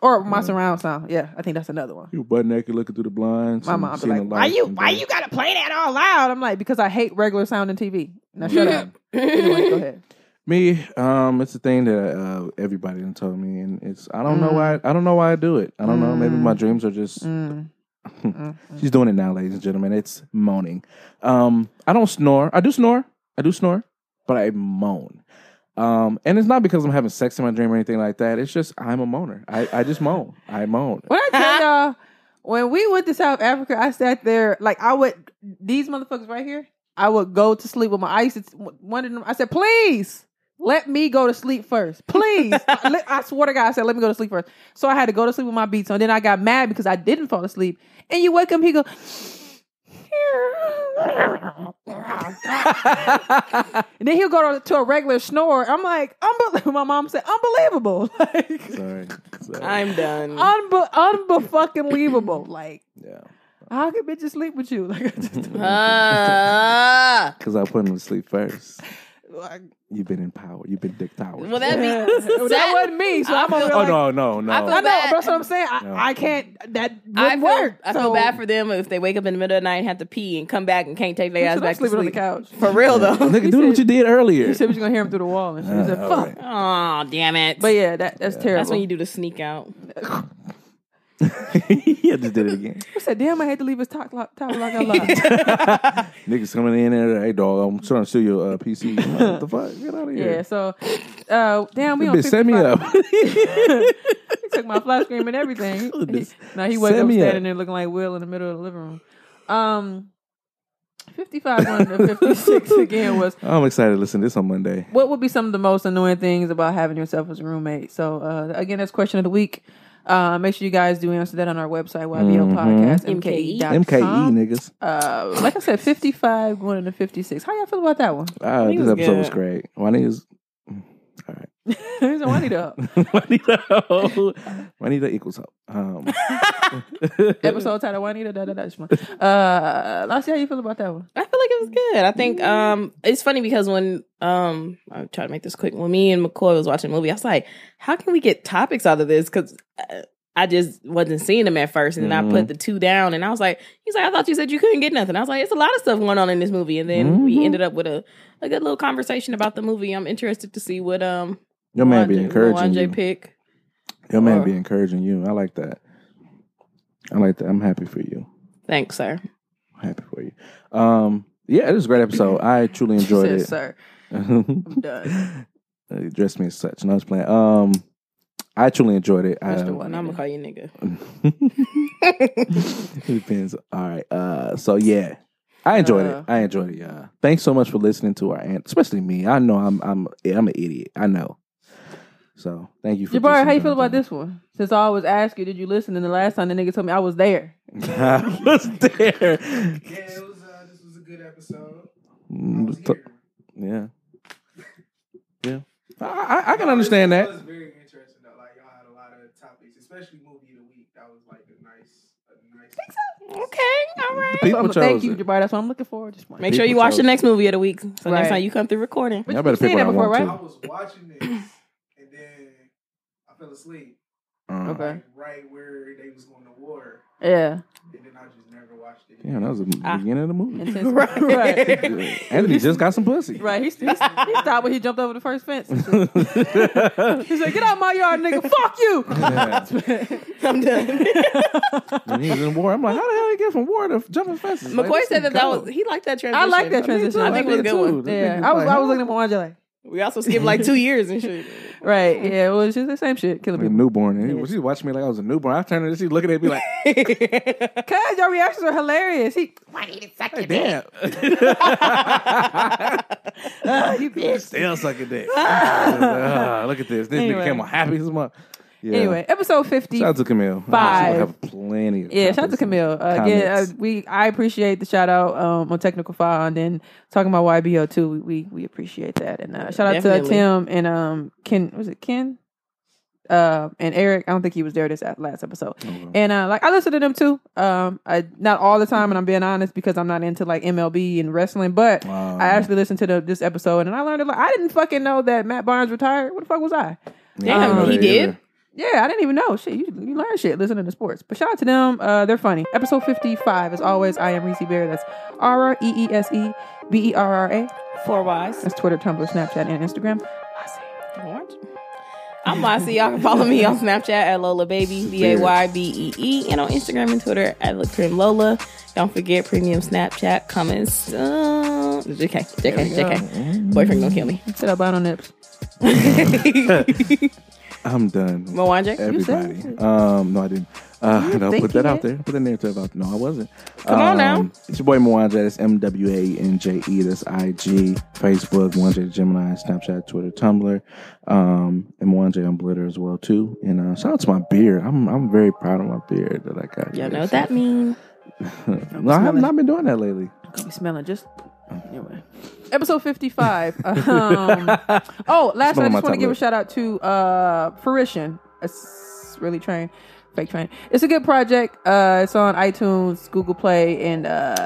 [SPEAKER 1] or my surround sound. Yeah, I think that's another one.
[SPEAKER 2] you butt naked looking through the blinds.
[SPEAKER 1] My
[SPEAKER 2] and
[SPEAKER 1] mom be
[SPEAKER 2] seeing
[SPEAKER 1] like,
[SPEAKER 2] the
[SPEAKER 1] why
[SPEAKER 2] lights
[SPEAKER 1] you
[SPEAKER 2] and
[SPEAKER 1] why
[SPEAKER 2] things.
[SPEAKER 1] you gotta play that all loud? I'm like, because I hate regular sound and TV. Now shut up. Anyway, go ahead.
[SPEAKER 2] Me, um, it's a thing that uh, everybody done told me, and it's I don't know
[SPEAKER 1] Mm.
[SPEAKER 2] why I don't know why I do it. I don't know. Maybe my dreams are just. She's doing it now, ladies and gentlemen. It's moaning. Um, I don't snore. I do snore. I do snore, but I moan. Um, and it's not because I'm having sex in my dream or anything like that. It's just I'm a moaner. I, I just moan. I moan.
[SPEAKER 1] When I tell y'all, when we went to South Africa, I sat there like I would these motherfuckers right here. I would go to sleep with my. I used to one of them. I said, please. Let me go to sleep first, please. I let- I swear to God, I said, let me go to sleep first. So I had to go to sleep with my beats on. Then I got mad because I didn't fall asleep. And you wake up, he go, and then he'll go to, to a regular snore. I'm like, unbelievable. My mom said, unbelievable. Like,
[SPEAKER 2] Sorry. Sorry.
[SPEAKER 3] I'm done.
[SPEAKER 1] unbe- unbefucking believable. Like, how can bitches sleep with you? Like, I just,
[SPEAKER 3] Ah.
[SPEAKER 2] Because I put him to sleep first.
[SPEAKER 1] Like-
[SPEAKER 2] You've been in power. You've been dick tower.
[SPEAKER 3] Well, that
[SPEAKER 1] Yeah.
[SPEAKER 3] means
[SPEAKER 1] Well, that wasn't me, so I'm over
[SPEAKER 2] oh,
[SPEAKER 1] there like-
[SPEAKER 2] no, no, no.
[SPEAKER 1] I know, but that's what I'm saying. I,
[SPEAKER 2] No.
[SPEAKER 1] I can't. That wouldn't
[SPEAKER 3] I feel,
[SPEAKER 1] work.
[SPEAKER 3] I
[SPEAKER 1] so.
[SPEAKER 3] feel bad for them if they wake up in the middle of the night and have to pee and come back and can't take their ass
[SPEAKER 1] said,
[SPEAKER 3] back
[SPEAKER 1] "I'm sleeping
[SPEAKER 3] to
[SPEAKER 1] on the couch.
[SPEAKER 3] sleep. For real though.
[SPEAKER 2] Nigga, do what you did earlier.
[SPEAKER 1] He said you're gonna hear him through the wall, and she
[SPEAKER 2] Uh,
[SPEAKER 1] said,
[SPEAKER 2] all
[SPEAKER 1] "Fuck."
[SPEAKER 2] right.
[SPEAKER 3] Oh, damn it.
[SPEAKER 1] But yeah, that, that's terrible.
[SPEAKER 3] That's when you do the sneak out.
[SPEAKER 2] yeah, just did it again.
[SPEAKER 1] I said, "Damn, I had to leave his top lock, top lock unlocked."
[SPEAKER 2] Niggas coming in there. Hey, dog, I'm trying to steal your uh, PC. what the fuck? Get out of here.
[SPEAKER 1] yeah, so uh, damn, we
[SPEAKER 2] That
[SPEAKER 1] on
[SPEAKER 2] bitch set me
[SPEAKER 1] 55.
[SPEAKER 2] up.
[SPEAKER 1] he took my flat screen and everything. He, now he
[SPEAKER 2] set
[SPEAKER 1] wasn't
[SPEAKER 2] me up.
[SPEAKER 1] standing there looking like Will in the middle of the living room. Um, fifty-five one to fifty-six again was
[SPEAKER 2] I'm excited to listen to this on Monday.
[SPEAKER 1] What would be some of the most annoying things about having yourself as a roommate? So uh, again, that's question of the week. Uh, make sure you guys do answer that on our website, YBO
[SPEAKER 2] Mhm.
[SPEAKER 1] Podcast,
[SPEAKER 3] MKE.
[SPEAKER 1] MKE.
[SPEAKER 2] MKE, E, niggas.
[SPEAKER 1] Uh, like I said, fifty five going into fifty six. How y'all feel about that one?
[SPEAKER 2] Uh, this episode was great. Why niggas?
[SPEAKER 1] He's a one up.
[SPEAKER 2] Why niggas equals hope? Um,
[SPEAKER 1] Episode title Juanita da da da. Shma. Uh, Lassie, how you feel about that one?
[SPEAKER 3] I feel like it was good. I think um it's funny because when um I'm trying to make this quick. When me and McCoy was watching the movie, I was like, how can we get topics out of this? Because I just wasn't seeing them at first, and then I
[SPEAKER 1] Mm-hmm.
[SPEAKER 11] Mhm.
[SPEAKER 3] put the two down, and I was like, he's like, I thought you said you couldn't get nothing. I was like, it's a lot of stuff going on in this movie, and then we
[SPEAKER 1] Mm-hmm.
[SPEAKER 2] Mhm.
[SPEAKER 3] ended up with a a good little conversation about the movie. I'm interested to see what um
[SPEAKER 2] Your man be
[SPEAKER 3] Juanje-
[SPEAKER 2] encouraging
[SPEAKER 3] Juanje
[SPEAKER 2] you.
[SPEAKER 3] pick.
[SPEAKER 2] Your man
[SPEAKER 3] Or-
[SPEAKER 2] be encouraging you. I like that. I like that. I'm happy for you.
[SPEAKER 3] Thanks, sir.
[SPEAKER 2] Happy for you. Um, yeah, it was a great episode. I truly
[SPEAKER 1] She said,
[SPEAKER 2] enjoyed it.
[SPEAKER 1] "Sir,
[SPEAKER 2] I'm
[SPEAKER 1] done.
[SPEAKER 2] Dress me as such. No, I was playing. Um, I truly enjoyed it. Um,
[SPEAKER 3] Mr.
[SPEAKER 2] I-
[SPEAKER 3] One, I'm gonna call you nigga.
[SPEAKER 2] it depends. All right. Uh, so yeah, I enjoyed
[SPEAKER 3] Uh.
[SPEAKER 2] it. I enjoyed it. Yeah. Thanks so much for listening to our aunt, especially me. I know I'm I'm I'm an idiot. I know. So thank you for.
[SPEAKER 1] Jabari, how you
[SPEAKER 2] listening.
[SPEAKER 1] feel about this one? Since I always ask you, did you listen? And the last time the nigga told me I was there.
[SPEAKER 2] I was there.
[SPEAKER 7] uh,
[SPEAKER 2] Mm, just t- Yeah. Yeah. I, I, I can understand that.
[SPEAKER 7] was very interesting though. Like y'all had a lot of topics, especially movie of the week. That was like a nice, a nice.
[SPEAKER 1] Mm-hmm.
[SPEAKER 3] Okay, all right.
[SPEAKER 2] people
[SPEAKER 1] So, thank
[SPEAKER 2] chose
[SPEAKER 1] you,
[SPEAKER 2] it.
[SPEAKER 1] Jabari. That's what I'm looking forward. to. Just one.
[SPEAKER 3] Make sure you watch the next movie of the week. So
[SPEAKER 1] Right.
[SPEAKER 3] next time you come through recording.
[SPEAKER 2] Y'all better pick what I want
[SPEAKER 7] I was watching this, and then I fell asleep.
[SPEAKER 2] Uh.
[SPEAKER 1] Okay.
[SPEAKER 7] Like, right where they was going to war.
[SPEAKER 1] Yeah.
[SPEAKER 7] And then I just never watched it.
[SPEAKER 2] Damn, that was the
[SPEAKER 1] Ah.
[SPEAKER 2] beginning of the movie.
[SPEAKER 1] And since- right.
[SPEAKER 2] Anthony just got some pussy.
[SPEAKER 1] Right, he, he, he stopped when he jumped over the first fence. and shit. he said, "Get out my yard, nigga! Fuck you!"
[SPEAKER 3] I'm done.
[SPEAKER 2] When he was in war, I'm like, how the hell he get from war to jumping fences? Like,
[SPEAKER 3] McCoy
[SPEAKER 2] this
[SPEAKER 3] said
[SPEAKER 2] is
[SPEAKER 3] that, that
[SPEAKER 2] cold.
[SPEAKER 3] was he liked that transition.
[SPEAKER 1] I like that
[SPEAKER 3] Me
[SPEAKER 1] transition.
[SPEAKER 3] too. I think it was a
[SPEAKER 2] did
[SPEAKER 3] good one.
[SPEAKER 2] too.
[SPEAKER 1] Yeah,
[SPEAKER 2] Nigga
[SPEAKER 1] I was,
[SPEAKER 2] like,
[SPEAKER 1] I was looking at Mwanja like,
[SPEAKER 3] We also skipped like two years and shit.
[SPEAKER 1] right, yeah, well, it's just the same shit, killing
[SPEAKER 2] like a
[SPEAKER 1] people.
[SPEAKER 2] newborn. And he- She watched me like I was a newborn. I turned and she's looking at me like,
[SPEAKER 1] Cause your reactions are hilarious. He,
[SPEAKER 2] hey, damn.
[SPEAKER 1] you bitch.
[SPEAKER 2] Still sucking dick. Ah, look at this. This
[SPEAKER 1] Anyway.
[SPEAKER 2] nigga came on happy as muck. Yeah.
[SPEAKER 1] Anyway, episode fifty.
[SPEAKER 2] Shout out to Camille.
[SPEAKER 1] Five.
[SPEAKER 2] She'll have plenty of
[SPEAKER 1] Yeah, shout out to Camille. Uh, again, uh,
[SPEAKER 2] Comments.
[SPEAKER 1] we I appreciate the shout out um, on technical file, and then talking about YBO too. We we, we appreciate that, and uh, shout out
[SPEAKER 3] Definitely.
[SPEAKER 1] to Tim and um Ken. Was it Ken? Uh, and Eric. I don't think he was there this a- last episode.
[SPEAKER 2] Oh,
[SPEAKER 1] And uh, like I listen to them too. Um, I not all the time, and I'm being honest because I'm not into like MLB and wrestling, but
[SPEAKER 2] Um,
[SPEAKER 1] I actually listened to the, this episode, and I learned a lot. I didn't fucking know that Matt Barnes retired. What the fuck was I?
[SPEAKER 3] Damn, Um, he did.
[SPEAKER 1] Yeah, I didn't even know. Shit, you, you learn shit listening to sports. But shout out to them. Uh, they're funny. Episode 55. As always, I am Reese Bear. That's R R E E S E B E R R A.
[SPEAKER 3] Four Y's.
[SPEAKER 1] That's Twitter, Tumblr, Snapchat, and Instagram.
[SPEAKER 3] Orange. I'm Lassie. Y'all can follow me on Snapchat at Lola Baby, B A Y B E E, and on Instagram and Twitter at LaCrim Lola. Don't forget premium Snapchat Uh, coming soon. JK, JK,
[SPEAKER 1] There we
[SPEAKER 3] JK. Boyfriend gonna kill me.
[SPEAKER 1] Sit up, on nips.
[SPEAKER 2] I'm done.
[SPEAKER 3] Mwanje? You said
[SPEAKER 2] Everybody. Um, no, I didn't. Uh, no, put
[SPEAKER 1] thinking
[SPEAKER 2] that out
[SPEAKER 1] it.
[SPEAKER 2] there. Put the narrative out. No, I wasn't. Um,
[SPEAKER 1] Come on now.
[SPEAKER 2] It's your boy Mwanj. That's M W A N J E. That's I G, Facebook, Mwanj Gemini, Snapchat, Twitter, Tumblr, um, and Mwanj on Blitter as well too. And uh, shout out to my beard. I'm I'm very proud of my beard that I got.
[SPEAKER 3] Y'all
[SPEAKER 2] here.
[SPEAKER 3] know what that mean?
[SPEAKER 2] no, I have not been doing that lately.
[SPEAKER 1] Gonna be smelling just anyway. Episode fifty five. um, oh, last I
[SPEAKER 2] Smell my
[SPEAKER 1] just want to
[SPEAKER 2] top
[SPEAKER 1] give a
[SPEAKER 2] lip.
[SPEAKER 1] shout out to uh, Fruition. It's really train, fake train. It's a good project. Uh, it's on iTunes, Google Play, and uh,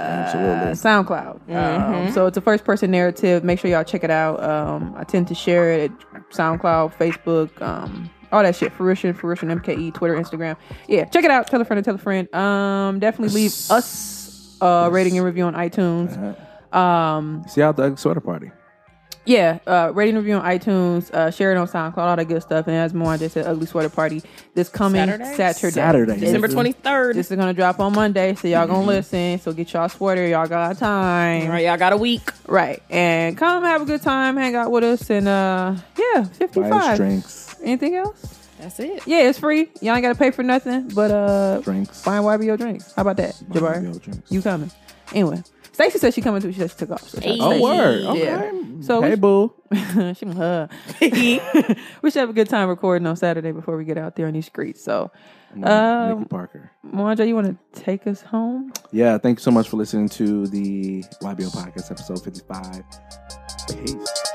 [SPEAKER 1] SoundCloud. Um,
[SPEAKER 3] Mhm.
[SPEAKER 1] so it's a first person narrative. Make sure y'all check it out. Um, I tend to share it at SoundCloud, Facebook, um, all that shit. Fruition, Fruition, MKE, Twitter, Instagram. Yeah, check it out. Tell a friend and tell a friend. Um, definitely leave us a rating and review on iTunes. Um,
[SPEAKER 2] See y'all at the Ugg sweater party.
[SPEAKER 1] yeah, uh, rating and review on iTunes, uh, share it on SoundCloud, all that good stuff. And as Moana said, Ugly Sweater Party this coming
[SPEAKER 3] Saturday?
[SPEAKER 1] Saturday,
[SPEAKER 2] Saturday. Mm-hmm. December
[SPEAKER 1] This is-
[SPEAKER 3] 23rd.
[SPEAKER 1] This is gonna drop on Monday, so y'all gonna listen. So get y'all sweater, y'all got time.
[SPEAKER 3] Right, y'all got a week.
[SPEAKER 1] Right, and come have a good time, hang out with us, and uh, yeah, fifty
[SPEAKER 2] Buy us
[SPEAKER 1] five.
[SPEAKER 2] drinks.
[SPEAKER 1] Anything else?
[SPEAKER 3] That's it.
[SPEAKER 1] Yeah, it's free. Y'all ain't gotta pay for nothing, but uh,
[SPEAKER 2] Drinks.
[SPEAKER 1] Find YBO drinks. How about that,
[SPEAKER 2] YBO
[SPEAKER 1] Jabari?
[SPEAKER 2] drinks.
[SPEAKER 1] You coming? Anyway, Stacey said she coming too. She said she took off. So shout out
[SPEAKER 2] Oh
[SPEAKER 1] Stacey.
[SPEAKER 2] word. Okay.
[SPEAKER 1] So
[SPEAKER 2] hey
[SPEAKER 1] we-
[SPEAKER 2] boo.
[SPEAKER 1] she my hub. we should have a good time recording on Saturday before we get out there on these streets. So,
[SPEAKER 2] Mm,
[SPEAKER 1] um,
[SPEAKER 2] Nikki Parker.
[SPEAKER 1] Moanja, you want to take us home?
[SPEAKER 2] yeah, thank you so much for listening to the YBO podcast episode 55. Peace.